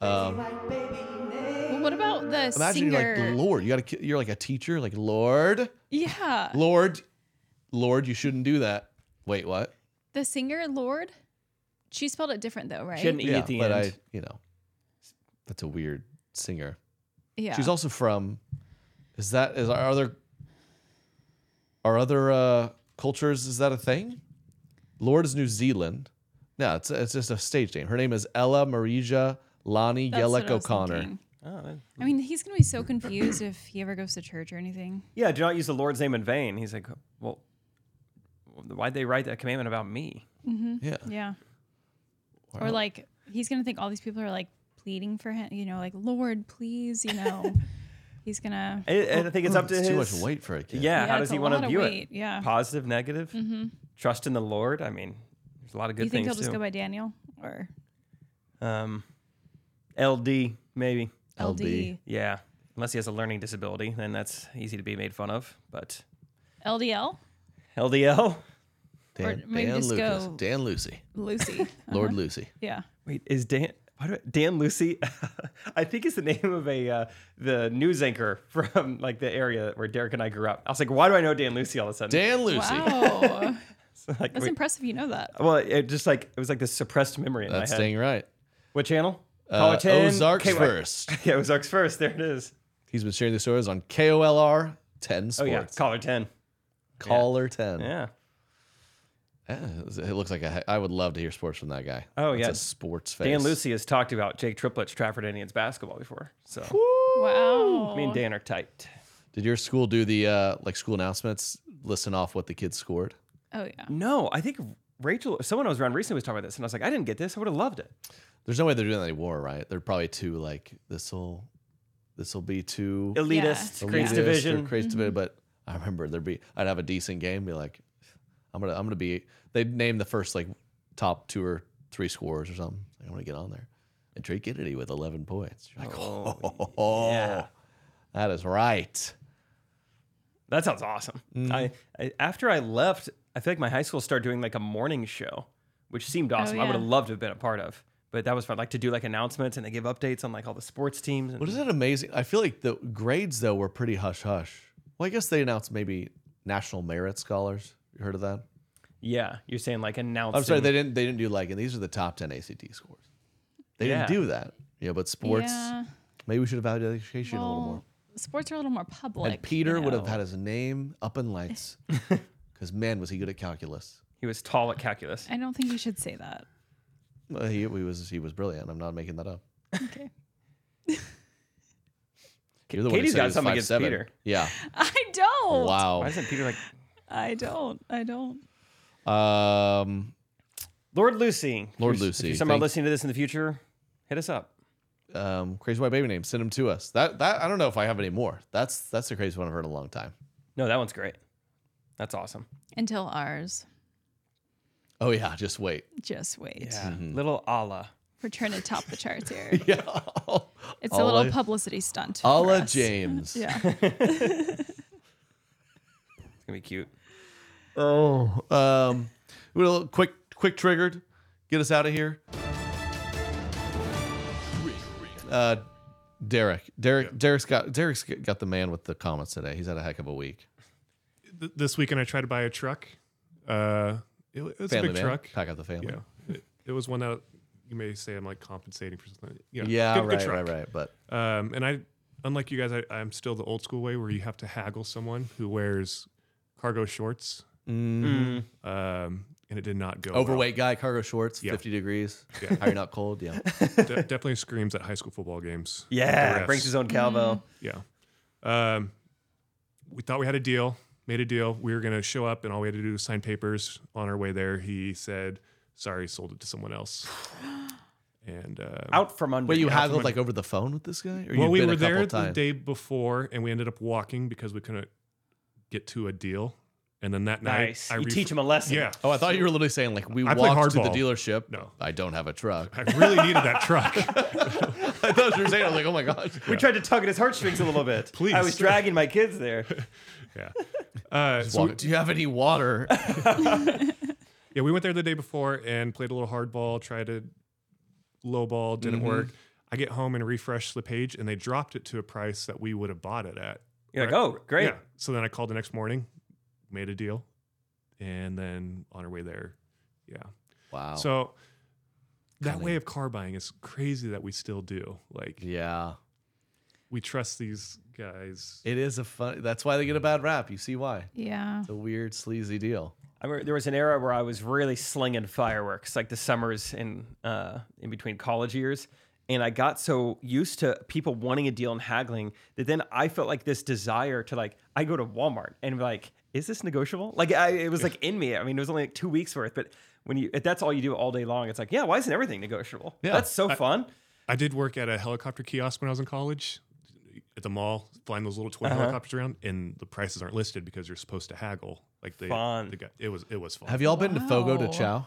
[SPEAKER 3] Um,
[SPEAKER 5] Well, what about the
[SPEAKER 3] imagine
[SPEAKER 5] singer?
[SPEAKER 3] you're like Lord. You got a ki- you're like a teacher, like Lord,
[SPEAKER 5] yeah,
[SPEAKER 3] Lord, Lord. You shouldn't do that. Wait, what?
[SPEAKER 5] the singer Lord. She spelled it different though, right?
[SPEAKER 4] had an E at the
[SPEAKER 3] but I,
[SPEAKER 4] end.
[SPEAKER 3] you know, that's a weird singer.
[SPEAKER 5] Yeah.
[SPEAKER 3] She's also from. Is that is our other? Our other uh, cultures is that a thing? Lord is New Zealand. No, it's it's just a stage name. Her name is Ella Marija Lani
[SPEAKER 5] That's what
[SPEAKER 3] Yellick
[SPEAKER 5] I was
[SPEAKER 3] O'Connor.
[SPEAKER 5] thinking.
[SPEAKER 3] Oh,
[SPEAKER 5] I mean, he's gonna be so confused if he ever goes to church or anything.
[SPEAKER 4] Yeah, do not use the Lord's name in vain. He's like, well, why'd they write that commandment about me?
[SPEAKER 5] Mm-hmm.
[SPEAKER 3] Yeah.
[SPEAKER 5] Yeah. Or
[SPEAKER 4] Wow.
[SPEAKER 5] like he's gonna think all these people are like pleading for him, you know, like Lord, please, you know. he's gonna.
[SPEAKER 4] I, I think it's up to
[SPEAKER 3] hmm, It's
[SPEAKER 4] his.
[SPEAKER 3] too much weight for a kid.
[SPEAKER 4] Yeah,
[SPEAKER 5] Yeah,
[SPEAKER 4] how
[SPEAKER 5] it's
[SPEAKER 4] does he
[SPEAKER 5] a
[SPEAKER 4] want
[SPEAKER 5] lot
[SPEAKER 4] to
[SPEAKER 5] of
[SPEAKER 4] view
[SPEAKER 5] weight,
[SPEAKER 4] it?
[SPEAKER 5] yeah.
[SPEAKER 4] Positive, negative?
[SPEAKER 5] Mhm.
[SPEAKER 4] Trust in the Lord? I mean, there's a lot of good
[SPEAKER 5] you think
[SPEAKER 4] things
[SPEAKER 5] he'll just
[SPEAKER 4] too.
[SPEAKER 5] go by Daniel or
[SPEAKER 4] um, LD, maybe.
[SPEAKER 5] LD.
[SPEAKER 4] Yeah. Unless he has a learning disability, then that's easy to be made fun of. But
[SPEAKER 5] LDL?
[SPEAKER 4] LDL?
[SPEAKER 3] Dan,
[SPEAKER 5] maybe
[SPEAKER 3] Dan
[SPEAKER 5] just
[SPEAKER 3] Lucas.
[SPEAKER 5] go-
[SPEAKER 3] Dan Lucy.
[SPEAKER 5] Lucy.
[SPEAKER 3] Lord
[SPEAKER 5] Uh-huh.
[SPEAKER 3] Lucy.
[SPEAKER 5] Yeah.
[SPEAKER 4] Wait, is Dan why do I, Dan Lucy? I think is the name of a uh, the news anchor from like the area where Derek and I grew up. I was like, why do I know Dan Lucy all of a sudden?
[SPEAKER 3] Dan
[SPEAKER 5] Wow.
[SPEAKER 4] So, like,
[SPEAKER 5] That's
[SPEAKER 4] we-
[SPEAKER 5] impressive you know that.
[SPEAKER 4] Well, it just like it was like this suppressed memory in
[SPEAKER 3] That's
[SPEAKER 4] my head.
[SPEAKER 3] dang right.
[SPEAKER 4] What channel?
[SPEAKER 3] Uh,
[SPEAKER 4] Power 10,
[SPEAKER 3] Ozarks
[SPEAKER 4] KY.
[SPEAKER 3] first.
[SPEAKER 4] yeah, Ozarks first. There it is.
[SPEAKER 3] He's been sharing the stories on KOLR 10 Sports.
[SPEAKER 4] Oh yeah, caller ten.
[SPEAKER 3] Caller 10.
[SPEAKER 4] Yeah.
[SPEAKER 3] Yeah, it it looks like a, I would love to hear sports from that guy.
[SPEAKER 4] Oh
[SPEAKER 3] That's
[SPEAKER 4] yeah,
[SPEAKER 3] a sports face.
[SPEAKER 4] Dan Lucy has talked about Jake Triplett's Trafford Indians basketball before. So
[SPEAKER 5] Wow.
[SPEAKER 4] me and Dan are tight.
[SPEAKER 3] Did your school do the uh, like school announcements? Listen off what the kids scored.
[SPEAKER 5] Oh yeah.
[SPEAKER 4] No, I think Rachel, someone I was around recently was talking about this, and I was like, I didn't get this. I would have loved it.
[SPEAKER 3] There's no way they're doing that anymore, right? They're probably too like this will this will be too
[SPEAKER 4] Elitist,
[SPEAKER 3] elitist
[SPEAKER 4] creates
[SPEAKER 3] or
[SPEAKER 4] division.
[SPEAKER 3] creates
[SPEAKER 4] Mhm.
[SPEAKER 3] division. But I remember there'd be I'd have a decent game, be like, I'm gonna I'm gonna be. They'd name the first like top two or three scores or something. Like, I'm gonna get on there. And Drake Kennedy with 11 points. You're like, oh, that is right.
[SPEAKER 4] That sounds awesome.
[SPEAKER 3] Mm-hmm.
[SPEAKER 4] I, I after I left, I feel like my high school started doing like a morning show, which seemed
[SPEAKER 3] Oh,
[SPEAKER 4] awesome. I
[SPEAKER 3] yeah.
[SPEAKER 4] would have loved to have been a part of, but that was fun. Like to do like announcements and they give updates on like all the sports teams. And,
[SPEAKER 3] But isn't it amazing? I feel like the grades though were pretty hush hush. Well, I guess they announced maybe national merit scholars. You heard of that?
[SPEAKER 4] yeah, you're saying like announcing.
[SPEAKER 3] I'm sorry, they didn't. They didn't do like, and these are the top ten ACT scores. They didn't
[SPEAKER 4] Yeah.
[SPEAKER 3] do that. Yeah, but sports.
[SPEAKER 5] Yeah.
[SPEAKER 3] Maybe we should have had education a little
[SPEAKER 5] Well,
[SPEAKER 3] more.
[SPEAKER 5] sports are a little more public.
[SPEAKER 3] and Peter
[SPEAKER 5] you
[SPEAKER 3] would have
[SPEAKER 5] know.
[SPEAKER 3] had his name up in lights, because man, was he good at calculus.
[SPEAKER 4] He was tall at calculus.
[SPEAKER 5] I don't think you should say that.
[SPEAKER 3] Well, he, he was he was brilliant. I'm not making that up.
[SPEAKER 5] Okay.
[SPEAKER 3] You're the
[SPEAKER 4] Katie's
[SPEAKER 3] one who said
[SPEAKER 4] got
[SPEAKER 3] he was
[SPEAKER 4] something against
[SPEAKER 3] 5'7".
[SPEAKER 4] Peter.
[SPEAKER 3] Yeah.
[SPEAKER 5] I don't.
[SPEAKER 3] Wow.
[SPEAKER 4] Why isn't Peter like
[SPEAKER 5] I don't. I don't.
[SPEAKER 3] Um,
[SPEAKER 4] Lord Lucy?
[SPEAKER 3] Lord
[SPEAKER 4] If you're-
[SPEAKER 3] Lucy,
[SPEAKER 4] If you're somehow
[SPEAKER 3] thank-
[SPEAKER 4] listening to this in the future, hit us up.
[SPEAKER 3] um, crazy white baby name. Send them to us. That that I don't know if I have any more. That's that's the craziest one I've heard in a long time.
[SPEAKER 4] No, that one's great. That's awesome.
[SPEAKER 5] Until ours.
[SPEAKER 3] Oh yeah, just wait.
[SPEAKER 5] Just wait.
[SPEAKER 4] Yeah.
[SPEAKER 3] Mm-hmm.
[SPEAKER 4] Little Allah.
[SPEAKER 5] We're trying to top the charts here.
[SPEAKER 3] yeah.
[SPEAKER 5] It's a little
[SPEAKER 3] Allah-
[SPEAKER 5] publicity stunt. for
[SPEAKER 3] Alla
[SPEAKER 5] us.
[SPEAKER 3] James.
[SPEAKER 5] Yeah.
[SPEAKER 4] It's gonna be cute.
[SPEAKER 3] Oh, um, little quick, quick triggered, get us out of here. Uh, Derek, Derek, Derek's got Derek's got the man with the comments today. He's had a heck of a week.
[SPEAKER 7] Th- this weekend I tried to buy a truck. Uh, it, it was
[SPEAKER 3] Family
[SPEAKER 7] a big
[SPEAKER 3] man.
[SPEAKER 7] truck.
[SPEAKER 3] Pack out the family.
[SPEAKER 7] Yeah. It, it was one that you may say I'm like compensating for something. You know,
[SPEAKER 3] Yeah,
[SPEAKER 7] good- good
[SPEAKER 3] right,
[SPEAKER 7] truck.
[SPEAKER 3] right, right, but-
[SPEAKER 7] um, and I,
[SPEAKER 3] Oh
[SPEAKER 7] unlike you guys, I, I'm still the old school way where you have to haggle someone who wears cargo shorts.
[SPEAKER 4] Mm.
[SPEAKER 3] Mhm.
[SPEAKER 7] Um, and it did not go
[SPEAKER 3] Overweight guy, cargo shorts,
[SPEAKER 7] Yeah.
[SPEAKER 3] fifty degrees.
[SPEAKER 7] Yeah.
[SPEAKER 3] Are you not cold? Yeah.
[SPEAKER 7] Well. De- definitely screams at high school football games.
[SPEAKER 4] Yeah,
[SPEAKER 7] The refs.
[SPEAKER 4] brings his own
[SPEAKER 3] Mm.
[SPEAKER 4] cowbell.
[SPEAKER 3] Mm-hmm.
[SPEAKER 7] Yeah. Um, we thought we had a deal, made a deal. We were going to show up, and all we had to do was sign papers. On our way there, he said, Sorry, sold it to someone else. and um,
[SPEAKER 3] Out from under Wait, you you. Out haggled,
[SPEAKER 7] from
[SPEAKER 3] like, over the phone with this guy? Or
[SPEAKER 7] well,
[SPEAKER 3] you've
[SPEAKER 7] we
[SPEAKER 3] been a
[SPEAKER 7] were there
[SPEAKER 3] couple
[SPEAKER 7] the
[SPEAKER 3] times?
[SPEAKER 7] day before, and we ended up walking because we couldn't get to a deal. And then that
[SPEAKER 4] Nice.
[SPEAKER 7] night, I
[SPEAKER 4] You
[SPEAKER 7] ref-
[SPEAKER 4] teach 'em a lesson.
[SPEAKER 7] Yeah.
[SPEAKER 3] Oh, I thought you were literally saying like we
[SPEAKER 7] I play
[SPEAKER 3] walked to the
[SPEAKER 7] hardball.
[SPEAKER 3] dealership. No, I don't have a truck.
[SPEAKER 7] I really needed that truck.
[SPEAKER 3] I thought you were saying. I was like, oh my gosh.
[SPEAKER 4] We tried to tug at his heartstrings a little bit.
[SPEAKER 3] Please.
[SPEAKER 4] I was dragging my kids there.
[SPEAKER 7] yeah. Uh,
[SPEAKER 3] Just walk- Do you have any water?
[SPEAKER 7] yeah, we went there the day before and played a little hardball, tried to lowball, didn't
[SPEAKER 4] Mhm.
[SPEAKER 3] Mm-hmm.
[SPEAKER 7] work. I get home and refresh the page, and they dropped it to a price that we would have bought it at.
[SPEAKER 4] You're like, oh, great.
[SPEAKER 7] So then I called the next morning, made a deal, and then on our way there, yeah.
[SPEAKER 3] Wow.
[SPEAKER 7] So that way of car buying is crazy that we still do. Like,
[SPEAKER 3] yeah,
[SPEAKER 7] we trust these guys.
[SPEAKER 3] It is a fun. That's why they get a bad rap. You see why?
[SPEAKER 5] Yeah.
[SPEAKER 3] It's a weird, sleazy deal.
[SPEAKER 4] I remember there was an era where I was really slinging fireworks, like the summers in uh, in between college years, and I got so used to people wanting a deal and haggling that then I felt like this desire to like I go to Walmart and be like, is this negotiable? Like I, it was like in me. I mean, it was only like two weeks worth, but when you if that's all you do all day long, it's like, yeah, why isn't everything negotiable? that's so
[SPEAKER 7] I-
[SPEAKER 4] fun.
[SPEAKER 7] I did work at a helicopter kiosk when I was in college at the mall, flying those little toy
[SPEAKER 4] Uh-huh.
[SPEAKER 7] helicopters around, and the prices aren't listed because you're supposed to haggle. Like they,
[SPEAKER 4] Fun.
[SPEAKER 7] The guy, it was it was fun.
[SPEAKER 3] Have y'all been to Fogo de
[SPEAKER 4] Wow.
[SPEAKER 3] Chow?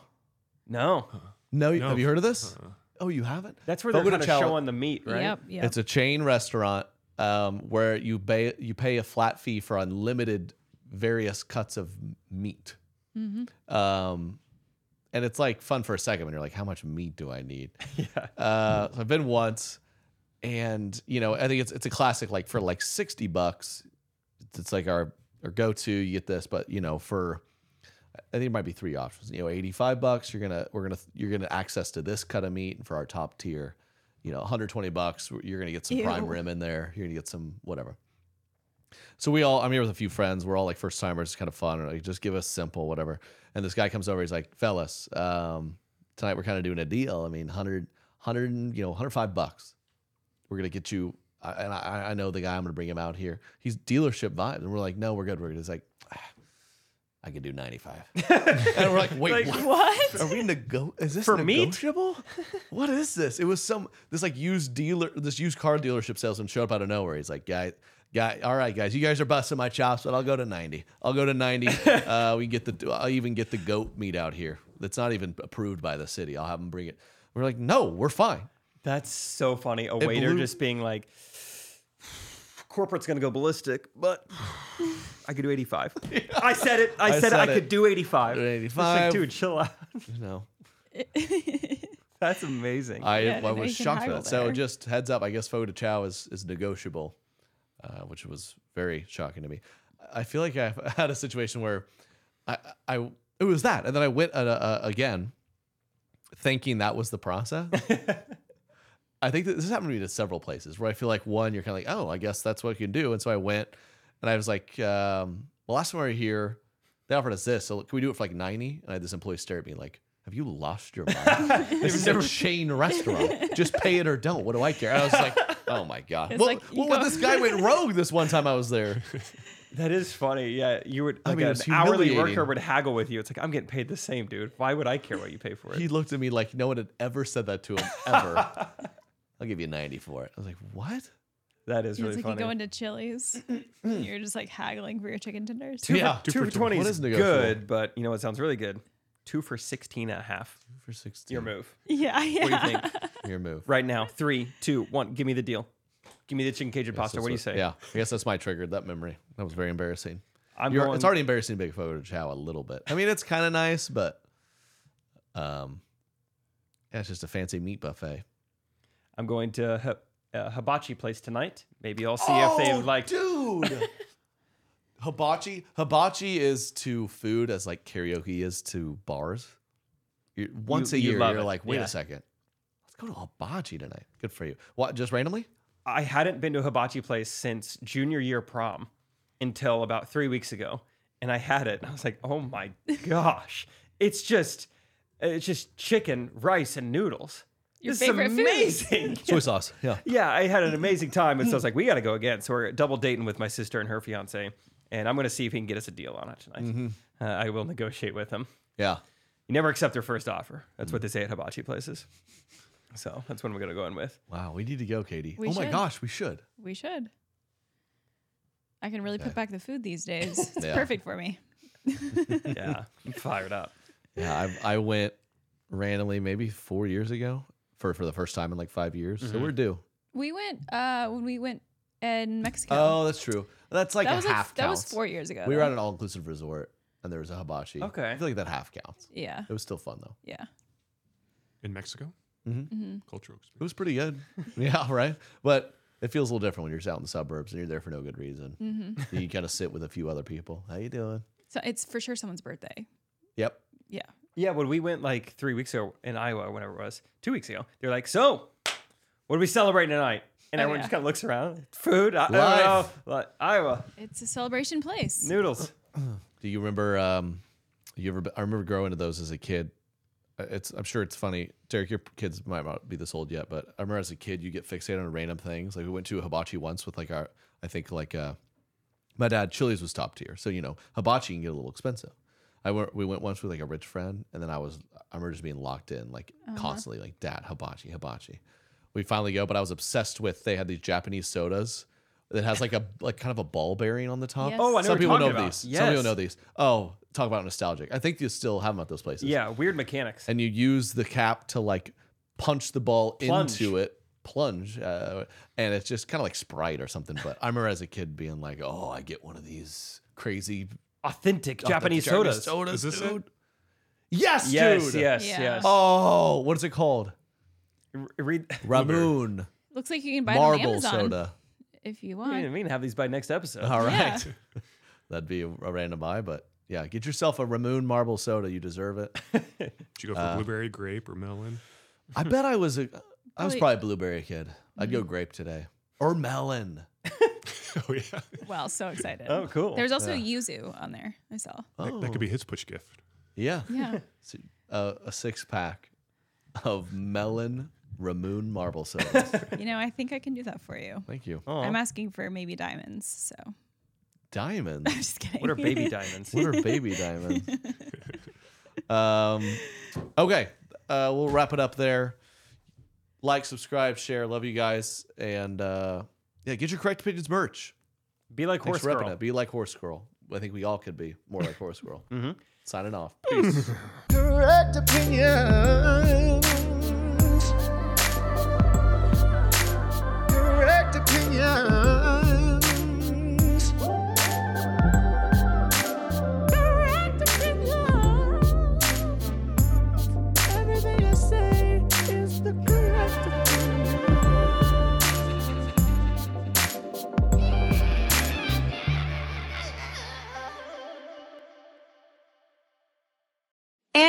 [SPEAKER 4] No.
[SPEAKER 3] No, you
[SPEAKER 7] No.
[SPEAKER 3] Have you heard of this?
[SPEAKER 7] Uh-huh.
[SPEAKER 3] Oh, you haven't?
[SPEAKER 4] That's where they're
[SPEAKER 3] Fogo de
[SPEAKER 4] kind of
[SPEAKER 3] Chao-
[SPEAKER 4] showing the meat, right?
[SPEAKER 5] Yep, yep.
[SPEAKER 3] It's a chain restaurant um, where you pay you pay a flat fee for unlimited various cuts of meat.
[SPEAKER 5] Mm-hmm.
[SPEAKER 3] Um, and it's like fun for a second when you're like, how much meat do I need? yeah. Uh, so I've been once, and you know, I think it's it's a classic. Like for like sixty bucks, it's like our our go to. You get this, but you know, for I think it might be three options. You know, eighty five bucks, you're gonna we're gonna you're gonna access to this cut of meat, and for our top tier, you know, one hundred twenty bucks, you're gonna get some prime
[SPEAKER 15] Ew.
[SPEAKER 3] rib in there. You're gonna get some whatever. So we all, I'm here with a few friends. We're all like first timers. It's kind of fun. Like, just give us simple, whatever. And this guy comes over. He's like, fellas, um, tonight we're kind of doing a deal. I mean, 100, 100, and, you know, 105 bucks. We're going to get you. I, and I, I know the guy, I'm going to bring him out here. He's dealership vibes. And we're like, no, we're good. We're good. He's like, "Ah, I can do 95. and we're like, wait,
[SPEAKER 5] Like,
[SPEAKER 3] what? Are we nego- Is this
[SPEAKER 4] For meat?
[SPEAKER 3] negotiable? what is this? It was some this like used dealer, this used car dealership salesman showed up out of nowhere. He's like, guy, guy, all right, guys, you guys are busting my chops, but I'll go to ninety. I'll go to ninety. uh, we get the, I'll even get the goat meat out here. That's not even approved by the city. I'll have them bring it. We're like, no, we're fine.
[SPEAKER 4] That's so funny. A
[SPEAKER 3] It
[SPEAKER 4] waiter
[SPEAKER 3] blew-
[SPEAKER 4] just being like, corporate's going to go ballistic, but I could do 85. I said it. I,
[SPEAKER 3] I
[SPEAKER 4] said, it. I
[SPEAKER 3] said it.
[SPEAKER 4] could do 85. It's like,
[SPEAKER 3] 85.
[SPEAKER 4] dude, chill out.
[SPEAKER 3] No.
[SPEAKER 4] That's amazing.
[SPEAKER 3] I, I was shocked by that. So just heads up, I guess Fogo de Chow is, is negotiable, uh, which was very shocking to me. I feel like I had a situation where I, I it was that, and then I went uh, uh, again, thinking that was the process. I think that this has happened to me to several places where I feel like one, you're kind of like, oh, I guess that's what you can do, and so I went, and I was like, um, well, last time we were here, they offered us this, so can we do it for like ninety? And I had this employee stare at me like. Have you lost your mind? this is a chain restaurant. Just pay it or don't. What do I care? I was like, oh my god.
[SPEAKER 4] It's
[SPEAKER 3] Well,
[SPEAKER 4] like, you
[SPEAKER 3] well, well,
[SPEAKER 4] go-
[SPEAKER 3] this guy went rogue this one time I was there.
[SPEAKER 4] That is funny. Yeah. You would,
[SPEAKER 3] I
[SPEAKER 4] like
[SPEAKER 3] mean,
[SPEAKER 4] an
[SPEAKER 3] it's
[SPEAKER 4] hourly
[SPEAKER 3] humiliating.
[SPEAKER 4] worker would haggle with you. It's like, I'm getting paid the same, dude. Why would I care what you pay for it?
[SPEAKER 3] He looked at me like no one had ever said that to him ever. I'll give you ninety for it. I was like, what?
[SPEAKER 4] That is
[SPEAKER 5] It's like you go into Chili's,
[SPEAKER 3] Mm.
[SPEAKER 5] and you're just like haggling for your chicken tenders.
[SPEAKER 4] Two
[SPEAKER 3] Yeah.
[SPEAKER 4] for, two for 20
[SPEAKER 3] What
[SPEAKER 4] is
[SPEAKER 3] is negotiable?
[SPEAKER 4] good, but you know what sounds really good? Two for 16 and a half. Two
[SPEAKER 3] for 16.
[SPEAKER 4] Your move.
[SPEAKER 5] Yeah,
[SPEAKER 4] What do you
[SPEAKER 5] yeah.
[SPEAKER 4] think?
[SPEAKER 3] Your move.
[SPEAKER 4] Right now. Three, two, one. Give me the deal. Give me the chicken cajun
[SPEAKER 3] Yes,
[SPEAKER 4] pasta.
[SPEAKER 3] that's
[SPEAKER 4] What do you say?
[SPEAKER 3] Yeah, I guess that's my trigger. That memory. That was very embarrassing.
[SPEAKER 4] I'm
[SPEAKER 3] You're-
[SPEAKER 4] going-
[SPEAKER 3] It's already embarrassing to make photo of Chow a little bit. I mean, it's kind of nice, but um, yeah, it's just a fancy meat buffet.
[SPEAKER 4] I'm going to hi- uh, hibachi place tonight. Maybe I'll see if they
[SPEAKER 3] Oh,
[SPEAKER 4] like.
[SPEAKER 3] dude. Hibachi. Hibachi is to food as like karaoke is to bars. You- once
[SPEAKER 4] You-
[SPEAKER 3] a
[SPEAKER 4] you
[SPEAKER 3] year,
[SPEAKER 4] love
[SPEAKER 3] you're
[SPEAKER 4] it.
[SPEAKER 3] like, wait
[SPEAKER 4] Yeah.
[SPEAKER 3] a second, let's go to hibachi tonight. Good for you. What? Just randomly?
[SPEAKER 4] I hadn't been to a hibachi place since junior year prom until about three weeks ago, and I had it, and I was like, oh my gosh, it's just, it's just chicken, rice, and noodles.
[SPEAKER 5] Your
[SPEAKER 4] this
[SPEAKER 5] favorite
[SPEAKER 4] is
[SPEAKER 5] food.
[SPEAKER 4] amazing.
[SPEAKER 3] Soy sauce. Yeah.
[SPEAKER 4] Yeah, I had an amazing time, and so I was like, we got to go again. So we're double dating with my sister and her fiance, and I'm going to see if he can get us a deal on it tonight.
[SPEAKER 3] Mhm.
[SPEAKER 4] Uh, I will negotiate with him.
[SPEAKER 3] Yeah. Mm.
[SPEAKER 4] You never accept their first offer. That's what they say at hibachi places. So that's when we're gonna go in with.
[SPEAKER 3] Wow, we need to go, Katie.
[SPEAKER 5] We
[SPEAKER 3] oh my
[SPEAKER 5] should.
[SPEAKER 3] gosh, we should.
[SPEAKER 5] We should. I can really
[SPEAKER 3] Okay.
[SPEAKER 5] put back the food these days. It's
[SPEAKER 3] Yeah.
[SPEAKER 5] perfect for me.
[SPEAKER 4] yeah, I'm fired up.
[SPEAKER 3] Yeah, I, I went randomly maybe four years ago for for the first time in like five years. So
[SPEAKER 4] Mhm.
[SPEAKER 3] we're due.
[SPEAKER 5] We went uh when we went in Mexico.
[SPEAKER 3] Oh, that's true. That's like
[SPEAKER 5] That
[SPEAKER 3] a
[SPEAKER 5] was like-
[SPEAKER 3] half.
[SPEAKER 5] that was
[SPEAKER 3] counts.
[SPEAKER 5] four years ago,
[SPEAKER 3] We were at
[SPEAKER 5] though.
[SPEAKER 3] an all inclusive resort, and there was a hibachi.
[SPEAKER 5] Okay.
[SPEAKER 3] I feel like that half counts.
[SPEAKER 5] Yeah.
[SPEAKER 3] it was still fun though.
[SPEAKER 5] Yeah.
[SPEAKER 7] in Mexico.
[SPEAKER 3] Mm-hmm.
[SPEAKER 5] Mhm.
[SPEAKER 7] Cultural experience.
[SPEAKER 3] It was pretty good. yeah, right. But it feels a little different when you're just out in the suburbs and you're there for no good reason.
[SPEAKER 5] Mhm.
[SPEAKER 3] You kind of sit with a few other people. How you doing?
[SPEAKER 5] So it's for sure someone's birthday.
[SPEAKER 3] Yep.
[SPEAKER 5] Yeah.
[SPEAKER 4] Yeah, when we went like three weeks ago in Iowa, whenever it was, two weeks ago, they're like, "So, what are we celebrating tonight?" And
[SPEAKER 5] Oh,
[SPEAKER 4] everyone
[SPEAKER 5] yeah.
[SPEAKER 4] just kind of looks around. Food, I, I don't
[SPEAKER 3] Life.
[SPEAKER 4] know, like, Iowa
[SPEAKER 5] It's a celebration place.
[SPEAKER 4] noodles.
[SPEAKER 3] Do you remember? Um, you ever? I remember growing into those as a kid. Uh, It's. I'm sure it's funny. Derek, your kids might not be this old yet, but I remember as a kid, you get fixated on random things. Like we went to a hibachi once with like our. I think like uh, my dad Chili's was top tier, so you know hibachi can get a little expensive. I went. We went once with like a rich friend, and then I was. I remember just being locked in like
[SPEAKER 4] Uh-huh.
[SPEAKER 3] constantly, like dad hibachi hibachi. We finally go, but I was obsessed with. They had these Japanese sodas. That has like a like kind of a ball bearing on the top.
[SPEAKER 4] Yes. Oh, I know what you're
[SPEAKER 3] Some people
[SPEAKER 4] talking
[SPEAKER 3] know
[SPEAKER 4] about.
[SPEAKER 3] these. Some people
[SPEAKER 4] Yes.
[SPEAKER 3] know these. Oh, talk about nostalgic. I think you still have them at those places.
[SPEAKER 4] Yeah, weird mechanics.
[SPEAKER 3] And you use the cap to like punch the ball
[SPEAKER 4] Plunge.
[SPEAKER 3] into it, plunge. Uh, and it's just kind of like Sprite or something. But I remember as a kid being like, oh, I get one of these crazy
[SPEAKER 4] Authentic Japanese sodas.
[SPEAKER 3] sodas.
[SPEAKER 4] Is this
[SPEAKER 3] dude. Yes,
[SPEAKER 4] Yes,
[SPEAKER 3] dude.
[SPEAKER 4] yes, Yeah. yes.
[SPEAKER 3] Oh, what's it called?
[SPEAKER 4] Read
[SPEAKER 3] Ramoon.
[SPEAKER 5] Looks like you can buy them on
[SPEAKER 3] Marble
[SPEAKER 5] Amazon
[SPEAKER 3] soda.
[SPEAKER 5] if you
[SPEAKER 4] I
[SPEAKER 5] want.
[SPEAKER 4] didn't mean to have these by next episode.
[SPEAKER 3] All
[SPEAKER 5] Yeah.
[SPEAKER 3] right. That'd be a random buy, but yeah, get yourself a Ramoon marble soda. You deserve it. Did
[SPEAKER 7] you go
[SPEAKER 3] Uh,
[SPEAKER 7] for blueberry, grape, or melon?
[SPEAKER 3] I bet I was a I was
[SPEAKER 5] Probably-
[SPEAKER 3] probably a blueberry kid. I'd
[SPEAKER 5] Mm.
[SPEAKER 3] go grape today. Or melon.
[SPEAKER 7] oh yeah.
[SPEAKER 5] Well, so excited.
[SPEAKER 3] Oh, cool.
[SPEAKER 5] There's also
[SPEAKER 3] Yeah.
[SPEAKER 5] yuzu on there. I saw.
[SPEAKER 7] That, that could be his push gift.
[SPEAKER 3] Oh. Yeah.
[SPEAKER 5] Yeah.
[SPEAKER 3] So, uh, a six pack of melon Ramoon marble sodas.
[SPEAKER 4] Oh.
[SPEAKER 5] You know, I think I can do that for you.
[SPEAKER 3] Thank you.
[SPEAKER 5] I'm asking for maybe diamonds. So
[SPEAKER 3] diamonds. I'm just
[SPEAKER 5] kidding.
[SPEAKER 4] What are baby diamonds?
[SPEAKER 3] what are baby diamonds? um, okay, uh, we'll wrap it up there. Like, subscribe, share. Love you guys, and uh, yeah, get your correct pigeons merch.
[SPEAKER 4] Be like
[SPEAKER 3] Thanks
[SPEAKER 4] horse
[SPEAKER 3] for repping
[SPEAKER 4] girl.
[SPEAKER 3] it. Be like horse girl. I think we all could be more like horse girl.
[SPEAKER 4] Mm-hmm.
[SPEAKER 3] Signing off.
[SPEAKER 6] Correct opinions. Correct opinions. Correct opinions. Everything I say is the correct opinion.